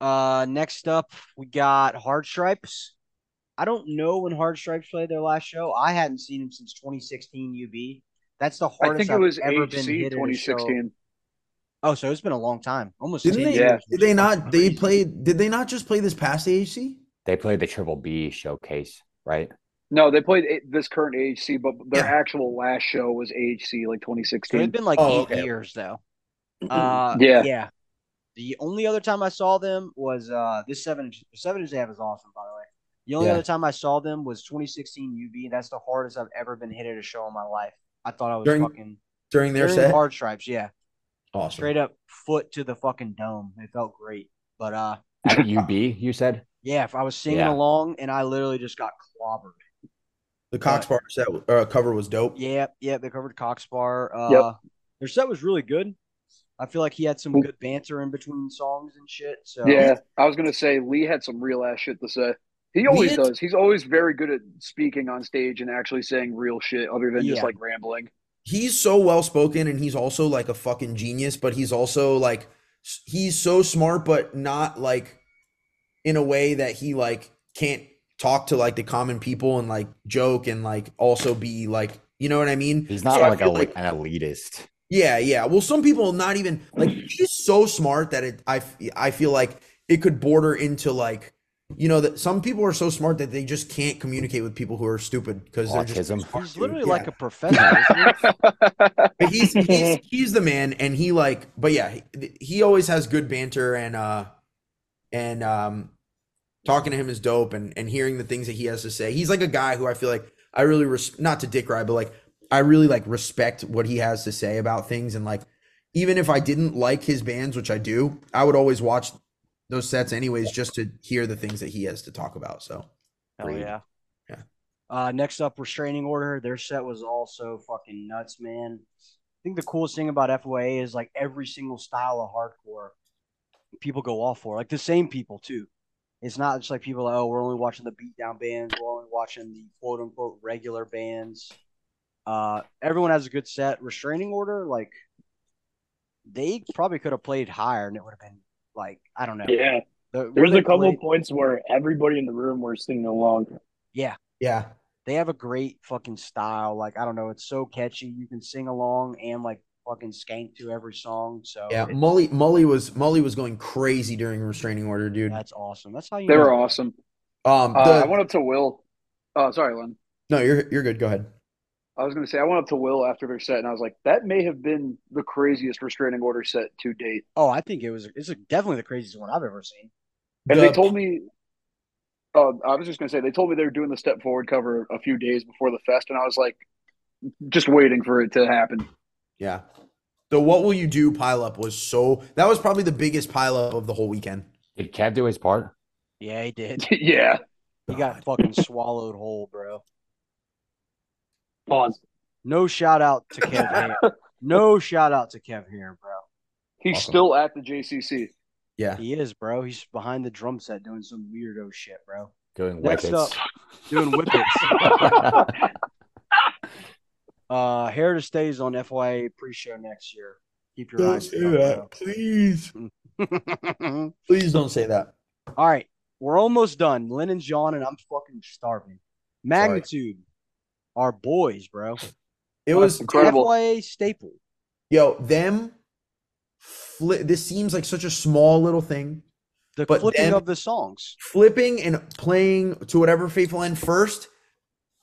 Uh, next up, we got Hard Stripes. I don't know when Hard Stripes played their last show. I hadn't seen them since 2016 UB. That's the
I
hardest
think it
I've
was
ever been
HC
hit at a show.
2016.
Oh, so it's been a long time. Almost
Didn't
10
they
years.
did they not they played did they not just play this past AHC?
they played the Triple B showcase, right?
No, they played a- this current AHC, but their
Yeah.
actual last show was AHC like
So it's
2016.
been like eight
Oh, okay.
years though. Uh,
Yeah.
yeah. The only other time I saw them was uh this seven inch seven inch they have is awesome by the way. The only
Yeah.
other time I saw them was 2016 UB. That's the hardest I've ever been hit at a show in my life. I thought I was
During
fucking
During their
during
set?
hard stripes. Yeah,
awesome.
straight up foot to the fucking dome. It felt great, but uh,
At UB, you said.
yeah, if I was singing
Yeah.
along and I literally just got clobbered.
The Cox Bar set uh, cover was dope.
Yep, yep. They covered Cox Bar. Uh,
Yep.
Their set was really good. I feel like he had some good banter in between songs and shit. So
Yeah, I was gonna say Lee had some real ass shit to say. He always
had-
does. He's always very good at speaking on stage and actually saying real shit, other than just
Yeah.
like rambling.
he's so well spoken and he's also like a fucking genius but he's also like s- he's so smart but not like in a way that he like can't talk to like the common people and like joke and like also be like you know what i mean
He's not
So I
like, a,
feel
like an elitist.
yeah yeah well some people not even like he's so smart that it i f- i feel like it could border into like you know that some people are so smart that they just can't communicate with people who are stupid because they're just
Autism.
smart,
He's
He's
dude.
literally
Yeah.
like a professor. Isn't he?
But he's, he's he's the man, and he like, but yeah, he, he always has good banter, and uh, and um, talking to him is dope, and and hearing the things that he has to say, he's like a guy who I feel like I really res- not to dick ride, but like I really like respect what he has to say about things, and like even if I didn't like his bands, which I do, I would always watch those sets anyways just to hear the things that he has to talk about. So
Hell
Agreed.
Oh, yeah.
Yeah.
Uh, next up, restraining order. Their set was also fucking nuts, man. I think the coolest thing about FOA is like every single style of hardcore people go off for, like the same people too. It's not just like people like, oh, we're only watching the beatdown bands, we're only watching the quote unquote regular bands. Uh, everyone has a good set. Restraining order, like they probably could have played higher and it would have been like, I don't know.
yeah.
The-
There's
they
a couple
played-
of points where everybody in the room were singing along.
yeah.
yeah,
they have a great fucking style. Like I don't know, it's so catchy. You can sing along and like fucking skank to every song. So
yeah, Mully Mully was Mully was going crazy during restraining order, dude.
that's awesome. That's how you.
They
know.
were awesome.
Um,
Uh,
the-
I went up to Will. Oh, sorry, Len.
no, you're you're good. Go ahead.
I was going to say I went up to Will after their set, and I was like, that may have been the craziest restraining order set to date.
Oh, I think it was. It's definitely the craziest one I've ever seen.
And they
The-
told me, uh, I was just going to say, they told me they were doing the step forward cover a few days before the fest, and I was like, just waiting for it to happen.
Yeah. The what will you do pileup was so that was probably the biggest pileup of the whole weekend.
Did Kev do his part?
Yeah, he did.
yeah.
He got fucking swallowed whole, bro.
Pause.
No shout out to Kev here. No shout out to Kev here, bro.
He's
Awesome.
still at the JCC.
Yeah.
He is, bro. He's behind the drum set doing some weirdo shit, bro.
Doing
Next
wickets.
Doing whippets. Uh, Heritage stays on FYA pre-show next year. Keep your eyes peeled,
Please.
bro.
Please don't say that.
All right, we're almost done. Lynn and John and I'm fucking starving. Magnitude, our boys, bro.
It was
Incredible.
FYA staple.
yo, them flip this seems like such a small little thing.
The
But
flipping
then-
of the songs.
Flipping and playing to whatever faithful end first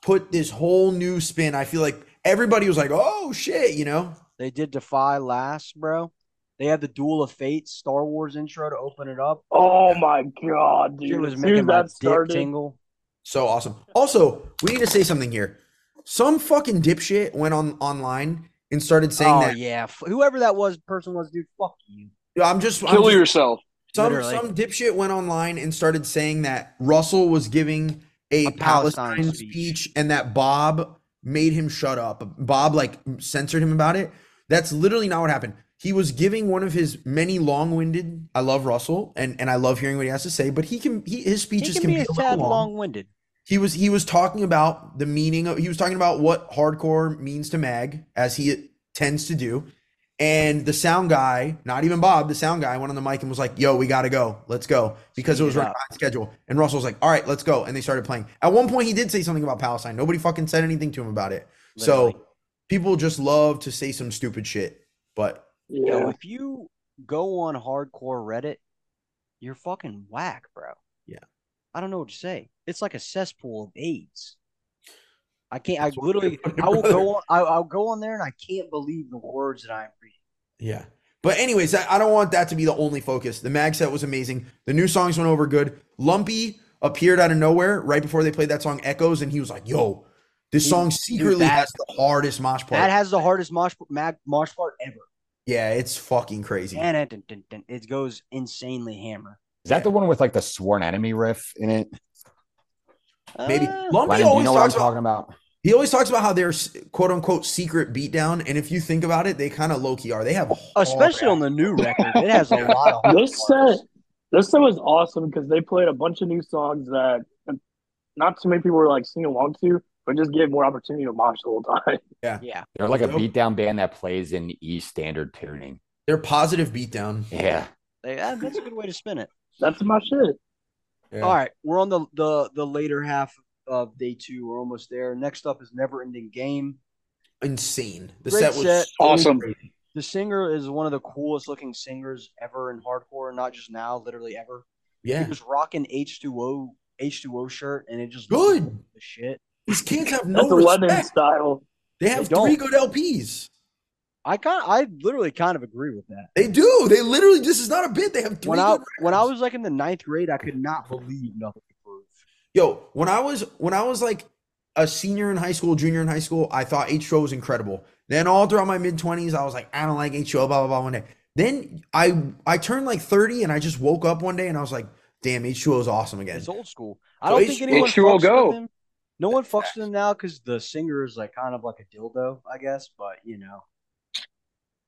put this whole new spin. I feel like everybody was like, "Oh shit," you know?
They did Defy last, bro. They had the Duel of Fates Star Wars intro to open it up.
Oh my god, dude!
It was
as soon as
making my
that
dick
started,
tingle.
So awesome. Also, we need to say something here. Some fucking dipshit went on online and started saying
oh
that
yeah, F- whoever that was, person was, dude. Fuck you.
I'm just I'm
Kill
just-
yourself.
some
literally.
some dipshit went online and started saying that Russell was giving a,
A Palestine
Palestine,
speech.
speech. and that Bob made him shut up. Bob like censored him about it. That's literally not what happened. He was giving one of his many long-winded. I love Russell and and I love hearing what he has to say, but he can he, his
He
speeches
can be a
little
tad
long
long-winded.
he was he was talking about the meaning of he was talking about what hardcore means to mag as he tends to do and the sound guy not even bob the sound guy went on the mic and was like yo we gotta go let's go because
Speed
it was
it
running
up.
behind schedule and russell was like all right let's go and they started playing at one point he did say something about palestine nobody fucking said anything to him about it
Literally.
so people just love to say some stupid shit but
yeah,
Yo, if you go on hardcore Reddit, you're fucking whack, bro.
Yeah.
I don't know what to say. It's like a cesspool of AIDS. I can't. I
That's what I
literally.
put it,
I will
brother.
go on. I, I'll go on there, and I can't believe the words that I'm reading.
Yeah. But anyways, I, I don't want that to be the only focus. The mag set was amazing. The new songs went over good. Lumpy appeared out of nowhere right before they played that song Echoes, and he was like, "Yo, this
Dude,
song
dude,
secretly
that-
has the hardest mosh part."
That has the hardest mosh mag, mosh part ever,
yeah, it's fucking crazy.
and it, it- it- it goes insanely hammer.
Is that the one with like the sworn enemy riff in it?
Maybe
Uh,
Lumpy
Lennon, do you
always
know what I'm
talks about,
talking about?
he always talks about how they're s- quote unquote secret beatdown, and if you think about it, they kind of low key are. They have
Oh, especially on the new record, it has a lot of. hard
this
parts.
set, this set was awesome because they played a bunch of new songs that not too many people were like singing along to, but just gave more opportunity to mosh the whole time.
Yeah,
They're like a
Nope.
beatdown band that plays in E standard tuning.
they're positive beatdown.
Yeah.
They- uh, that's a good way to spin it.
That's my shit.
Yeah.
All right, we're on the, the the later half of day two. We're almost there. Next up is Never Ending Game.
Insane. The
Great
set was
set.
so
Awesome.
crazy.
The singer is one of the coolest looking singers ever in hardcore, not just now, literally ever. He
Yeah.
was rocking H2O H2O shirt, and it just
Good.
looked like The shit.
These kids have no
That's a Lennon
respect.
style.
They have
They don't.
three good LPs.
I kind I literally kind of agree with that.
They do. They literally. This is not a bit. They have three.
When I
good
when I
records.
was like in the ninth grade, I could not believe nothing to prove.
Yo, when I was when I was like a senior in high school, junior in high school, I thought H2O was incredible. Then all throughout my mid twenties, I was like, I don't like H2O, blah blah blah. One day, then I I turned like thirty, and I just woke up one day and I was like, damn, H2O is awesome again.
It's old school. I
So
don't
H-
think anyone
H2O
fucks
go.
with them. No one fucks with them now because the singer is like kind of like a dildo, I guess. But you know,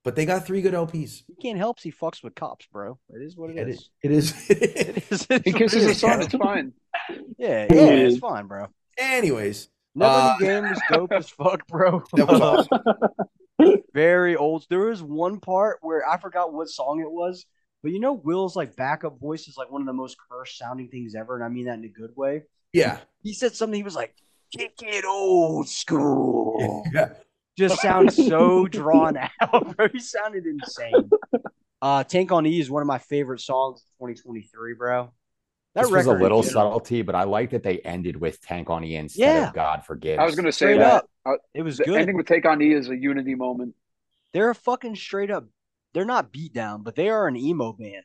But they got three good LPs.
you can't help he fucks with cops, bro. It is what it
It
is.
is. It is.
It is.
He kisses a son. It's fine.
Yeah,
Yeah.
yeah, it's fine, bro.
Anyways,
Never
Uh,
New Game was dope as fuck, bro. Uh,
that was awesome.
Very old. There was one part where I forgot what song it was, but you know Will's like backup voice is like one of the most cursed sounding things ever, and I mean that in a good way.
Yeah.
He said something. He was like, "Kick it old school."
Yeah.
Just sounds so drawn out, bro. He sounded insane. Uh, Tank on E is one of my favorite songs of 2023, bro. That
this was a
record in
little
general-
subtlety, but I like that they ended with Tank on E instead
Yeah.
of God Forgives.
I was gonna say
Straight
that.
up,
I-
it was
Uh, The
good.
ending with Take on E is a unity moment.
They're a fucking straight up. They're not beat down, but they are an emo band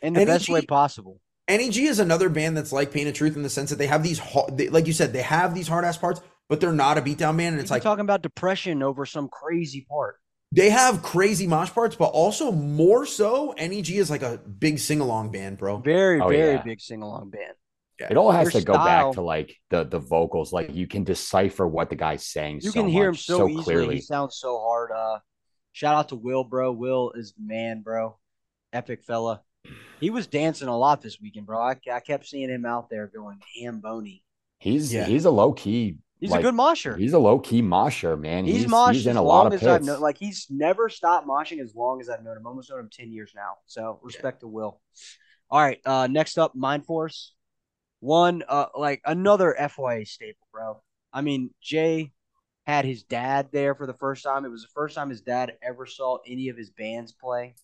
in the
And
best way
NEG
possible.
NEG E is another band that's like Pain of Truth in the sense that they have these, ha- they, like you said, they have these hard ass parts, but they're not a beatdown band. And
It's
it's like
talking about depression over some crazy part.
they have crazy mosh parts, but also more so, NEG is like a big sing along band, bro.
Very,
Oh,
very
yeah.
big sing along band.
It all has
Their
to go back
style-
to like the the vocals. Like you can decipher what the guy's saying.
You
so
can hear him
much,
so, easily.
clearly.
He sounds so hard. Uh, shout out to Will, bro. Will is the man, bro. Epic fella. He was dancing a lot this weekend, bro. I, I kept seeing him out there going ham bony.
He's
Yeah.
he's a low key.
He's
like,
a good mosher.
He's a low key mosher, man.
He's,
He's,
moshed
he's in
as
a
long
lot of
as I've
pits.
known. Like he's never stopped moshing as long as I've known him. Almost known him ten years now. So respect to Will. All right. Uh, next up, Mind Force. One, uh, like another FYA staple, bro. I mean, Jay had his dad there for the first time. It was the first time his dad ever saw any of his bands play.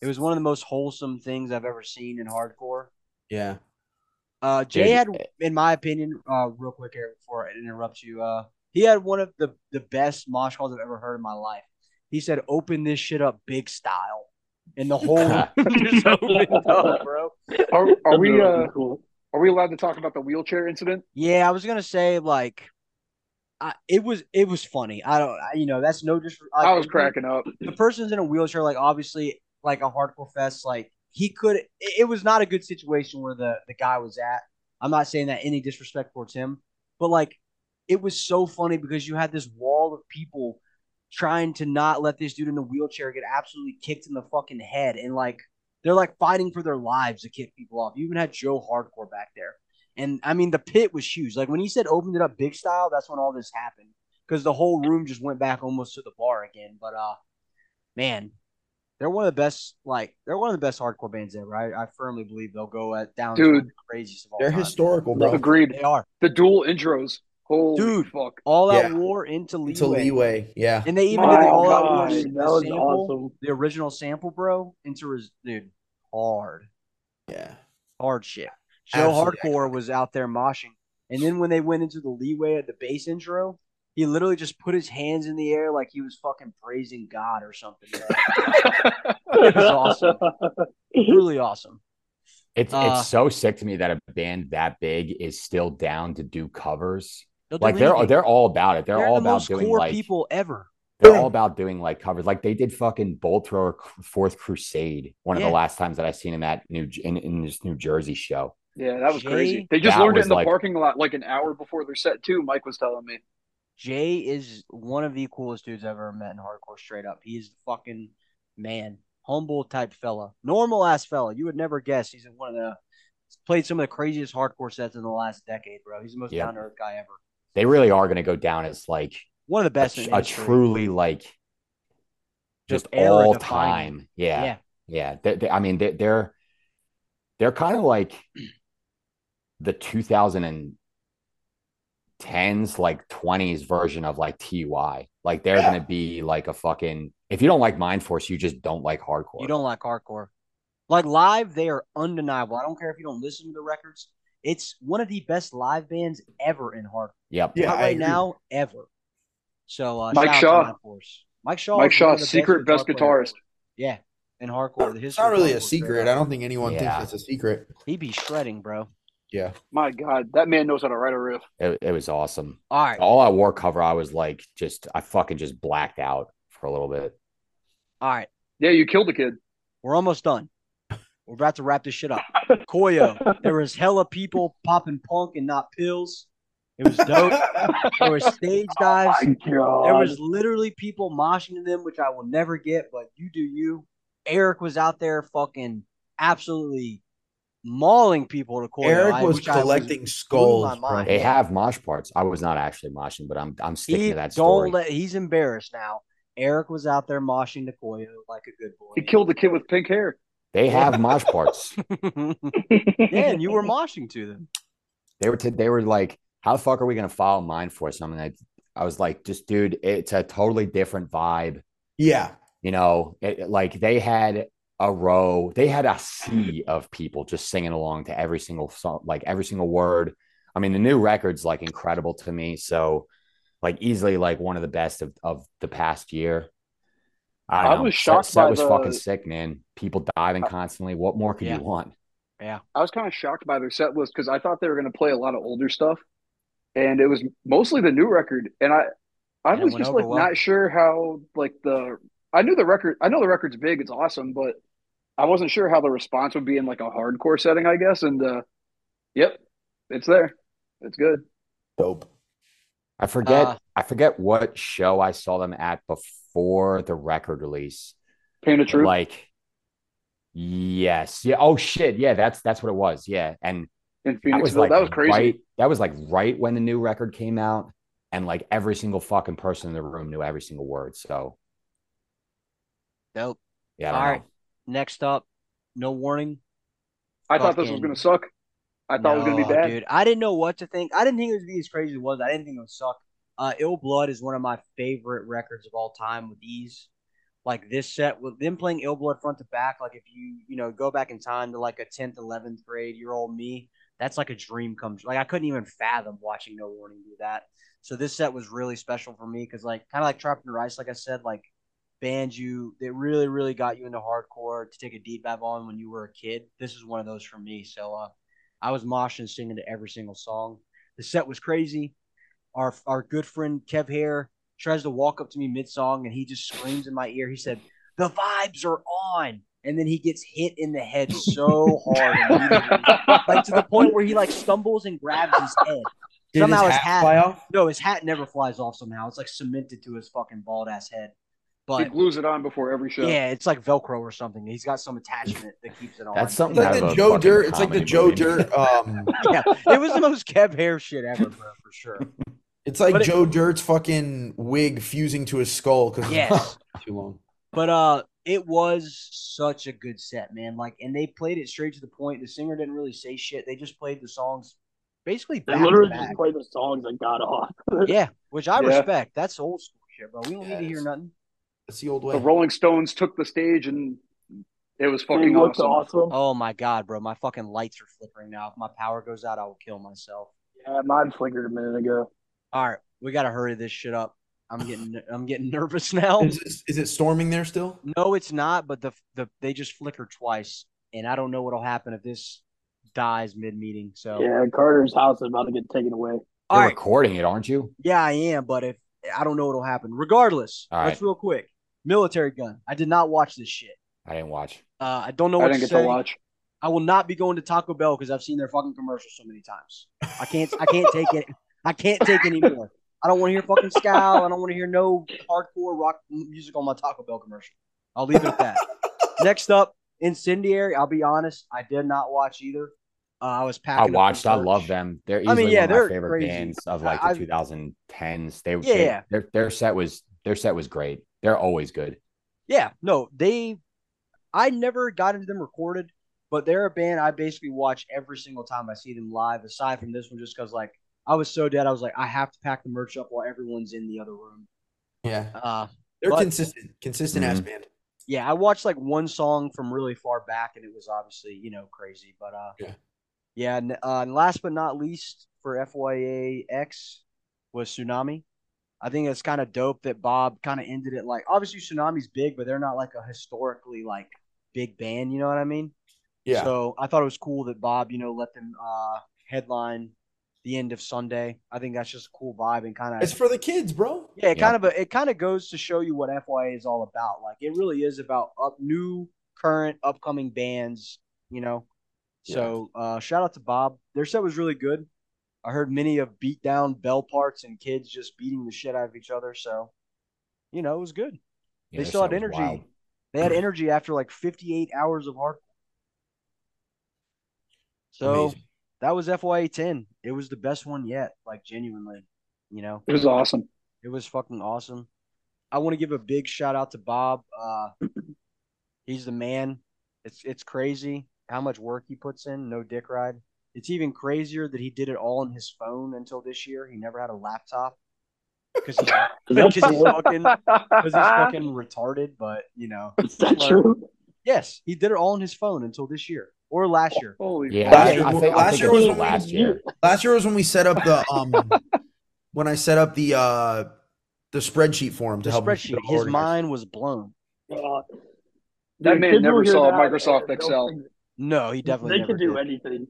It was one of the most wholesome things I've ever seen in hardcore.
Yeah.
Uh, Jay
Dude,
had, in my opinion, uh, real quick here before I interrupt you, uh, he had one of the, the best mosh calls I've ever heard in my life. He said, "Open this shit up big style," and the whole room just opened up, bro.
Are, are we? Uh,
Really cool.
are we allowed to talk about the wheelchair incident?
Yeah, I was gonna say like, I, it was it was funny. I don't, I, you know, that's no just.
I was cracking up.
the person's in a wheelchair, like obviously, like a hardcore fest, like he could. It, it was not a good situation where the the guy was at. I'm not saying that any disrespect towards him, but like it was so funny because you had this wall of people trying to not let this dude in the wheelchair get absolutely kicked in the fucking head, and like they're like fighting for their lives to kick people off. You even had Joe Hardcore back there, and I mean the pit was huge. Like when he said opened it up big style, that's when all this happened because the whole room just went back almost to the bar again. But uh man, they're one of the best. Like they're one of the best hardcore bands ever. I, I firmly believe they'll go at down as one of
Dude.
the craziest of all
They're
time.
historical, bro.
Agreed.
They are
The dual intros. Holy
Dude.
fuck!
all out
Yeah.
war into leeway.
It's a leeway. Yeah.
and they even
My
had the all out war
God,
s-
that
the
was
sample,
awesome.
the original sample, bro. Into res- dude, hard,
Yeah.
hard shit. Joe
Absolutely
Hardcore was out there moshing, and then when they went into the leeway at the bass intro. He literally just put his hands in the air like he was fucking praising God or something. bro. It was awesome. Truly awesome.
It's
Uh,
it's so sick to me that a band that big is still down to do covers.
They'll do
Like they're
anything.
they're all about it. They're, all
the
about
most
doing
core
like
people ever.
they're all about doing like covers. Like they did fucking Bolt Thrower Cr- Fourth Crusade. One of
Yeah.
the last times that I seen him at New in, in this New Jersey show.
Yeah, that was
Jay-
crazy. They just
That
learned it
was
in the
like-
parking lot like an hour before their set too. Mike was telling me.
Jay is one of the coolest dudes I've ever met in hardcore. Straight up, he is the fucking man, humble type fella, normal ass fella. You would never guess he's in one of the played some of the craziest hardcore sets in the last decade, bro. He's the most
Yeah.
down to earth guy ever.
They really are going to go down as like
One of the
a
best
tr-
in
a,
history.
truly like just
Just era-defining.
all time. Yeah.
yeah.
Yeah, they, they, I mean, they, they're they're kind of like the 2010s, like 20s version of like TY. Like they're
Yeah.
gonna be like a fucking. If you don't like Mind Force, you just don't like hardcore.
You don't like hardcore. Like live, they are undeniable. I don't care if you don't listen to the records. It's one of the best live bands ever in hardcore.
Yep.
Yeah,
Not
I
right
agree.
now, ever. So uh, shout
Mike
out to
Shaw.
Matt Force. Mike Shaw.
Mike
is one of
Shaw,
the
secret best
guitar players.
guitarist.
Yeah, in hardcore, the
It's
history.
not
of
really a
hardcore, straight
secret.
up.
I don't think anyone
Yeah.
thinks it's a secret.
He be shredding, bro.
Yeah.
My God, that man knows how to write a riff.
It, it was awesome.
All right, all
All I war cover, I was like, just I fucking just blacked out for a little bit.
right.
Yeah, you killed the kid.
We're almost done. We're about to wrap this shit up. Koyo, there was hella people popping punk and not pills. It was dope. there was stage dives.
My God.
There was literally people moshing to them, which I will never get, but you do you. Eric was out there fucking absolutely mauling people to Koyo.
Eric
I-
was
which I
collecting skulls.
blew my
bro.
mind.
They have mosh parts. I was not actually moshing, but I'm I'm sticking
He,
to that story.
don't let, he's embarrassed now. Eric was out there moshing to Koyo like a good boy.
He killed the kid with pink hair.
they have mosh parts.
yeah, and you were moshing to them.
They were t- they were like, how the fuck are we gonna follow mine for something? I I was like, just dude, it's a totally different vibe.
Yeah.
You know, it, it- like they had a row, they had a sea of people just singing along to every single song, like every single word. I mean, the new record's like incredible to me. So, like easily like one of the best of of the past year. I, don't
I
know.
was
Set-
shocked
set
by
was
the- Uh,
fucking sick, man. People diving constantly. What more could
Yeah.
you want?
I was kind of shocked by their set list because I thought they were going to play a lot of older stuff, and it was mostly the new record. And I, I
And it
was
went
just
over
like
well.
not sure how like the I knew the record. I know the record's big. It's awesome, but I wasn't sure how the response would be in like a hardcore setting. I guess. And uh, yep, it's there. It's good.
Dope.
I forget.
Uh,
I forget what show I saw them at before the record release.
Pain of
But,
truth.
Like, yes, yeah. Oh shit, yeah. That's that's what it was. Yeah, and
in
that
Phoenixville.
was like
that was crazy.
Right, that was like right when the new record came out, and like every single fucking person in the room knew every single word. So
Dope.
yeah, I
All
don't know.
right. Next up, no warning.
I thought this was
fucking-
going to suck. I thought it was going to be
No,
bad.
Dude, I didn't know what to think. I didn't think it was gonna be as crazy as it was. I didn't think it would suck. Uh, Ill Blood is one of my favorite records of all time with these. Like this set with them playing Ill Blood front to back, like if you, you know, go back in time to like a tenth, eleventh grade year old me, that's like a dream come true. Like I couldn't even fathom watching No Warning do that. So this set was really special for me because like kind of like Trap and Rice, like I said, like bands you that really, really got you into hardcore to take a deep dive on when you were a kid. This is one of those for me. So uh I was moshing and singing to every single song. The set was crazy. Our our good friend Kev Hare tries to walk up to me mid song and he just screams in my ear. He said, "The vibes are on," and then he gets hit in the head so hard, immediately. like to the point where he like stumbles and grabs his head.
Did
Somehow
his
his
hat
hat-
fly off?
No, his hat never flies off. Somehow it's like cemented to his fucking bald ass head.
he
But
glues it on before every show.
yeah, it's like Velcro or something. He's got some attachment that keeps it on.
That's
It's
something
like
out of
the
a
Joe
fucking
Dirt. It's like the
comedy
Joe
movie.
Dirt. Um,
yeah, it was the most Kev Hare shit ever, bro, for sure.
it's like
But it-
Joe Dirt's fucking wig fusing to his skull because
Yes.
too long.
But uh it was such a good set, man. Like and they played it straight to the point. The singer didn't really say shit. They just played the songs basically
They
back to
literally
back.
just play the songs that got off.
Yeah, which I
Yeah.
respect. That's old school shit, bro. We don't need to hear
Yes.
nothing.
That's the old way.
The Rolling Stones took the stage and it was
They
fucking
looked
awesome.
awesome.
Oh my god, bro. My fucking lights are flickering now. If my power goes out, I will kill myself.
Yeah, mine flickered a minute ago.
All right, we gotta hurry this shit up. I'm getting I'm getting nervous now.
Is, it- is it storming there still?
No, it's not, but the the they just flicker twice and I don't know what'll happen if this dies mid meeting. So
Yeah, Carter's house is about to get taken away.
all
You're
right.
recording it, aren't you?
Yeah, I am, but if I don't know what'll happen. Regardless,
All
let's
right.
real quick. Military gun. I did not watch this shit.
I didn't watch.
Uh, I don't know
I
what
didn't
to
get to
say.
watch.
I will not be going to Taco Bell because I've seen their fucking commercials so many times. I can't. I can't take it. I can't take anymore. I don't want to hear fucking scowl. I don't want to hear no hardcore rock music on my Taco Bell commercial. I'll leave it at that. Next up, Incendiary. I'll be honest. I did not watch either. Uh, I was packing.
I
up for
watched. I
church.
love them. They're
mean,
easily
yeah,
one of
they're
my favorite
crazy.
bands of
I-
like
I've-
the 2010s. They,
Yeah,
they-
yeah.
their their set was their set was great. They're always good.
Yeah, no, they. I never got into them recorded, but they're a band I basically watch every single time I see them live. Aside from this one, just because like I was so dead, I was like, I have to pack the merch up while everyone's in the other room.
Yeah.
Uh,
They're
But-
consistent, consistent ass band.
yeah, I watched like one song from really far back, and it was obviously you know crazy. But uh,
Yeah.
yeah, and, uh, and last but not least for FYAX was Tsunami. I think it's kind of dope that Bob kind of ended it like obviously Tsunami's big, but they're not like a historically like big band. You know what I mean?
Yeah.
So I thought it was cool that Bob, you know, let them uh, headline the end of Sunday. I think that's just a cool vibe and kind of
it's for the kids, bro.
yeah, it
Yeah.
kind of it kind of goes to show you what FYA is all about. Like it really is about up new, current, upcoming bands. You know, so uh, shout out to Bob. Their set was really good. I heard many of beat down bell parts and kids just beating the shit out of each other. So, you know, it was good.
Yeah,
they
that
still had
sounds
energy.
wild.
They had energy after like 58 hours of hardcore. So
Amazing.
that was FYA 10. It was the best one yet. Like genuinely, you know.
It was awesome.
It was fucking awesome. I want to give a big shout out to Bob. Uh, he's the man. It's it's crazy how much work he puts in. No dick ride. It's even crazier that he did it all on his phone until this year. He never had a laptop because he's, 'cause he's fucking because he's fucking retarded. But you know,
Is that true?
yes, he did it all on his phone until this year or last year.
Holy
Yeah,
fuck.
Last
I-
year-
I, think,
last
I think
year
it was
was
the
when we
last year.
Last year was when we set up the um when I set up the uh the spreadsheet for him to
The
help him
spreadsheet,
get
his
organized.
mind was blown.
God.
That
Dude,
man
kids
never
will hear
saw
that
Microsoft
and they'll
Excel.
think
No, he definitely
They
never
can do
did.
anything.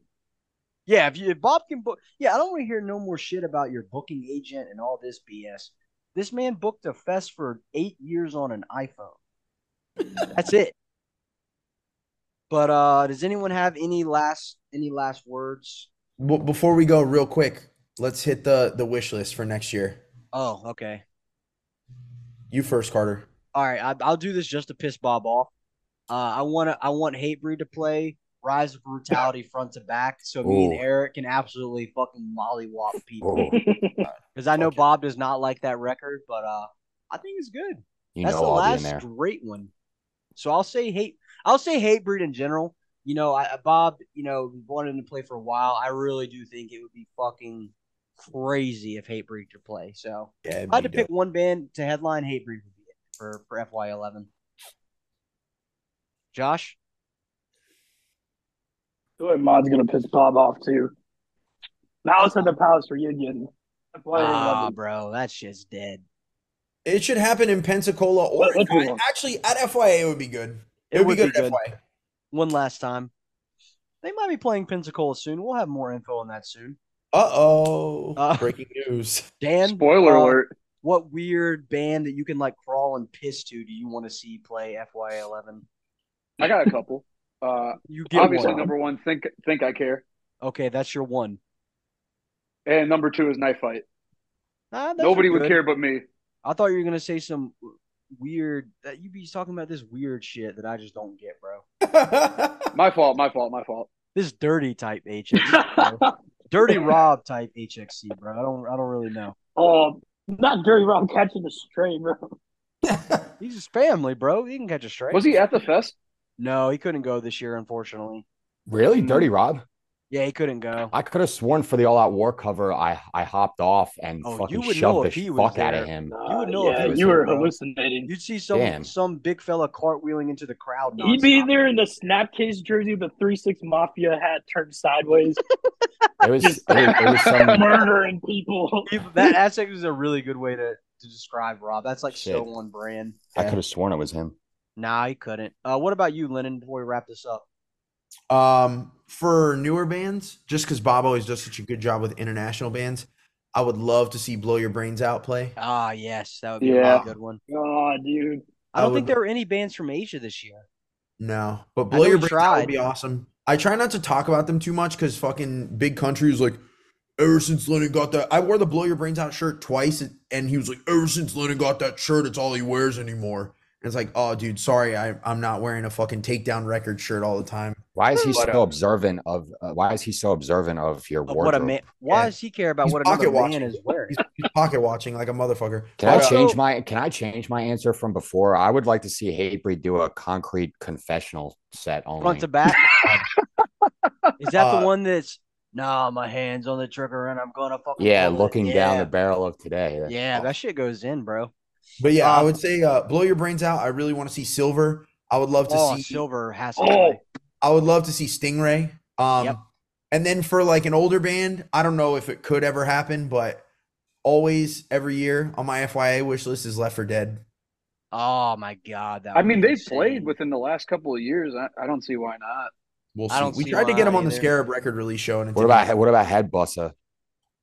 Yeah, if you if Bob can book, yeah, I don't want to hear no more shit about your booking agent and all this BS. This man booked a fest for eight years on an iPhone. That's it. But uh does anyone have any last any last words?
Be- Before we go, real quick, let's hit the the wish list for next year.
Oh, okay.
You first, Carter.
All right, I, I'll do this just to piss Bob off. Uh, I want to I want Hatebreed to play Rise of Brutality front to back, so me and
Ooh.
Eric can absolutely fucking mollywop people.
Oh,
Because I know
Okay.
Bob does not like that record, but uh, I think it's good.
you
That's
know
the
I'll be
last
in there.
great one. So I'll say hate. I'll say hate breed in general. You know, I, I- Bob. You know, we wanted him to play for a while. I really do think it would be fucking crazy if hate breed to play. So
Yeah,
if I had to pick one band to headline. Hate breed would be it for for FY11. Josh,
Boy, Mod's gonna piss Bob off too. Malice at the Palace reunion. That's why I
ah,
love him.
bro, that shit's dead.
it should happen in Pensacola or
Let- let's move on.
actually at FYA would be good. It, would be good, at FYA.
One last time. They might be playing Pensacola soon. We'll have more info on that soon.
Uh oh.
Uh,
Breaking news.
Dan,
Spoiler
uh,
alert.
what weird band that you can like crawl and piss to do you want to see play FY11?
I got a couple. Uh,
You get
obviously,
one.
number one, think think I care,
Okay, that's your one.
and number two is knife fight.
Ah, that's
Nobody would
good.
care but me.
I thought you were gonna say some weird that you be talking about this weird shit that I just don't get, bro.
My fault. My fault. My fault.
This dirty type HXC, bro. dirty Rob type HXC, bro. I don't, I don't really know.
Oh, not Dirty Rob catching the stray, bro.
He's his family, bro. He can catch a strike.
Was he at the fest?
No, he couldn't go this year, unfortunately.
Really, Dirty Rob?
Yeah, he couldn't go.
I could have sworn for the All Out War cover, I I hopped off and
Oh, you
fucking
would know
shoved the
if he was
fuck out
there.
of him.
Nah,
would know if
Uh, yeah,
he was
you
there,
were
bro.
hallucinating.
You'd see some
Damn.
some big fella cartwheeling into the crowd.
He'd be
nonstop.
there in the Snapcase jersey with the 3 6 Mafia hat turned sideways,
It was it was, it was some
murdering people.
If- that aspect is a really good way to, to describe Rob. That's like so
Shit.
on brand.
I could have sworn it was him.
Nah, he couldn't. Uh, what about you, Lennon? Before we wrap this up,
Um, for newer bands, just because Bob always does such a good job with international bands, I would love to see Blow Your Brains Out play.
ah, yes, that would be a
Yeah.
really good one.
God, dude.
I
I
don't
would-
think there were any bands from Asia this year.
No, but
I
Blow
know
Your
we
Brains Out
tried.
would be awesome. I try not to talk about them too much because fucking Big Country was like, ever since Lennon got that, I wore the Blow Your Brains Out shirt twice, and- and he was like, ever since Lennon got that shirt, it's all he wears anymore. And it's like, oh, dude, sorry, I, I'm not wearing a fucking takedown record shirt all the time.
Why is he
But,
so observant of? Uh, why is he so observant of your
Of
wardrobe?
what a man! Why
Yeah.
does he care about
He's
what
pocket
another
watching.
man is wearing?
He's, he's pocket watching like a motherfucker.
Can
But,
I
uh,
change
Oh.
my Can I change my answer from before? I would like to see Hatebreed do a concrete confessional set only.
Front to back. is that
Uh,
the one that's? Nah, my hands on the trigger and I'm gonna fucking.
yeah,
pull it."
looking down
Yeah.
the Oh. barrel of today.
Yeah, that shit goes in, bro.
But yeah, I
Uh,
would say uh, blow your brains out. I really want to see Silver. I would love to
Oh,
see.
Silver has.
Oh,
I would love to see Stingray. Um,
Yep.
and then for like an older band, I don't know if it could ever happen, but always every year on my FYA wish list is Left for Dead.
Oh my God! That
I
would
mean,
be
they've
insane.
played within the last couple of years. I, I don't see why not.
We'll
I
see.
don't
We
see
tried to get
why
him on the
either.
Scarab record release show, and it
What
didn't
about
happen.
what about head bussa?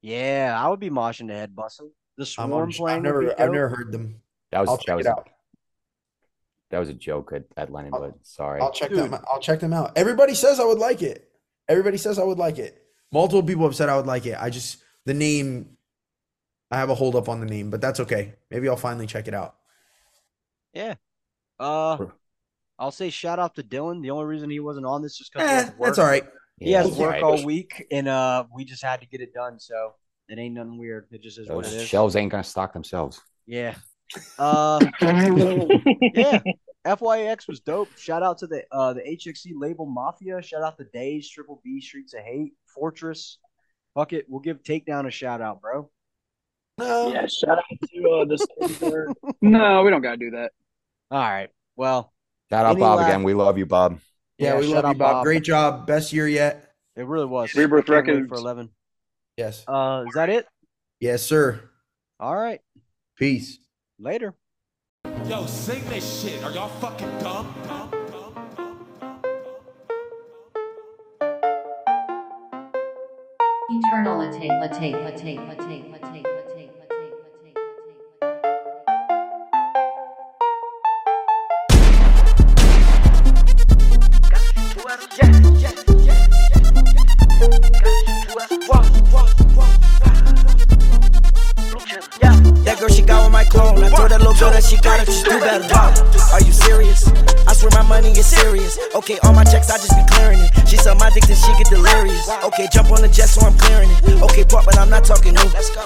Yeah, I would be moshing to head busting. The
I'm-
swarm
I'm-
playing.
I've
would be
never, I've
dope.
never heard them.
That was
I'll
that
check
was
it out.
that was a joke at, at Lennon,
I'll-
but sorry.
I'll check
Dude.
them. I'll check them out. Everybody says I would like it. Everybody says I would like it. Multiple people have said I would like it. I just the name. I have a hold up on the name, but that's okay. Maybe I'll finally check it out.
Uh,
Sure.
I'll say shout out to Dylan. The only reason he wasn't on this is because
Eh, that's all right.
He
Yeah,
has
that's
work
right.
all week, and uh, we just had to get it done. So it ain't nothing weird. It just is what it
Those
is.
shelves ain't gonna stock themselves.
Yeah. Uh, yeah. FYX was dope. Shout out to the uh, the HXC label Mafia. Shout out to Days, Triple B, Streets of Hate, Fortress. Fuck it, we'll give Takedown a shout out, bro.
No,
yeah. Shout out to uh, the Stanford.
No, we don't gotta do that.
All right. Well,
Shout out
Any
Bob
last-
again. We love you, Bob.
yeah, we love
shout
you,
out,
Bob. Great job. Best year yet.
It really was.
Rebirth
Can't wait
Records.
for eleven.
Yes.
Uh, is that it?
Yes, sir.
All right.
Peace.
Later.
Yo, sing this shit. Are y'all fucking dumb? Dumb, dumb, dumb, dumb, dumb.
Eternal latte, latte, latte, latte, latte, latte, latte, latte, latte, latte.
That girl, she got with my clone. I told that little girl that she got it, just do better. Are you serious? I swear my money is serious. Okay, all my checks, I just be clearing it. She saw my dick and she get delirious. Okay, jump on the jet, so I'm clearing it. Okay, park, but I'm not talking new.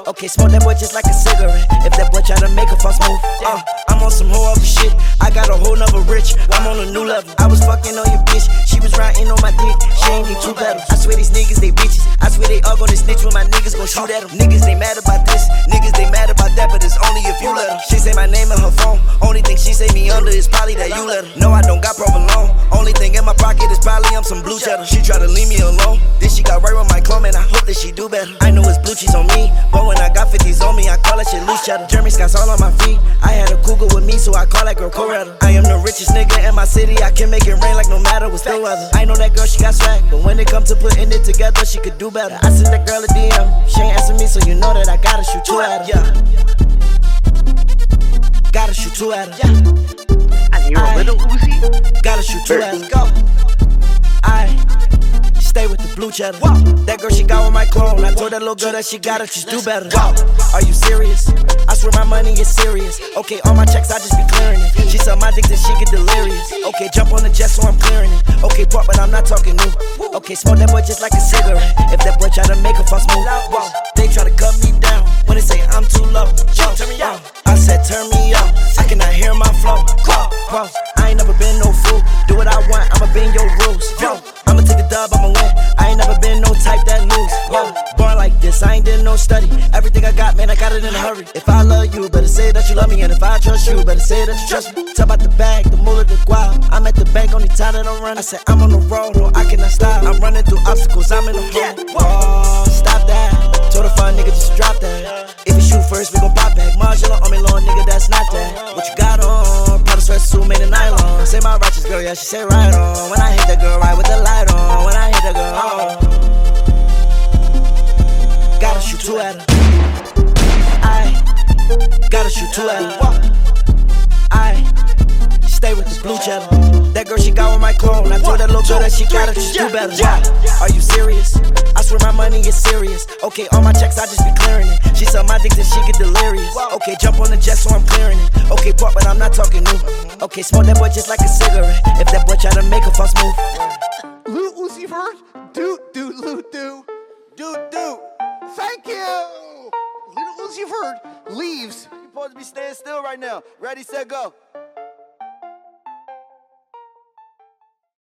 Okay, smoke that boy just like a cigarette. If that boy try to make a false move, uh, I'm on some whole other shit. I got a whole nother rich. I'm on a new level. I was fucking on your bitch. She was riding on my dick. She ain't need two pedals. I swear these niggas, they bitches. I swear they all gonna snitch when my niggas gon' shoot at them. Niggas, they mad about this. Niggas, they mad about that, but it's only if you let them. She say my name in her phone. Only thing she say me under is probably that you let her. No, I don't got provolone. Only thing in my pocket is probably I'm some blue cheddar. She try to leave me alone. Then she got right with my clone, and I hope that she do better. I know it's blue cheese on me, but when I got 50s on me, I call that shit loose cheddar. Jeremy Scott's all on my feet. I had a cougar with me, so I call that girl Coretta. I am the richest nigga in my city. I can make it rain like no matter what's the weather. I know that girl, she got swag, but when it comes to putting it together, she could do better. I sent that girl a DM. She ain't answer me, so you know that I gotta shoot two at her. Yeah. Gotta shoot two at her. Yeah. I hear a little Uzi. Gotta shoot two at her. Let's go. I stay with the blue cheddar. That girl, she got with my clone. I told that little girl that she got it, just do better. Are you serious? I swear my money is serious. Okay, all my checks, I just be clearing it. She saw my dick and she get delirious. Okay, jump on the jet, so I'm clearing it. Okay, park, but I'm not talking new. Okay, smoke that boy just like a cigarette. If that boy try to make a false move, whoa, they try to cut me down. When they say I'm too low, yo, turn me out. I said turn me out. I cannot hear my flow. Whoa, whoa, I ain't never been no fool. Do what I want, I'ma bend your rules. Yo, I'ma take a dub, I'ma win. I ain't never been no type that lose. Yo, born like this, I ain't did no study. Everything I got, man, I got it in a hurry. If I love you, better say that you love me. And if I trust you, better say that you trust me. Talk about the bag, the moolah, the guap. I'm at the bank, only time that I'm running. I said, I'm on the road, no, I cannot stop. I'm running through obstacles, I'm in the hole. Oh, stop that. Told a fine nigga, just drop that. If you shoot first, we gon' pop back. Marginal on me, long nigga, that's not that. What you got on? Powder sweat suit made of nylon. Say my righteous girl, yeah, she say right on. When I hit that girl, right with the light on. When I hit that girl, oh. Gotta shoot two at her. I gotta shoot two at her. I stay with this blue cheddar. That girl, she got with my clone. I told that little girl that she got it, just do better. Why? Are you serious? I swear my money is serious. Okay, all my checks, I just be clearing it. She saw my dick and she get delirious. Okay, jump on the jet, so I'm clearing it. Okay, park, but I'm not talking new. Okay, smoke that boy just like a cigarette. If that boy try to make a false move.
Loot Uzi Vert, doot doot loot doo, doot doot. Thank you. Little Uzi Vert leaves. You're supposed to be standing still right now. Ready, set, go.